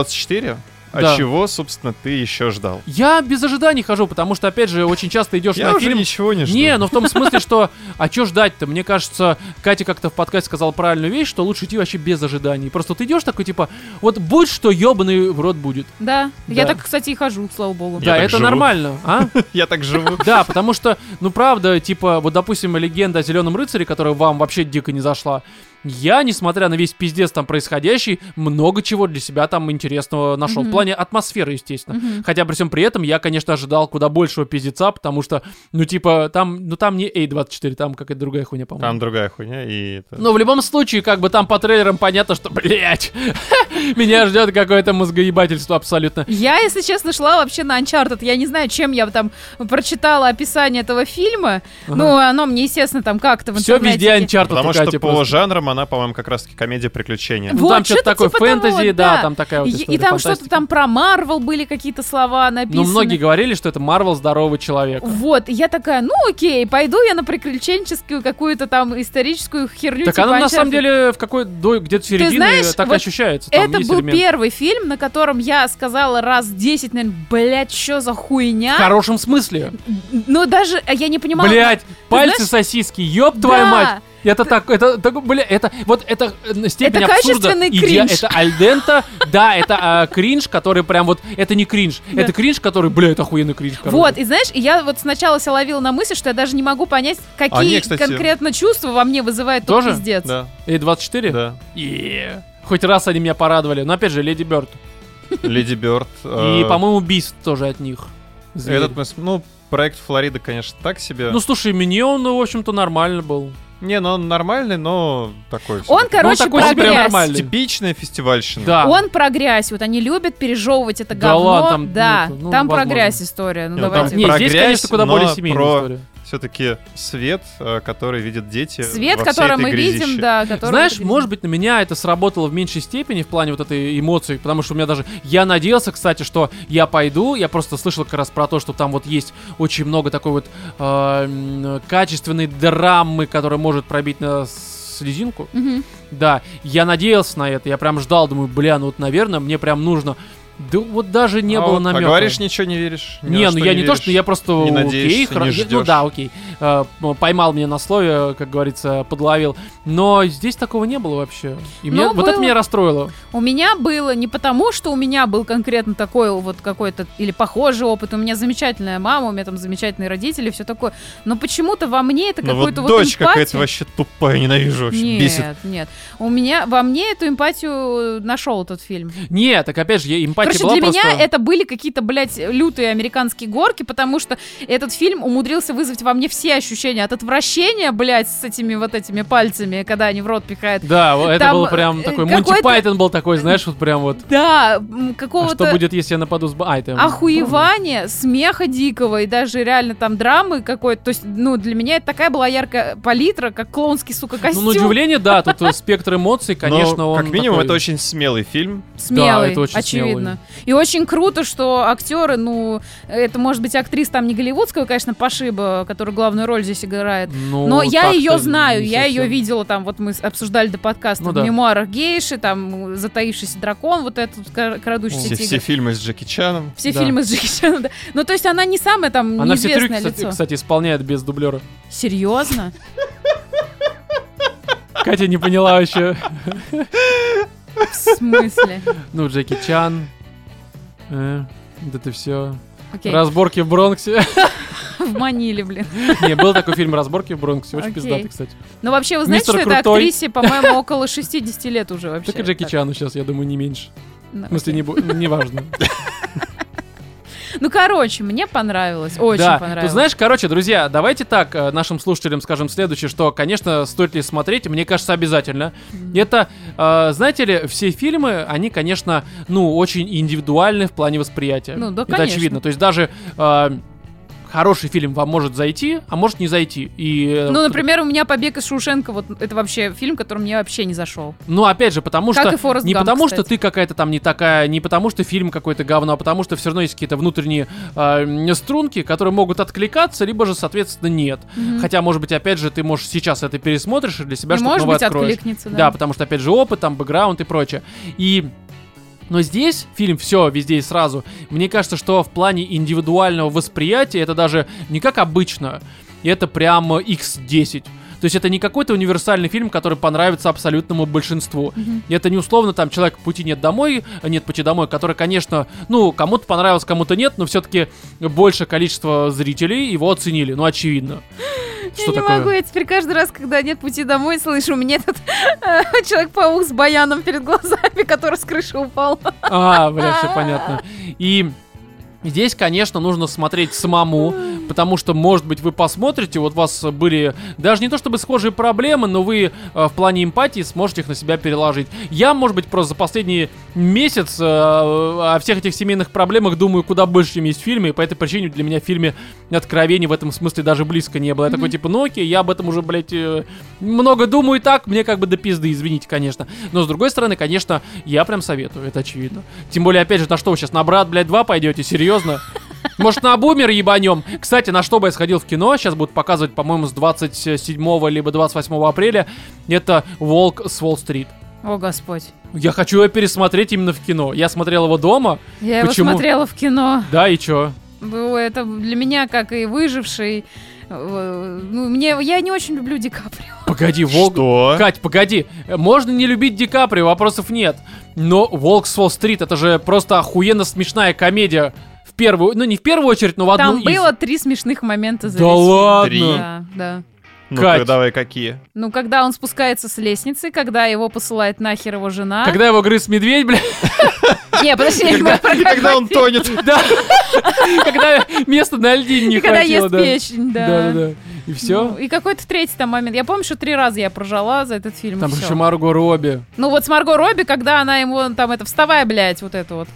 Speaker 2: А24,
Speaker 1: Да.
Speaker 2: а чего, собственно, ты еще ждал?
Speaker 1: Я без ожиданий хожу, потому что, опять же, очень часто идешь
Speaker 2: Я
Speaker 1: на
Speaker 2: уже
Speaker 1: фильм.
Speaker 2: ничего не жду.
Speaker 1: Не, ну в том смысле, что а чё ждать-то? Мне кажется, Катя как-то в подкасте сказала правильную вещь, что лучше идти вообще без ожиданий. Просто ты идешь такой, типа, вот будь что ебаный в рот будет.
Speaker 3: Да. Я
Speaker 1: Да.
Speaker 3: так, кстати, и хожу, слава богу.
Speaker 2: Я
Speaker 1: да,
Speaker 2: так
Speaker 1: это
Speaker 2: живу.
Speaker 1: нормально, а?
Speaker 2: Я так живу.
Speaker 1: Да, потому что, ну правда, типа, вот, допустим, легенда о зеленом рыцаре, которая вам вообще дико не зашла. Я, несмотря на весь пиздец там происходящий, много чего для себя там интересного нашел. В
Speaker 3: Мгм.
Speaker 1: плане атмосферы, естественно.
Speaker 3: Мгм.
Speaker 1: Хотя при всем при этом я, конечно, ожидал куда большего пиздеца, потому что, ну, типа, там, ну, там не A24, там какая-то другая хуйня, по-моему.
Speaker 2: Там другая хуйня, и... это-
Speaker 1: Но в любом случае, как бы там по трейлерам понятно, что, блядь, меня ждет какое-то мозгоебательство абсолютно.
Speaker 3: Я, если честно, шла вообще на Uncharted. Я не знаю, чем я там прочитала описание этого фильма.
Speaker 1: Ага.
Speaker 3: Ну, оно мне, естественно, там как-то в типа.
Speaker 1: Все везде
Speaker 3: интернетике.
Speaker 1: Uncharted,
Speaker 2: Потому
Speaker 1: Катя,
Speaker 2: что по
Speaker 1: просто.
Speaker 2: жанрам она, по-моему, как раз-таки комедия приключения.
Speaker 1: Ну, там
Speaker 3: Вот,
Speaker 1: что-то
Speaker 3: что-то
Speaker 1: такое
Speaker 3: типа
Speaker 1: фэнтези,
Speaker 3: того,
Speaker 1: да,
Speaker 3: да.
Speaker 1: там такая вот
Speaker 3: И,
Speaker 1: история,
Speaker 3: и там что-то
Speaker 1: фантастика.
Speaker 3: там про Марвел были какие-то слова написаны.
Speaker 1: Ну, многие говорили, что это Марвел здоровый человек.
Speaker 3: Вот, и я такая, ну окей, пойду я на приключенческую какую-то там историческую херню.
Speaker 1: Так
Speaker 3: типа
Speaker 1: она на самом
Speaker 3: Uncharted.
Speaker 1: деле в какой до где-то середине
Speaker 3: знаешь,
Speaker 1: так и
Speaker 3: вот
Speaker 1: ощущается. Там
Speaker 3: Это
Speaker 1: есть
Speaker 3: был
Speaker 1: элемент.
Speaker 3: первый фильм, на котором я сказала раз 10, наверное, блядь, что за
Speaker 1: В
Speaker 3: хуйня?
Speaker 1: хорошем смысле.
Speaker 3: Но даже а я не понимала...
Speaker 1: Блять, пальцы
Speaker 3: знаешь-
Speaker 1: сосиски, ёб твою
Speaker 3: Да.
Speaker 1: мать. Это так, это, так, бля, это, вот это э, степень абсурда.
Speaker 3: Это качественный
Speaker 1: Иде-
Speaker 3: кринж.
Speaker 1: Это альдента, да, это а, кринж, который прям вот, это не кринж,
Speaker 3: Да.
Speaker 1: это кринж, который, бля, это охуенный кринж.
Speaker 3: Вот,
Speaker 1: короче.
Speaker 3: и знаешь, и я вот сначала себя ловила на мысль, что я даже не могу понять, какие
Speaker 2: не, кстати.
Speaker 3: конкретно чувства во мне вызывает тот
Speaker 1: Тоже?
Speaker 3: пиздец.
Speaker 2: Да,
Speaker 1: И 24?
Speaker 2: да.
Speaker 1: Е. Хоть раз они меня порадовали. Но опять же, Леди Бёрд.
Speaker 2: Леди Бёрд.
Speaker 1: И,
Speaker 2: э,
Speaker 1: по-моему, убийств тоже от них. Зверь.
Speaker 2: Этот, мы с- ну, проект Флорида, конечно, так себе.
Speaker 1: Ну, слушай, мне он, ну, в общем-то, нормально был.
Speaker 2: Не, ну он нормальный, но такой.
Speaker 3: Он,
Speaker 2: всё-таки.
Speaker 1: Ну,
Speaker 3: короче,
Speaker 1: такой
Speaker 3: про
Speaker 1: себе
Speaker 3: грязь.
Speaker 1: нормальный.
Speaker 2: Типичная фестивальщина.
Speaker 1: Да.
Speaker 3: Он про грязь. Вот они любят пережевывать это
Speaker 1: Да
Speaker 3: говно.
Speaker 1: ладно, там,
Speaker 3: да,
Speaker 1: ну, ну,
Speaker 3: там про
Speaker 1: возможно.
Speaker 3: грязь история. Ну,
Speaker 2: Не, ну, там
Speaker 3: давайте.
Speaker 1: Не,
Speaker 2: Про
Speaker 1: здесь,
Speaker 2: грязь,
Speaker 1: конечно, куда
Speaker 2: но
Speaker 1: более семейная
Speaker 2: про-
Speaker 1: история.
Speaker 2: Все-таки свет, э, который видят дети.
Speaker 3: Свет,
Speaker 2: во всей
Speaker 3: который
Speaker 2: этой
Speaker 3: мы
Speaker 2: грязище.
Speaker 3: видим, да, который.
Speaker 1: Знаешь, может быть, на меня это сработало в меньшей степени в плане вот этой эмоции, потому что у меня даже... Я надеялся, кстати, что я пойду, я просто слышал как раз про то, что там вот есть очень много такой вот э, м, качественной драмы, которая может пробить на слезинку.
Speaker 3: Мгм.
Speaker 1: Да, я надеялся на это, я прям ждал, думаю, бля, ну вот, наверное, мне прям нужно... Да вот даже не
Speaker 2: А
Speaker 1: было
Speaker 2: вот,
Speaker 1: намека.
Speaker 2: А говоришь, ничего не веришь. ни на
Speaker 1: Не,
Speaker 2: что
Speaker 1: ну я не то,
Speaker 2: веришь.
Speaker 1: что я просто
Speaker 2: Не
Speaker 1: окей,
Speaker 2: надеешься,
Speaker 1: хра-
Speaker 2: не
Speaker 1: я- ну
Speaker 2: ждешь.
Speaker 1: да, окей. Э, м, поймал меня на слове, как говорится, подловил. Но здесь такого не было вообще. И
Speaker 3: Ну,
Speaker 1: меня- вот это
Speaker 3: было.
Speaker 1: меня расстроило.
Speaker 3: У меня было не потому, что у меня был конкретно такой вот какой-то или похожий опыт. У меня замечательная мама, у меня там замечательные родители, все такое. Но почему-то во мне это
Speaker 2: Ну вот
Speaker 3: какой-то вот
Speaker 2: дочь какая-то
Speaker 3: эмпатию-
Speaker 2: вообще тупая, ненавижу, вообще
Speaker 3: Нет,
Speaker 2: бесит.
Speaker 3: нет. У меня во мне эту эмпатию нашел этот фильм.
Speaker 1: Нет, так опять же, я- эмпатия
Speaker 3: Короче,
Speaker 1: была
Speaker 3: для
Speaker 1: просто...
Speaker 3: меня это были какие-то, блядь, лютые американские горки, потому что этот фильм умудрился вызвать во мне все ощущения от отвращения, блядь, с этими вот этими пальцами, когда они в рот пихают.
Speaker 1: Да, вот это
Speaker 3: там,
Speaker 1: был прям
Speaker 3: э,
Speaker 1: такой... Монти
Speaker 3: какой-то-
Speaker 1: Пайтон был такой, знаешь, вот прям вот...
Speaker 3: Да, м,
Speaker 1: «А
Speaker 3: какого-то...
Speaker 1: что будет, если я нападу с... ба- А, это...
Speaker 3: Охуевание, смеха дикого и даже реально там драмы какой-то. То есть, ну, для меня это такая была яркая палитра, как клоунский, сука,
Speaker 1: Ну,
Speaker 3: костюм.
Speaker 1: на удивление, да, да, тут э, спектр эмоций, конечно,
Speaker 2: Но,
Speaker 1: он
Speaker 2: как минимум,
Speaker 1: такой-
Speaker 2: это очень смелый фильм.
Speaker 3: Смелый,
Speaker 1: Да, это очень
Speaker 3: очевидно. И очень круто, что актеры, ну, это может быть актриса там не голливудского, конечно, Пашиба, который главную роль здесь играет.
Speaker 1: Ну,
Speaker 3: Но я
Speaker 1: так-то
Speaker 3: ее знаю,
Speaker 1: не
Speaker 3: я ее
Speaker 1: совсем.
Speaker 3: видела там, вот мы с- обсуждали до подкаста
Speaker 1: Ну
Speaker 3: в
Speaker 1: да.
Speaker 3: мемуарах гейши, там «Затаившийся дракон», вот этот кра- крадущийся
Speaker 2: Все,
Speaker 3: тигр.
Speaker 2: все фильмы с Джеки Чаном.
Speaker 3: Все
Speaker 1: Да.
Speaker 3: фильмы с Джеки Чаном, да. Ну, то есть она не самая там
Speaker 1: Она все трюки,
Speaker 3: неизвестное
Speaker 1: кстати,
Speaker 3: лицо.
Speaker 1: кстати, исполняет без дублера.
Speaker 3: Серьезно?
Speaker 1: Катя не поняла еще.
Speaker 3: В смысле?
Speaker 1: Ну, Джеки Чан. Э, вот это все.
Speaker 3: Окей.
Speaker 1: Разборки в Бронксе.
Speaker 3: В Маниле, блин.
Speaker 1: Не, был такой фильм Разборки в Бронксе. Очень
Speaker 3: Окей.
Speaker 1: пиздатый, кстати.
Speaker 3: Ну, вообще, вы знаете,
Speaker 1: Мистер
Speaker 3: что это
Speaker 1: Крутой.
Speaker 3: актрисе, по-моему, около 60 лет уже вообще.
Speaker 1: Так и Джеки Чану сейчас, я думаю, не меньше.
Speaker 3: Ну,
Speaker 1: В смысле, не,
Speaker 3: окей.
Speaker 1: бу- не важно.
Speaker 3: Ну, короче, мне понравилось. Очень
Speaker 1: да.
Speaker 3: понравилось.
Speaker 1: Ты знаешь, короче, друзья, давайте так э, нашим слушателям скажем следующее, что, конечно, стоит ли смотреть, мне кажется, обязательно. Это, э, знаете ли, все фильмы, они, конечно, ну, очень индивидуальны в плане восприятия.
Speaker 3: Ну, да,
Speaker 1: Это
Speaker 3: конечно.
Speaker 1: очевидно. То есть даже... э, хороший фильм вам может зайти, а может не зайти. И, э,
Speaker 3: Ну, например, у меня «Побег из Шушенко», вот это вообще фильм, который мне вообще не зашел.
Speaker 1: Ну, опять же, потому
Speaker 3: Как
Speaker 1: что...
Speaker 3: и «Форрест
Speaker 1: не
Speaker 3: Гамп»,
Speaker 1: потому, что
Speaker 3: кстати.
Speaker 1: ты какая-то там не такая, не потому, что фильм какой-то говно, а потому, что все равно есть какие-то внутренние э, м, струнки, которые могут откликаться, либо же, соответственно, нет. Хотя, может быть, опять же, ты, можешь сейчас это пересмотришь и для себя
Speaker 3: И,
Speaker 1: что-то
Speaker 3: может
Speaker 1: новое
Speaker 3: быть,
Speaker 1: откроешь.
Speaker 3: откликнется, да.
Speaker 1: Да, потому что, опять же, опыт, там, бэкграунд и прочее. И... Но здесь фильм все везде и сразу. Мне кажется, что в плане индивидуального восприятия это даже не как обычно, это прямо X10. То есть это не какой-то универсальный фильм, который понравится абсолютному большинству. Это не условно там человек пути нет домой, нет пути домой, который, конечно, ну, кому-то понравился, кому-то нет, но все-таки большее количество зрителей его оценили, ну, очевидно. Что
Speaker 4: я
Speaker 1: такое?
Speaker 4: не могу, я теперь каждый раз, когда нет пути домой, слышу, мне этот э, Человек-паук с баяном перед глазами, который с крыши упал.
Speaker 1: А, бля, все понятно. И здесь, конечно, нужно смотреть самому, потому что, может быть, вы посмотрите, вот у вас были даже не то чтобы схожие проблемы, но вы э, в плане эмпатии сможете их на себя переложить. Я, может быть, просто за последний месяц э, о всех этих семейных проблемах думаю куда больше, чем есть в фильме, и по этой причине для меня в фильме откровений в этом смысле даже близко не было. Я такой, типа, ну окей, я об этом уже, блядь, э, много думаю и так, мне как бы до пизды, извините, конечно. Но с другой стороны, конечно, я прям советую, это очевидно. Тем более, опять же, на что вы сейчас, на брат, блядь, два пойдете, серьезно? Может, на бумер ебанем? Кстати, на что бы я сходил в кино, сейчас будут показывать, по-моему, с 27 либо 28 апреля, это «Волк с Уолл-стрит».
Speaker 3: О, Господь.
Speaker 1: Я хочу его пересмотреть именно в кино. Я смотрел его дома,
Speaker 3: Я
Speaker 1: Почему?
Speaker 3: его смотрела в кино.
Speaker 1: да, и чё?
Speaker 3: Было это для меня, как и выживший. э, Ну, мне, я не очень люблю Ди Каприо.
Speaker 1: Погоди, «Волк»,
Speaker 2: Что?
Speaker 1: Кать, погоди, Э, можно не любить Ди Каприо, вопросов нет. Но «Волк с Уолл-стрит» это же просто охуенно смешная комедия. В первую, ну не в первую очередь, но в одну
Speaker 3: Там
Speaker 1: из.
Speaker 3: было три смешных момента за
Speaker 1: Да
Speaker 3: весь фильм.
Speaker 1: ладно?
Speaker 2: Три.
Speaker 3: Да, да.
Speaker 2: Ну-ка,
Speaker 1: Кать.
Speaker 2: давай, какие?
Speaker 3: Ну, когда он спускается с лестницы, когда его посылает нахер его жена.
Speaker 1: Когда его грыз медведь, бля,
Speaker 4: Не, подожди, я не могу
Speaker 2: И когда он тонет.
Speaker 1: да. Когда место на льдине не
Speaker 3: И когда
Speaker 1: хватило,
Speaker 3: ест
Speaker 1: да.
Speaker 3: печень, да.
Speaker 1: Да, да, да. И
Speaker 3: Ну,
Speaker 1: все.
Speaker 3: и какой-то третий там момент. Я помню, что три раза я прожала за этот фильм. и
Speaker 1: Там
Speaker 3: Ну, всё.
Speaker 1: еще Марго Робби.
Speaker 3: Ну вот с Марго Робби, когда она ему там это вставай, блядь, вот это вот.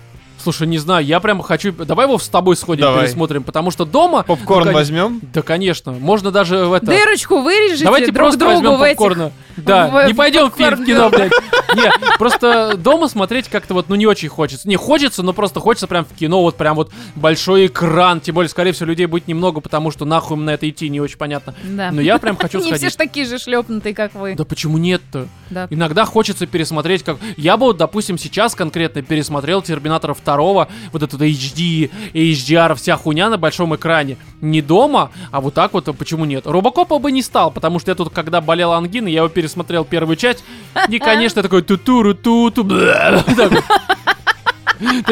Speaker 1: Слушай, не знаю, я прям хочу... Давай его с тобой сходим,
Speaker 2: Давай.
Speaker 1: пересмотрим, потому что дома...
Speaker 2: Попкорн
Speaker 1: Ну, кон-
Speaker 2: возьмем?
Speaker 1: Да, конечно. Можно даже в это...
Speaker 3: Дырочку вырежете
Speaker 1: Давайте
Speaker 3: друг
Speaker 1: просто
Speaker 3: другу
Speaker 1: возьмем
Speaker 3: в этих.
Speaker 1: попкорна. Да,
Speaker 3: в-
Speaker 1: не
Speaker 3: в
Speaker 1: пойдем в фильм,
Speaker 3: попкорн
Speaker 1: в кино, блядь. Не, просто дома смотреть как-то вот, ну, не очень хочется. Не, хочется, но просто хочется прям в кино, вот прям вот большой экран. Тем более, скорее всего, людей будет немного, потому что нахуй им на это идти, не очень понятно.
Speaker 3: Да.
Speaker 1: Но я прям хочу
Speaker 3: Не все ж
Speaker 1: сходить.
Speaker 3: такие же шлепнутые, как вы.
Speaker 1: Да почему нет-то?
Speaker 3: Да.
Speaker 1: Иногда хочется пересмотреть, как... Я бы, вот, допустим, сейчас конкретно пересмотрел Терминатора 2, вот этот HD, HDR, вся хуйня на большом экране. Не дома, а вот так вот, а почему нет? Робокопа бы не стал, потому что я тут, когда болел ангиной, я его пересмотрел первую часть, и, конечно, такой ту ту ту ту то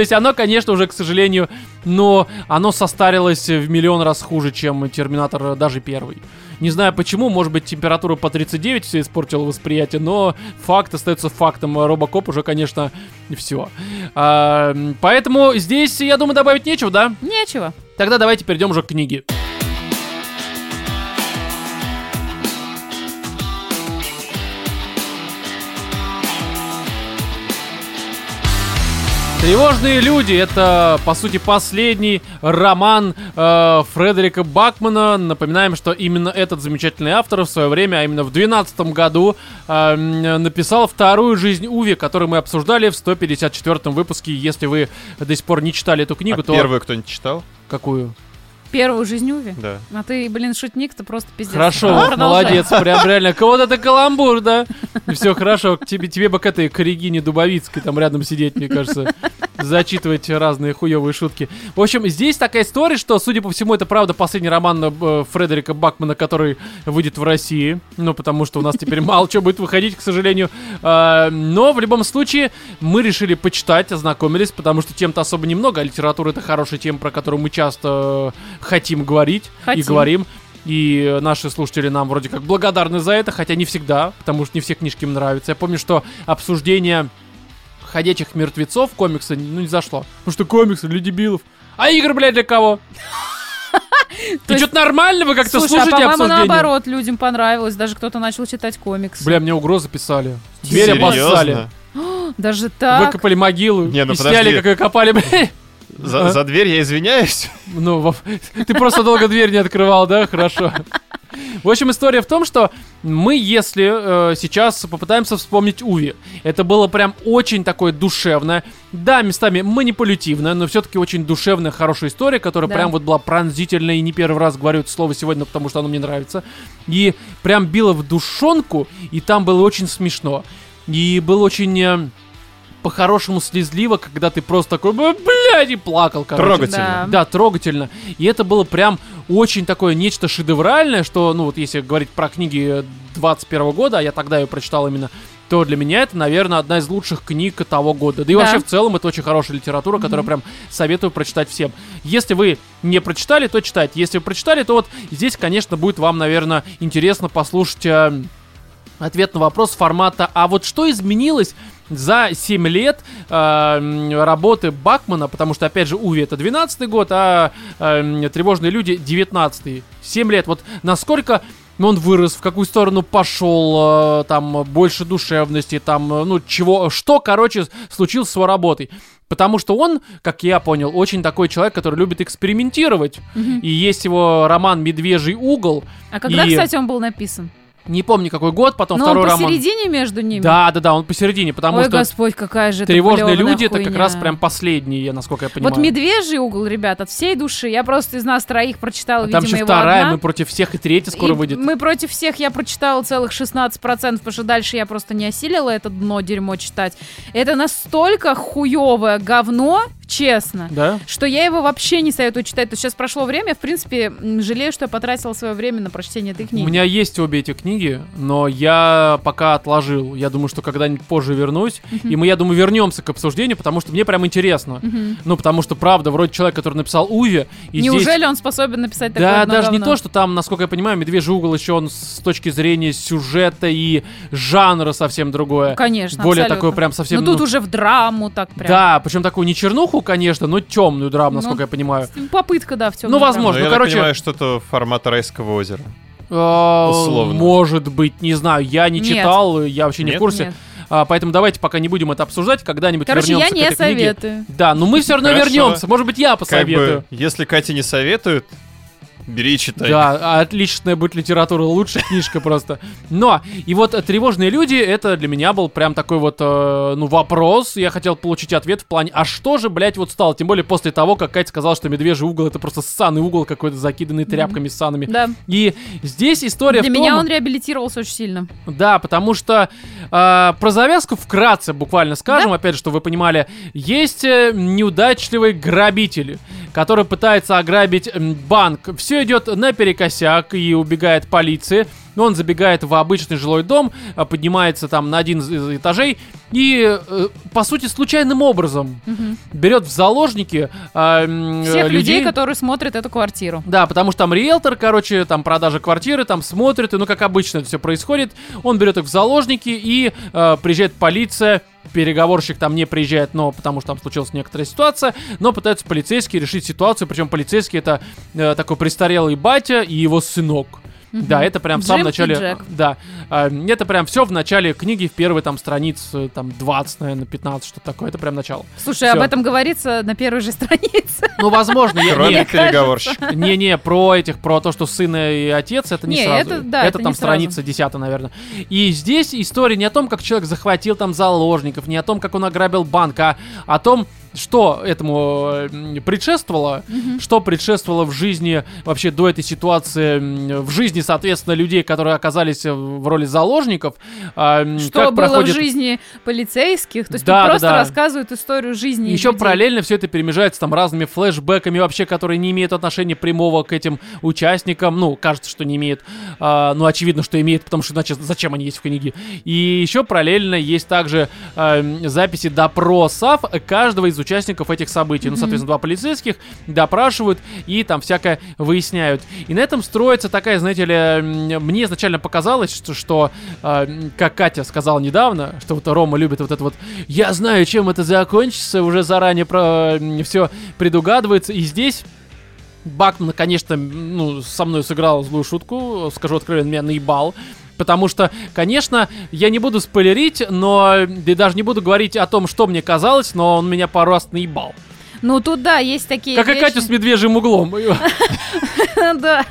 Speaker 1: есть оно, конечно, уже, к сожалению, но оно состарилось в миллион раз хуже, чем Терминатор э, даже первый. Не знаю почему, может быть, температура по 39 все испортила восприятие, но факт остается фактом. Робокоп уже, конечно, все. поэтому здесь, я думаю, добавить нечего, да?
Speaker 3: Нечего.
Speaker 1: Тогда давайте перейдем уже к книге. Тревожные люди это, по сути, последний роман э, Фредерика Бакмана. Напоминаем, что именно этот замечательный автор в свое время, а именно в 2012 году, э, м, написал вторую жизнь Уви, которую мы обсуждали в 154 выпуске. Если вы до сих пор не читали эту книгу,
Speaker 2: А
Speaker 1: то
Speaker 2: первую кто-нибудь читал?
Speaker 1: какую?
Speaker 3: Первую жизнь Уви.
Speaker 2: Да.
Speaker 3: А ты, блин, шутник, ты просто пиздец.
Speaker 1: Хорошо,
Speaker 3: Ну,
Speaker 1: вот,
Speaker 3: продолжай.
Speaker 1: молодец, прям реально. Кого это каламбур, да? Все хорошо, к тебе, тебе бы к этой, к Регине Дубовицкой там рядом сидеть, мне кажется, зачитывать разные хуевые шутки. В общем, здесь такая история, что, судя по всему, это правда последний роман э, Фредерика Бакмана, который выйдет в России. Ну, потому что у нас теперь мало чего будет выходить, к сожалению. А, Но в любом случае, мы решили почитать, ознакомились, потому что тем-то особо немного, а литература это хорошая тема, про которую мы часто э, хотим говорить и
Speaker 3: Хотим.
Speaker 1: говорим. И э, наши слушатели нам вроде как благодарны за это, хотя не всегда, потому что не все книжки им нравятся. Я помню, что обсуждение «Ходячих мертвецов» комикса ну не зашло. Потому что комиксы для дебилов. А игры, блядь, для кого? Ты
Speaker 3: есть-
Speaker 1: что-то нормально вы как-то
Speaker 3: Слушай, а
Speaker 1: слушаете
Speaker 3: по-моему,
Speaker 1: обсуждение?
Speaker 3: наоборот, людям понравилось. Даже кто-то начал читать комикс.
Speaker 1: Бля, мне угрозы писали. Дверь
Speaker 2: Серьезно?
Speaker 1: обоссали.
Speaker 3: Даже так.
Speaker 1: Выкопали могилу
Speaker 2: Не, ну
Speaker 1: и сняли,
Speaker 2: подожди.
Speaker 1: как ее копали. бля.
Speaker 2: За, за дверь я извиняюсь.
Speaker 1: Ну, Вов, ты просто долго дверь не открывал, да? Хорошо. В общем, история в том, что мы, если э, сейчас попытаемся вспомнить Уви, это было прям очень такое душевное, да, местами манипулятивное, но все-таки очень душевная, хорошая история, которая
Speaker 3: Да.
Speaker 1: прям вот была пронзительная, и не первый раз говорю это слово сегодня, потому что оно мне нравится. И прям била в душонку, и там было очень смешно. И было очень... э, по-хорошему слезливо, когда ты просто такой, «Б- блядь, и плакал, короче.
Speaker 2: Трогательно.
Speaker 1: Да, трогательно. И это было прям очень такое нечто шедевральное, что, ну вот если говорить про книги э, 21 года, а я тогда ее прочитал именно, то для меня это, наверное, одна из лучших книг того года. Да и
Speaker 3: Да.
Speaker 1: вообще в целом это очень хорошая литература, которую прям советую прочитать всем. Если вы не прочитали, то читайте. Если вы прочитали, то вот здесь, конечно, будет вам, наверное, интересно послушать... э, Ответ на вопрос формата «А вот что изменилось за 7 лет э, м, работы Бакмана?» Потому что, опять же, Уви это 12 год, а э, м, «Тревожные люди» 19 7 лет. Вот насколько он вырос, в какую сторону пошел, э, там, больше душевности, там, э, ну, чего, что, короче, случилось с его работой. Потому что он, как я понял, очень такой человек, который любит экспериментировать. И есть его роман «Медвежий угол».
Speaker 3: А когда,
Speaker 1: И-
Speaker 3: кстати, он был написан?
Speaker 1: Не помню, какой год, потом
Speaker 3: Ну, он
Speaker 1: второй роман.
Speaker 3: посередине между ними?
Speaker 1: Да, да, да, он посередине, потому
Speaker 3: Ой,
Speaker 1: что
Speaker 3: господь, какая же это
Speaker 1: тревожные
Speaker 3: клёвая
Speaker 1: люди это как
Speaker 3: хуйня.
Speaker 1: раз прям последние, я насколько я понимаю.
Speaker 3: Вот медвежий угол, ребят, от всей души. Я просто из нас троих прочитала,
Speaker 1: А там еще
Speaker 3: видимо, его
Speaker 1: вторая,
Speaker 3: одна.
Speaker 1: мы против всех, и третья скоро
Speaker 3: И
Speaker 1: выйдет.
Speaker 3: Мы против всех, я прочитала целых 16%, потому что дальше я просто не осилила это дно дерьмо читать. Это настолько хуевое говно, честно,
Speaker 1: Да?
Speaker 3: что я его вообще не советую читать. То есть сейчас прошло время, я, в принципе, м, жалею, что я потратила свое время на прочтение этой
Speaker 1: У
Speaker 3: книги.
Speaker 1: меня есть обе эти книги, но я пока отложил. Я думаю, что когда-нибудь позже вернусь. И мы, я думаю, вернемся к обсуждению, потому что мне прям интересно.
Speaker 3: Мгм.
Speaker 1: Ну, потому что, правда, вроде человек, который написал Уви, и здесь
Speaker 3: Неужели он способен написать такое
Speaker 1: Да,
Speaker 3: одно
Speaker 1: даже не
Speaker 3: говно?
Speaker 1: то, что там, насколько я понимаю, «Медвежий угол» еще он с точки зрения сюжета и жанра совсем другое.
Speaker 3: Ну, Конечно,
Speaker 1: Более
Speaker 3: абсолютно.
Speaker 1: такое прям совсем...
Speaker 3: Ну тут
Speaker 1: ну,
Speaker 3: уже в драму так прям.
Speaker 1: Да, причем такую не чернуху, конечно, но темную драму,
Speaker 3: Ну,
Speaker 1: насколько я понимаю.
Speaker 3: Попытка, да, в тёмную
Speaker 1: Ну, возможно.
Speaker 2: Но я так
Speaker 1: короче-
Speaker 2: понимаю, что-то формат райского озера.
Speaker 1: Э,
Speaker 2: условно.
Speaker 1: Может быть, не знаю, я не
Speaker 3: Нет.
Speaker 1: читал, я вообще не в
Speaker 2: Нет?
Speaker 3: драму.
Speaker 1: курсе.
Speaker 3: Нет.
Speaker 1: А, поэтому давайте пока не будем это обсуждать, когда-нибудь
Speaker 3: Короче, я
Speaker 1: вернемся к
Speaker 3: не
Speaker 1: этой книге.
Speaker 3: советую.
Speaker 1: Да, но мы все равно
Speaker 2: Хорошо.
Speaker 1: вернемся. Может быть, я
Speaker 2: Как
Speaker 1: посоветую.
Speaker 2: бы, если Катя не советует, бери и читай.
Speaker 1: Да, отличная будет литература, лучшая книжка просто. Но, и вот э, «Тревожные люди» — это для меня был прям такой вот, э, ну, вопрос. Я хотел получить ответ в плане, а что же, блядь, вот стало? Тем более после того, как Катя сказала, что «Медвежий угол» — это просто ссаный угол какой-то, закиданный тряпками ссаными.
Speaker 3: Да.
Speaker 1: И здесь история
Speaker 3: Для
Speaker 1: в
Speaker 3: меня
Speaker 1: том-
Speaker 3: он реабилитировался очень сильно.
Speaker 1: да, потому что э, про завязку вкратце буквально скажем, опять же, чтобы вы понимали, есть э, неудачливый грабитель, который пытается ограбить м, банк. Все идет наперекосяк и убегает полиции. Но он забегает в обычный жилой дом, а, поднимается там на один из- из этажей и, э, по сути, случайным образом
Speaker 3: Мгм.
Speaker 1: берет в заложники э, м,
Speaker 3: Всех
Speaker 1: э,
Speaker 3: людей, которые смотрят эту квартиру.
Speaker 1: да, потому что там риэлтор, короче, там продажа квартиры, там смотрит, и ну как обычно это все происходит. Он берет их в заложники и э, приезжает полиция. Переговорщик там не приезжает, но потому что там случилась некоторая ситуация, но пытаются полицейские решить ситуацию. Причем полицейский это э, такой престарелый батя и его сынок. Да, это прям в самом
Speaker 3: Джим и
Speaker 1: начале.
Speaker 3: Джек.
Speaker 1: Да. Э, Это прям все в начале книги, в первой там страниц, э, там 20, наверное, 15, что-то такое. Это прям начало.
Speaker 3: Слушай,
Speaker 1: Всё.
Speaker 3: об этом говорится на первой же странице.
Speaker 1: Ну, возможно, я не-
Speaker 2: Кроме переговорщика.
Speaker 1: Не-не, про этих, про то, что сын и отец, это не,
Speaker 3: Не,
Speaker 1: сразу.
Speaker 3: это- да, это
Speaker 1: там
Speaker 3: не сразу.
Speaker 1: страница 10, наверное. И здесь история не о том, как человек захватил там заложников, не о том, как он ограбил банк, а о том, что этому э, м, предшествовало, что предшествовало в жизни, вообще до этой ситуации, м, в жизни, соответственно, людей, которые оказались э, в роли заложников. а, м,
Speaker 3: Что
Speaker 1: как
Speaker 3: было
Speaker 1: проходит-
Speaker 3: в жизни полицейских. То есть
Speaker 1: Да,
Speaker 3: тут
Speaker 1: да,
Speaker 3: просто
Speaker 1: да.
Speaker 3: рассказывают историю жизни
Speaker 1: Еще
Speaker 3: людей.
Speaker 1: параллельно все это перемежается там разными флешбэками вообще, которые не имеют отношения прямого к этим участникам. Ну, кажется, что не имеют. но ну, очевидно, что имеют, потому что иначе зачем они есть в книге. И еще параллельно есть также эм, записи допросов каждого из участников этих событий. Ну, соответственно, два полицейских допрашивают и там всякое выясняют. И на этом строится такая, знаете ли, м, мне изначально показалось, что, что а, м, как Катя сказала недавно, что вот Рома любит вот это вот «я знаю, чем это закончится», уже заранее про все предугадывается, и здесь... Бакман, конечно, м, ну, со мной сыграл злую шутку, скажу откровенно, меня наебал. Потому что, конечно, я не буду спойлерить, но да и даже не буду говорить о том, что мне казалось, но он меня пару раз наебал.
Speaker 3: Ну, тут, да, есть такие
Speaker 1: Как и
Speaker 3: вещи.
Speaker 1: Катю с медвежьим углом. Ну
Speaker 3: Да.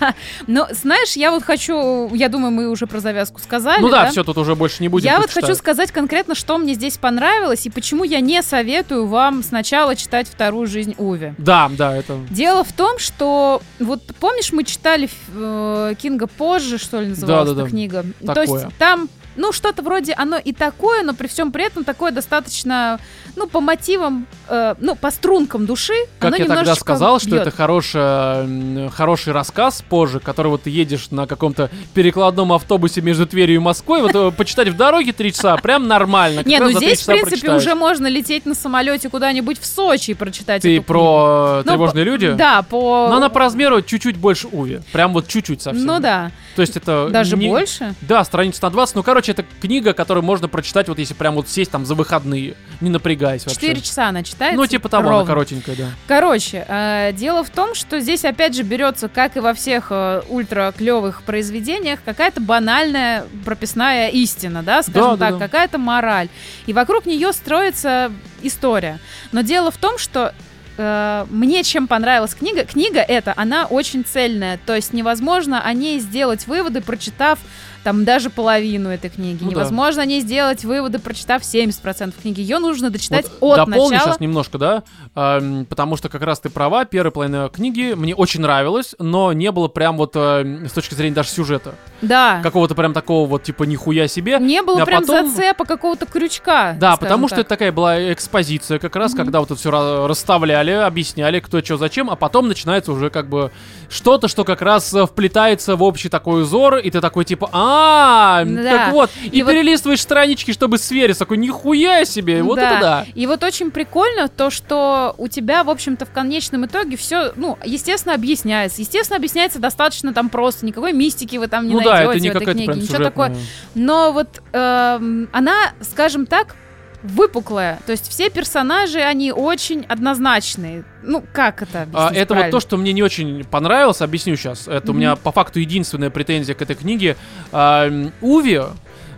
Speaker 3: Но, знаешь, я вот хочу... Я думаю, мы уже про завязку сказали,
Speaker 1: Ну да, все, тут уже больше не будем.
Speaker 3: я
Speaker 1: тут
Speaker 3: вот хочу
Speaker 1: читаю.
Speaker 3: сказать конкретно, что мне здесь понравилось и почему я не советую вам сначала читать «Вторую жизнь Уви».
Speaker 1: Да, да, это...
Speaker 3: Дело в том, что вот помнишь, мы читали э, Кинга позже, что ли, называлась
Speaker 1: Да-да-да.
Speaker 3: эта книга. То
Speaker 1: Такое.
Speaker 3: есть там, ну что-то вроде оно и такое, но при всем при этом такое достаточно, ну по мотивам, э, ну по стрункам души.
Speaker 1: Как
Speaker 3: оно
Speaker 1: я тогда
Speaker 3: немножечко
Speaker 1: сказал, что
Speaker 3: бьет.
Speaker 1: это хорошая, м, хороший рассказ позже, который вот ты едешь на каком-то перекладном автобусе между Тверью и Москвой, вот э, почитать в дороге три часа, прям нормально. как
Speaker 3: Не,
Speaker 1: раз
Speaker 3: ну
Speaker 1: за три
Speaker 3: здесь, в
Speaker 1: часа
Speaker 3: принципе,
Speaker 1: прочитаешь.
Speaker 3: уже можно лететь на самолете куда-нибудь в Сочи и прочитать
Speaker 1: Ты
Speaker 3: эту книгу.
Speaker 1: про э,
Speaker 3: Ну,
Speaker 1: тревожные
Speaker 3: по-
Speaker 1: люди?
Speaker 3: Да, по...
Speaker 1: Но она по размеру чуть-чуть больше Уви. Прям вот чуть-чуть совсем.
Speaker 3: Ну да,
Speaker 1: То есть это...
Speaker 3: даже
Speaker 1: Э, не-
Speaker 3: больше.
Speaker 1: Да, страница на 20. Ну, короче, это книга, которую можно прочитать, вот если прям вот сесть там за выходные, не напрягаясь вообще.
Speaker 3: Четыре часа она читается.
Speaker 1: Ну, типа того, она
Speaker 3: ровно.
Speaker 1: коротенькая, да.
Speaker 3: Короче, э, дело в том, что здесь опять же берется, как и во всех э, ультра клевых произведениях, какая-то банальная прописная истина, да,
Speaker 1: Да,
Speaker 3: скажем
Speaker 1: да,
Speaker 3: так,
Speaker 1: да.
Speaker 3: какая-то мораль. И вокруг нее строится история. Но дело в том, что э, мне чем понравилась книга, книга эта, она очень цельная, то есть невозможно о ней сделать выводы, прочитав там даже половину этой книги.
Speaker 1: Ну да.
Speaker 3: невозможно о ней сделать выводы, прочитав 70% книги. Ее нужно дочитать
Speaker 1: Вот
Speaker 3: от
Speaker 1: дополню
Speaker 3: начала
Speaker 1: сейчас немножко, да, эм, потому что как раз ты права, первая половина книги мне очень нравилась, но не было прям вот эм, с точки зрения даже сюжета.
Speaker 3: Да.
Speaker 1: Какого-то прям такого вот типа нихуя себе.
Speaker 3: Не было
Speaker 1: А
Speaker 3: прям
Speaker 1: потом-
Speaker 3: зацепа какого-то крючка.
Speaker 1: Да,
Speaker 3: скажем
Speaker 1: потому что
Speaker 3: так.
Speaker 1: это такая была экспозиция как раз, когда вот это все расставляли, объясняли, кто что зачем, а потом начинается уже как бы что-то, что как раз э, вплетается в общий такой узор, и ты такой типа, а,
Speaker 3: Да.
Speaker 1: так вот, и,
Speaker 3: И вот-
Speaker 1: перелистываешь странички, чтобы свериться, такой, нихуя себе, вот
Speaker 3: Да.
Speaker 1: это да.
Speaker 3: И вот очень прикольно то, что у тебя, в общем-то, в конечном итоге все, ну, естественно, объясняется. Естественно, объясняется достаточно там просто. Никакой мистики вы там не
Speaker 1: ну
Speaker 3: найдете
Speaker 1: да, это не
Speaker 3: в этой
Speaker 1: какая-то
Speaker 3: книге.
Speaker 1: прям
Speaker 3: Ничего
Speaker 1: сюжетная.
Speaker 3: такое. Но вот эм, она, скажем так, выпуклая. То есть все персонажи, они очень однозначные. Ну, как
Speaker 1: А,
Speaker 3: это объяснить
Speaker 1: это
Speaker 3: правильно?
Speaker 1: вот то, что мне не очень понравилось, объясню сейчас. Это у
Speaker 3: Мгм.
Speaker 1: меня по факту единственная претензия к этой книге. А, м, Уви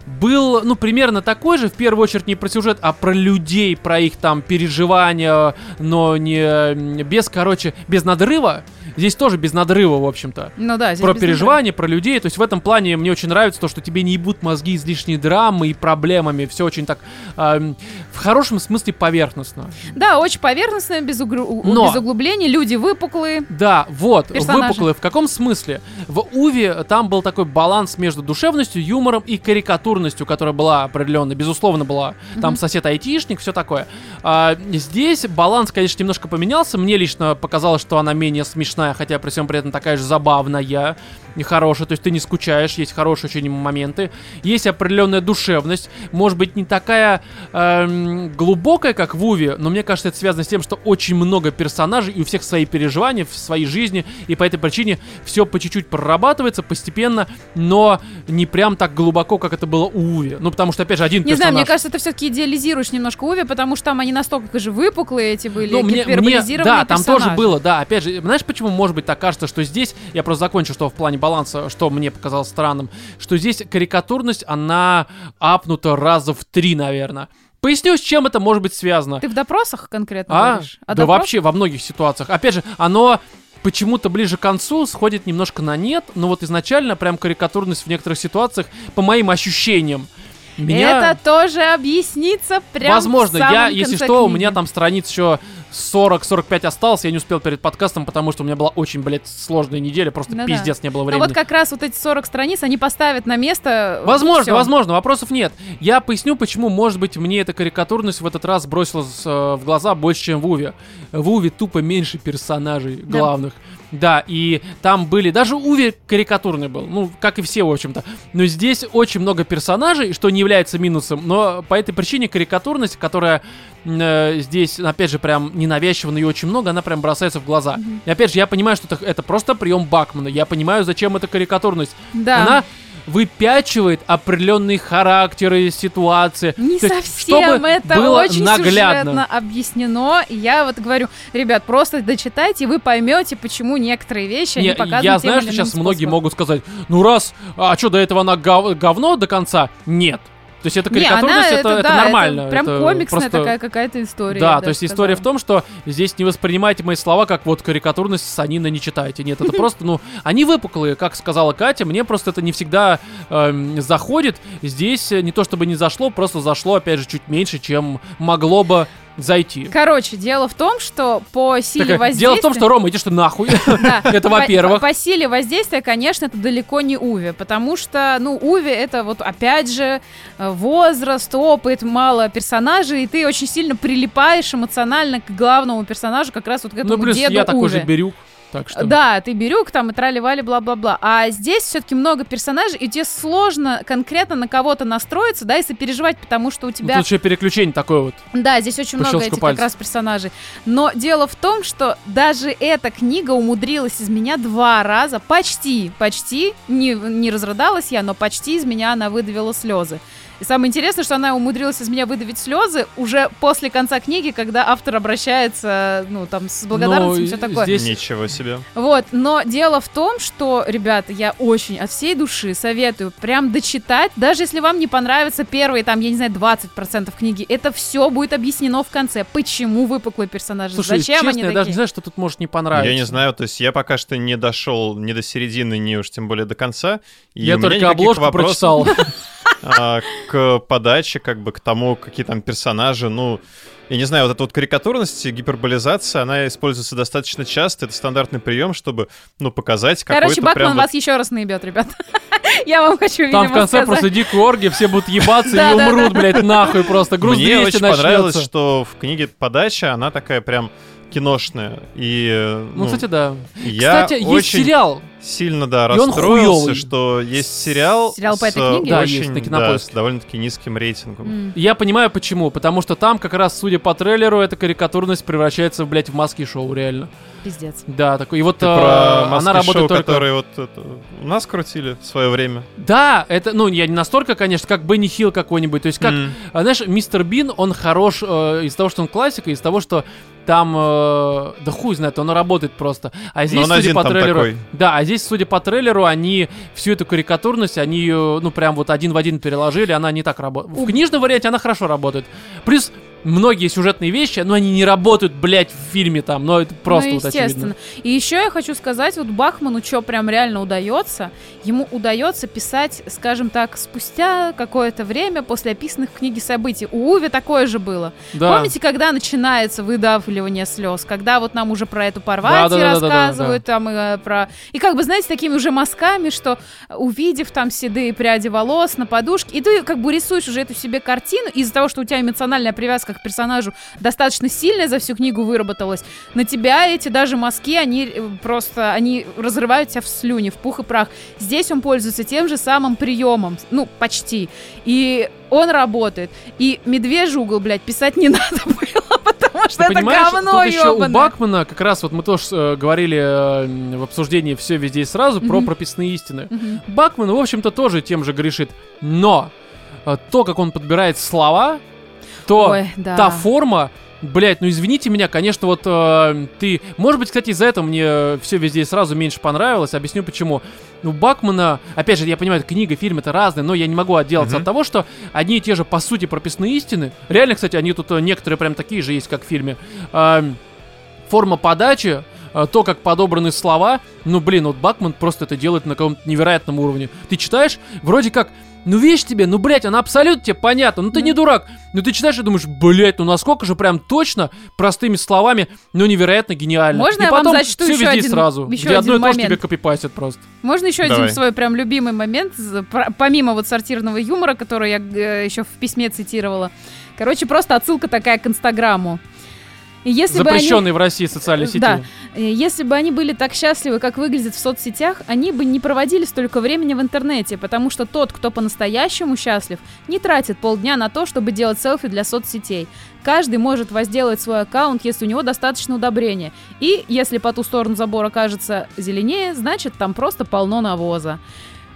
Speaker 1: был, ну, примерно такой же, в первую очередь не про сюжет, а про людей, про их там переживания, но не м, без, короче, без надрыва. Здесь тоже без надрыва, в общем-то.
Speaker 3: Ну да, здесь
Speaker 1: Про
Speaker 3: без
Speaker 1: переживания, про людей. То есть в этом плане мне очень нравится то, что тебе не ебут мозги излишней драмы и проблемами. Все очень так а, м, в хорошем смысле поверхностно.
Speaker 3: Да, очень поверхностно, без, угру-
Speaker 1: Но-
Speaker 3: без углублений, люди выпуклые.
Speaker 1: Да, вот,
Speaker 3: Персонажи.
Speaker 1: выпуклые. В каком смысле? В Уве там был такой баланс между душевностью, юмором и карикатурностью, которая была определенно, безусловно, была. Там сосед-айтишник, все такое. А, здесь баланс, конечно, немножко поменялся. Мне лично показалось, что она менее смешная, хотя при всем при этом такая же забавная и хорошая. То есть ты не скучаешь, есть хорошие очень моменты. Есть определенная душевность. Может быть, не такая эм, глубокая, как в Уве, но мне кажется, это связано с тем, что очень много персонажей, и у всех свои переживания в своей жизни, и по этой причине все по чуть-чуть прорабатывается постепенно, но не прям так глубоко, как это было у Уви. Ну, потому что, опять же, один
Speaker 3: Не
Speaker 1: персонаж...
Speaker 3: знаю, мне кажется, ты все-таки идеализируешь немножко Уви, потому что там они настолько же выпуклые эти были,
Speaker 1: Ну, мне, мне,
Speaker 3: гиперболизированные
Speaker 1: да, там тоже
Speaker 3: персонажи.
Speaker 1: было, да, опять же, знаешь, почему, может быть, так кажется, что здесь, я просто закончу, что в плане баланса, что мне показалось странным, что здесь карикатурность, она апнута раза в три, наверное. Поясню, с чем это может быть связано.
Speaker 3: Ты в допросах конкретно
Speaker 1: А,
Speaker 3: говоришь? А
Speaker 1: да
Speaker 3: допрос-
Speaker 1: вообще во многих ситуациях. Опять же, оно почему-то ближе к концу сходит немножко на нет, но вот изначально прям карикатурность в некоторых ситуациях, по моим ощущениям, меня...
Speaker 3: Это тоже объяснится прямо
Speaker 1: Возможно,
Speaker 3: в самом
Speaker 1: я, если
Speaker 3: конце
Speaker 1: что, у
Speaker 3: книги.
Speaker 1: меня там страниц еще 40-45 осталось, я не успел перед подкастом, потому что у меня была очень, блядь, сложная неделя, просто
Speaker 3: Ну да.
Speaker 1: пиздец, не было
Speaker 3: Ну
Speaker 1: времени.
Speaker 3: вот как раз вот эти 40 страниц, они поставят на место... э,
Speaker 1: Возможно,
Speaker 3: всё.
Speaker 1: возможно, вопросов нет. Я поясню, почему, может быть, мне эта карикатурность в этот раз бросилась э, в глаза больше, чем в Уве. В Уве тупо меньше персонажей
Speaker 3: Да.
Speaker 1: главных. Да, и там были, даже Уве карикатурный был, ну, как и все, в общем-то. Но здесь очень много персонажей, что не является минусом, но по этой причине карикатурность, которая э, здесь, опять же, прям ненавязчиво, но ее очень много, она прям бросается в глаза. И опять же, я понимаю, что это, это просто прием Бакмана, я понимаю, зачем эта карикатурность.
Speaker 3: Да.
Speaker 1: Она выпячивает определенные характеры, ситуации.
Speaker 3: Не
Speaker 1: То есть,
Speaker 3: совсем,
Speaker 1: чтобы
Speaker 3: это
Speaker 1: было
Speaker 3: очень сюжетно
Speaker 1: наглядно.
Speaker 3: объяснено. И я вот говорю, ребят, просто дочитайте, и вы поймете, почему некоторые вещи
Speaker 1: Не,
Speaker 3: они показаны
Speaker 1: я
Speaker 3: тем
Speaker 1: знаю,
Speaker 3: или
Speaker 1: что сейчас
Speaker 3: иным
Speaker 1: многие
Speaker 3: способом.
Speaker 1: могут сказать, ну раз, а что до этого она гов- говно до конца? Нет. То есть это
Speaker 3: Не, она,
Speaker 1: карикатурность, это, это
Speaker 3: да,
Speaker 1: нормально.
Speaker 3: прям
Speaker 1: это
Speaker 3: комиксная
Speaker 1: просто-
Speaker 3: такая какая-то история. я
Speaker 1: Да,
Speaker 3: бы
Speaker 1: то есть
Speaker 3: даже
Speaker 1: история в
Speaker 3: сказала.
Speaker 1: том, что здесь не воспринимайте мои слова как вот карикатурность Санина не читайте. Нет, это просто, ну, они выпуклые, как сказала Катя, мне просто это не всегда эм, заходит. Здесь э, не то чтобы не зашло, просто зашло, опять же, чуть меньше, чем могло бы зайти.
Speaker 3: Короче, дело в том, что по силе
Speaker 1: Такая,
Speaker 3: воздействия...
Speaker 1: Дело в том, что, Рома, идешь ты нахуй.
Speaker 3: Да.
Speaker 1: Это
Speaker 3: По-
Speaker 1: во-первых.
Speaker 3: По, силе воздействия, конечно, это далеко не Уви, потому что, ну, Уви это вот опять же э, возраст, опыт, мало персонажей, и ты очень сильно прилипаешь эмоционально к главному персонажу, как раз вот к этому
Speaker 1: Ну, плюс
Speaker 3: деду
Speaker 1: я такой же
Speaker 3: Уве.
Speaker 1: берю. Так что...
Speaker 3: Да, ты берюк там и трали-вали, бла-бла-бла. А здесь все-таки много персонажей, и тебе сложно конкретно на кого-то настроиться, да, и сопереживать, потому что у
Speaker 1: Ну,
Speaker 3: тебя
Speaker 1: Тут еще переключение такое вот.
Speaker 3: да, здесь очень
Speaker 1: По
Speaker 3: много
Speaker 1: щелчку
Speaker 3: этих
Speaker 1: пальцев.
Speaker 3: как раз персонажей. Но дело в том, что даже эта книга умудрилась из меня два раза, почти, почти, не, не разрыдалась я, но почти из меня она выдавила слезы. И самое интересное, что она умудрилась из меня выдавить слезы уже после конца книги, когда автор обращается, ну, там, с благодарностью
Speaker 1: Ну,
Speaker 3: и все такое.
Speaker 1: здесь-
Speaker 2: Ничего себе.
Speaker 3: Вот, но дело в том, что, ребята, я очень от всей души советую прям дочитать, даже если вам не понравятся первые, там, я не знаю, 20% книги, это все будет объяснено в конце, почему выпуклые персонажи,
Speaker 1: Слушай,
Speaker 3: зачем
Speaker 1: честно,
Speaker 3: они
Speaker 1: я
Speaker 3: такие.
Speaker 1: даже не знаю, что тут может не понравиться.
Speaker 2: Я не знаю, то есть я пока что не дошел ни до середины, ни уж тем более до конца. И
Speaker 1: Я
Speaker 2: у меня
Speaker 1: только
Speaker 2: никаких
Speaker 1: обложку
Speaker 2: вопросов,
Speaker 1: прочитал.
Speaker 2: а, к подаче, как бы к тому, какие там персонажи, ну, я не знаю, вот эта вот карикатурность, и гиперболизация, она используется достаточно часто, это стандартный прием, чтобы, ну, показать
Speaker 3: Короче,
Speaker 2: какой-то
Speaker 3: Бакман
Speaker 2: прям вот-
Speaker 3: вас еще раз наебет, ребят. Я вам хочу, видимо,
Speaker 1: Там в конце
Speaker 3: сказать.
Speaker 1: просто дикие орги, все будут ебаться и
Speaker 3: Да-да-да.
Speaker 1: умрут, блядь, нахуй просто. Груз
Speaker 2: Мне
Speaker 1: 200
Speaker 2: очень понравилось,
Speaker 1: начнется.
Speaker 2: что в книге подача, она такая прям киношная, и, э,
Speaker 1: Ну, кстати, да.
Speaker 2: я
Speaker 1: Кстати, есть
Speaker 2: очень
Speaker 1: сериал.
Speaker 2: сильно, да,
Speaker 1: И он
Speaker 2: расстроился,
Speaker 1: хуёвый.
Speaker 2: что есть сериал,
Speaker 3: Сериал по
Speaker 2: с,
Speaker 3: этой
Speaker 2: э,
Speaker 3: книге?
Speaker 1: Да,
Speaker 2: очень,
Speaker 1: есть на
Speaker 2: да,
Speaker 1: Кинопоиске.
Speaker 2: с довольно-таки низким рейтингом.
Speaker 3: М.
Speaker 1: Я понимаю почему, потому что там как раз, судя по трейлеру, эта карикатурность превращается, блядь, в маски шоу, реально.
Speaker 3: Пиздец.
Speaker 1: Да, такой. И вот
Speaker 2: Ты
Speaker 1: э,
Speaker 2: про маски
Speaker 1: она работает
Speaker 2: шоу,
Speaker 1: только...
Speaker 2: которые вот это, у нас крутили в свое время.
Speaker 1: Да, это, ну, я не настолько, конечно, как Бенни Хилл какой-нибудь. То есть как,
Speaker 2: М.
Speaker 1: а, знаешь, Мистер Бин, он хорош э, из того, что он классика, из того, что там, э, да хуй знает, он работает просто. А здесь,
Speaker 2: он
Speaker 1: судя
Speaker 2: один
Speaker 1: по
Speaker 2: там
Speaker 1: трейлеру,
Speaker 2: такой.
Speaker 1: да, а здесь, судя по трейлеру, они всю эту карикатурность, они ее, ну, прям вот один в один переложили, она не так работает. В книжном варианте она хорошо работает. Плюс многие сюжетные вещи, ну, они не работают, блядь, в фильме там, но это просто
Speaker 3: ну,
Speaker 1: вот очевидно.
Speaker 3: естественно. И еще я хочу сказать, вот Бахману что прям реально удается, ему удается писать, скажем так, спустя какое-то время после описанных в книге событий. У Уви такое же было.
Speaker 1: Да.
Speaker 3: Помните, когда начинается выдавливание слез? Когда вот нам уже про эту Парвати
Speaker 1: Да-да-да-да-да-да.
Speaker 3: рассказывают, там и э, про... И как бы, знаете, такими уже мазками, что э, увидев там седые пряди волос на подушке, и ты как бы рисуешь уже эту себе картину, и из-за того, что у тебя эмоциональная привязка к персонажу достаточно сильная за всю книгу выработалась, на тебя эти даже мазки, они э, просто, они разрывают тебя в слюне, в пух и прах. Здесь он пользуется тем же самым приемом, ну, почти. И он работает. И медвежий угол, блядь, писать не надо было, потому что
Speaker 1: Ты
Speaker 3: это
Speaker 1: понимаешь,
Speaker 3: говно
Speaker 1: тут еще у
Speaker 3: ебаное.
Speaker 1: Бакмана как раз вот мы тоже э, говорили э, м, в обсуждении все везде и сразу про
Speaker 3: Мгм.
Speaker 1: прописные истины.
Speaker 3: Мгм.
Speaker 1: Бакман, в общем-то, тоже тем же грешит, но э, то, как он подбирает слова, то
Speaker 3: Ой, да.
Speaker 1: та форма, блядь, ну извините меня, конечно, вот э, ты... Может быть, кстати, из-за этого мне все везде и сразу меньше понравилось, объясню почему. У Бакмана, опять же, я понимаю, это книга, фильм это разные, но я не могу отделаться
Speaker 2: Мгм.
Speaker 1: от того, что одни и те же, по сути, прописные истины, реально, кстати, они тут э, некоторые прям такие же есть, как в фильме, Эм, форма подачи, э, то, как подобраны слова, ну, блин, вот Бакман просто это делает на каком-то невероятном уровне. Ты читаешь, вроде как, ну, вещь тебе, ну, блядь, она абсолютно тебе понятна, ну, ты не дурак. Ну, ты читаешь и думаешь, блядь, ну, насколько же прям точно, простыми словами, ну, невероятно гениально.
Speaker 3: Можно
Speaker 1: и
Speaker 3: я вам
Speaker 1: потом
Speaker 3: зачту
Speaker 1: все
Speaker 3: еще
Speaker 1: везде
Speaker 3: один-
Speaker 1: сразу,
Speaker 3: еще
Speaker 1: где
Speaker 3: один
Speaker 1: одно и то же
Speaker 3: момент?
Speaker 1: тебе копипастят просто.
Speaker 3: Можно еще
Speaker 2: Давай.
Speaker 3: один свой прям любимый момент, за- про- помимо вот сортирного юмора, который я э, еще в письме цитировала. Короче, просто отсылка такая к Инстаграму. И если бы они-
Speaker 1: Запрещенные в России социальные сети.
Speaker 3: Да. Э, Если бы они были так счастливы, как выглядят в соцсетях, они бы не проводили столько времени в интернете, потому что тот, кто по-настоящему счастлив, не тратит полдня на то, чтобы делать селфи для соцсетей. Каждый может возделать свой аккаунт, если у него достаточно удобрения. И если по ту сторону забора кажется зеленее, значит там просто полно навоза.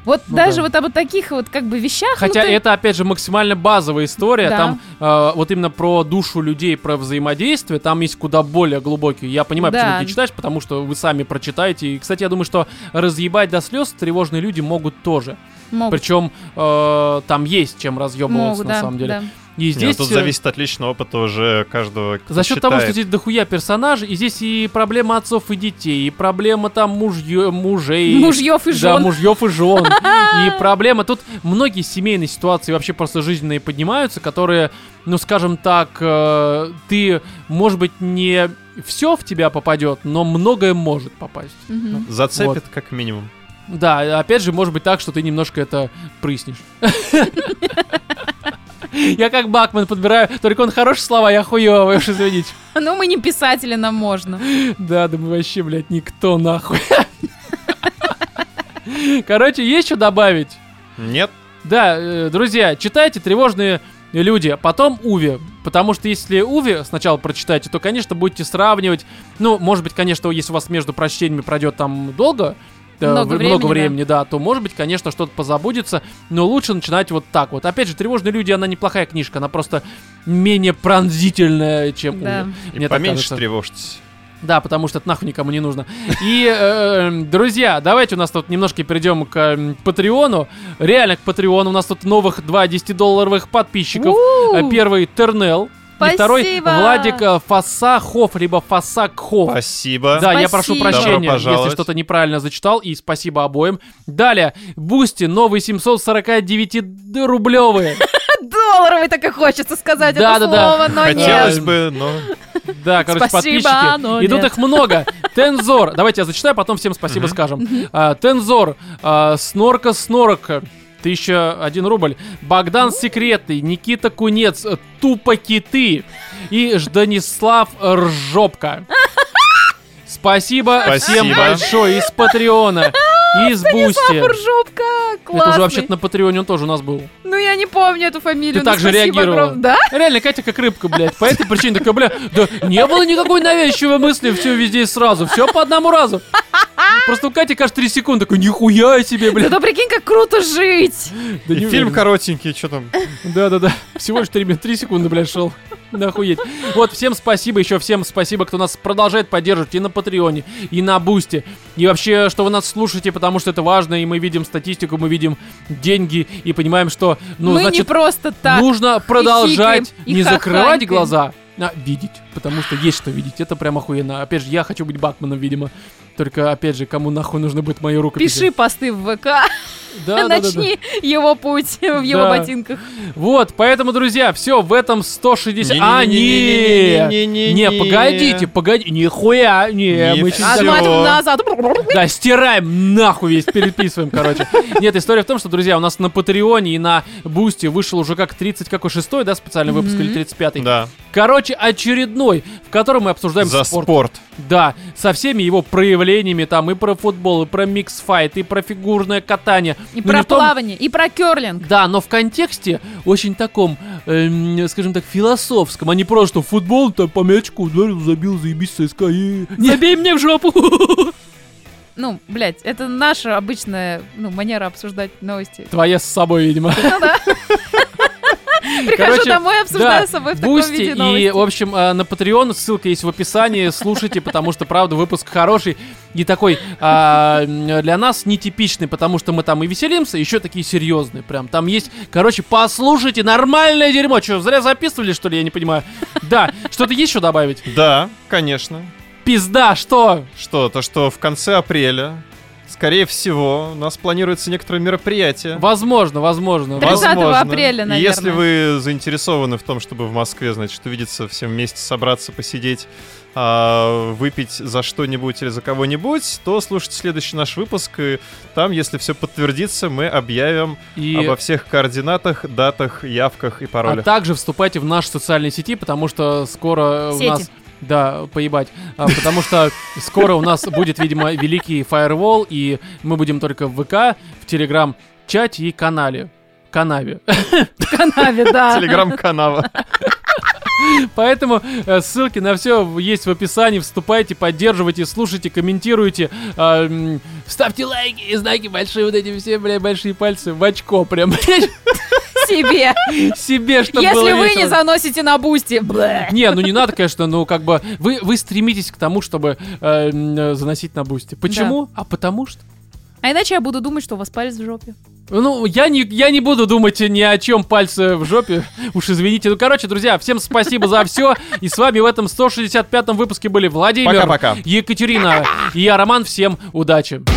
Speaker 3: Вот
Speaker 1: Ну
Speaker 3: даже
Speaker 1: да.
Speaker 3: вот об вот таких вот как бы вещах. ну,
Speaker 1: Хотя
Speaker 3: ты-
Speaker 1: это, опять же, максимально базовая история.
Speaker 3: Да.
Speaker 1: Там э, вот именно про душу людей, про взаимодействие, там есть куда более глубокие. Я понимаю,
Speaker 3: Да.
Speaker 1: почему ты не читаешь, потому что вы сами прочитаете. И, кстати, я думаю, что разъебать до слез тревожные люди могут тоже.
Speaker 3: Могут.
Speaker 1: Причем э, там есть чем разъебываться
Speaker 3: Могут,
Speaker 1: на
Speaker 3: да,
Speaker 1: самом деле.
Speaker 3: да.
Speaker 1: И
Speaker 2: Не, ну,
Speaker 1: здесь
Speaker 2: тут
Speaker 1: э,
Speaker 2: зависит от личного опыта уже каждого. кто
Speaker 1: за счет того, что
Speaker 2: считает.
Speaker 1: здесь дохуя персонажей, и здесь и проблема отцов и детей, и проблема там мужьё- мужей.
Speaker 3: Мужьев и
Speaker 1: Да,
Speaker 3: жен.
Speaker 1: мужьев и жен. И проблема тут многие семейные ситуации вообще просто жизненные поднимаются, которые, ну скажем так, э, ты, может быть, не все в тебя попадет, но многое может попасть.
Speaker 3: Мгм.
Speaker 2: зацепит как минимум.
Speaker 1: Да, опять же, может быть так, что ты немножко это прыснешь. Я как Бакман подбираю, только он хорошие слова, я хуёвый, уж извините.
Speaker 3: Ну, мы не писатели, нам можно.
Speaker 1: Да, да мы вообще, блядь, никто нахуй. Короче, есть что добавить?
Speaker 2: Нет,
Speaker 1: Да, э, друзья, читайте тревожные люди, а потом Уви. Потому что если Уви сначала прочитаете, то, конечно, будете сравнивать. Ну, может быть, конечно, если у вас между прочтениями пройдет там долго, э,
Speaker 3: Много
Speaker 1: в-
Speaker 3: времени, да.
Speaker 1: времени, да. то, может быть, конечно, что-то позабудется, но лучше начинать вот так вот. Опять же, «Тревожные люди», она неплохая книжка, она просто менее пронзительная, чем
Speaker 3: Да.
Speaker 1: «Уви».
Speaker 2: и
Speaker 1: Мне так
Speaker 2: поменьше
Speaker 1: кажется.
Speaker 2: тревожьтесь.
Speaker 1: Да, потому что это нахуй никому не нужно. И, э, друзья, давайте у нас тут немножко перейдем к э, Патреону. Реально к Патреону. У нас тут новых два 10-долларовых подписчиков. Э, Первый Тернел. И
Speaker 4: Спасибо.
Speaker 1: второй Владик э, Фасахов, либо Фасакхов.
Speaker 2: Спасибо.
Speaker 1: Да, я прошу
Speaker 3: Спасибо.
Speaker 2: Добро
Speaker 1: прощения, если
Speaker 2: пожаловать.
Speaker 1: что-то неправильно зачитал, и спасибо обоим. Далее, Бусти, новый 749-рублевые.
Speaker 4: Долларовый так и хочется сказать это
Speaker 1: Да-да-да.
Speaker 4: слово, но нет.
Speaker 2: Хотелось бы, но
Speaker 1: Да, короче,
Speaker 3: Спасибо, но
Speaker 1: подписчики. И тут
Speaker 3: нет.
Speaker 1: их много. Тензор. Давайте я зачитаю, потом всем спасибо скажем. А, Тензор. а, Снорка Снорок. 1001 рубль. Богдан Секретный, Никита Кунец, э, Тупо Киты и Жданислав Ржопка. Спасибо, всем
Speaker 2: Спасибо.
Speaker 1: большое из Патреона, и из Бусти.
Speaker 4: Ржопка,
Speaker 1: Это уже
Speaker 4: классный.
Speaker 1: вообще-то на Патреоне он тоже у нас был.
Speaker 4: Ну я не помню эту фамилию.
Speaker 3: ну,
Speaker 1: Ты
Speaker 4: но
Speaker 1: так же
Speaker 4: спасибо
Speaker 1: реагировала.
Speaker 4: огромное. Да?
Speaker 1: Реально, Катя как рыбка, блядь. По этой причине такая, бля, да не было никакой навязчивой мысли, все везде и сразу, все по одному разу. Просто у Кати, кажется, 3 секунды, такой, нихуя себе,
Speaker 4: Да
Speaker 1: блядь.
Speaker 4: то прикинь, как круто жить.
Speaker 1: Да
Speaker 2: и
Speaker 1: не
Speaker 2: фильм
Speaker 1: уверен.
Speaker 2: коротенький, что там.
Speaker 1: Да-да-да, всего лишь 3, секунды, блядь, шел. Нахуеть. Вот, всем спасибо, еще всем спасибо, кто нас продолжает поддерживать и на Патреоне, и на Бусте. И вообще, что вы нас слушаете, потому что это важно, и мы видим статистику, мы видим деньги, и понимаем, что, ну,
Speaker 3: мы не
Speaker 1: значит,
Speaker 3: просто так.
Speaker 1: нужно продолжать
Speaker 3: и
Speaker 1: не закрывать
Speaker 3: хахалькаем.
Speaker 1: глаза, а видеть, потому что есть что видеть. Это прям охуенно. Опять же, я хочу быть Бакманом, видимо. Только, опять же, кому нахуй нужно будет мою руку?
Speaker 3: Пиши посты в ВК,
Speaker 1: да, да, да, да.
Speaker 3: начни его путь в его
Speaker 1: Да.
Speaker 3: ботинках.
Speaker 1: Вот, поэтому, друзья, все, в этом 160... А, не! Не, погодите, погодите, нихуя, не,
Speaker 2: Не
Speaker 1: мы чуть
Speaker 2: всё.
Speaker 1: дальше.
Speaker 3: Отматываем назад.
Speaker 1: Да, стираем нахуй весь, переписываем, короче. Нет, история в том, что, друзья, у нас на Патреоне и на Бусте вышел уже как 30, какой, шестой, да, специальный выпуск или 35
Speaker 2: Да,
Speaker 1: Короче, очередной, в котором мы обсуждаем
Speaker 2: за
Speaker 1: спорт.
Speaker 2: спорт.
Speaker 1: Да, со всеми его проявлениями, там и про футбол, и про микс-файт, и про фигурное катание. Но не
Speaker 3: И про
Speaker 1: в том-
Speaker 3: плавание, и про керлинг.
Speaker 1: Да, но в контексте очень таком, эм, скажем так, философском, а не просто футбол, там по мячику ударил, забил, заебись, ЦСКА, и... Не бей мне в жопу!
Speaker 3: Ну, блядь, это наша обычная ну, манера обсуждать новости.
Speaker 1: Твоя с собой, видимо.
Speaker 3: Прихожу
Speaker 1: Короче,
Speaker 3: домой, обсуждаю
Speaker 1: да,
Speaker 3: с собой в таком
Speaker 1: Бусти
Speaker 3: виде
Speaker 1: и,
Speaker 3: новости.
Speaker 1: в общем, э, на Patreon ссылка есть в описании. Слушайте, потому что, правда, выпуск хороший и такой а, м, для нас нетипичный, потому что мы там и веселимся, еще такие серьезные. Прям там есть, короче, послушайте, нормальное дерьмо. Че, зря записывали, что ли, я не понимаю. Да, что-то есть еще добавить?
Speaker 2: Да, конечно.
Speaker 1: Пизда, что?
Speaker 2: Что, то, что в конце апреля, скорее всего, у нас планируется некоторое мероприятие.
Speaker 1: Возможно, возможно.
Speaker 3: Тридцатого
Speaker 1: Воз-
Speaker 3: 30
Speaker 2: Возможно.
Speaker 3: апреля,
Speaker 2: И Если
Speaker 3: наверное.
Speaker 2: вы заинтересованы в том, чтобы в Москве, значит, увидеться всем вместе, собраться, посидеть, а, выпить за что-нибудь или за кого-нибудь, то слушайте следующий наш выпуск. И там, если все подтвердится, мы объявим
Speaker 1: И...
Speaker 2: обо всех координатах, датах, явках и
Speaker 1: А
Speaker 2: паролях.
Speaker 1: также вступайте в наши социальные сети, потому что скоро э, у
Speaker 3: Сети.
Speaker 1: нас... Да, поебать. А, потому что скоро у нас будет, видимо, великий фаервол, и мы будем только в ВК, в Телеграм-чате и канале. Канаве.
Speaker 3: канаве, да.
Speaker 2: Телеграм-канала.
Speaker 1: Поэтому э, ссылки на все есть в описании. Вступайте, поддерживайте, слушайте, комментируйте. а, м, ставьте лайки и знаки большие, вот эти все, бля, большие пальцы в очко прям.
Speaker 3: Себе.
Speaker 1: Себе, чтобы было
Speaker 3: Если вы
Speaker 1: весело.
Speaker 3: не заносите на бусти. Блэ.
Speaker 1: Не, ну не надо, конечно, ну как бы вы, вы стремитесь к тому, чтобы э, м, э, заносить на бусте. Почему? А потому что.
Speaker 3: А иначе я буду думать, что у вас палец в жопе.
Speaker 1: Ну, я не, я не буду думать ни о чем пальцы в жопе. Уж извините. Ну, короче, друзья, всем спасибо за все. И с вами в этом 165-м выпуске были Владимир,
Speaker 2: Пока-пока.
Speaker 1: Екатерина и я, Роман. Всем удачи.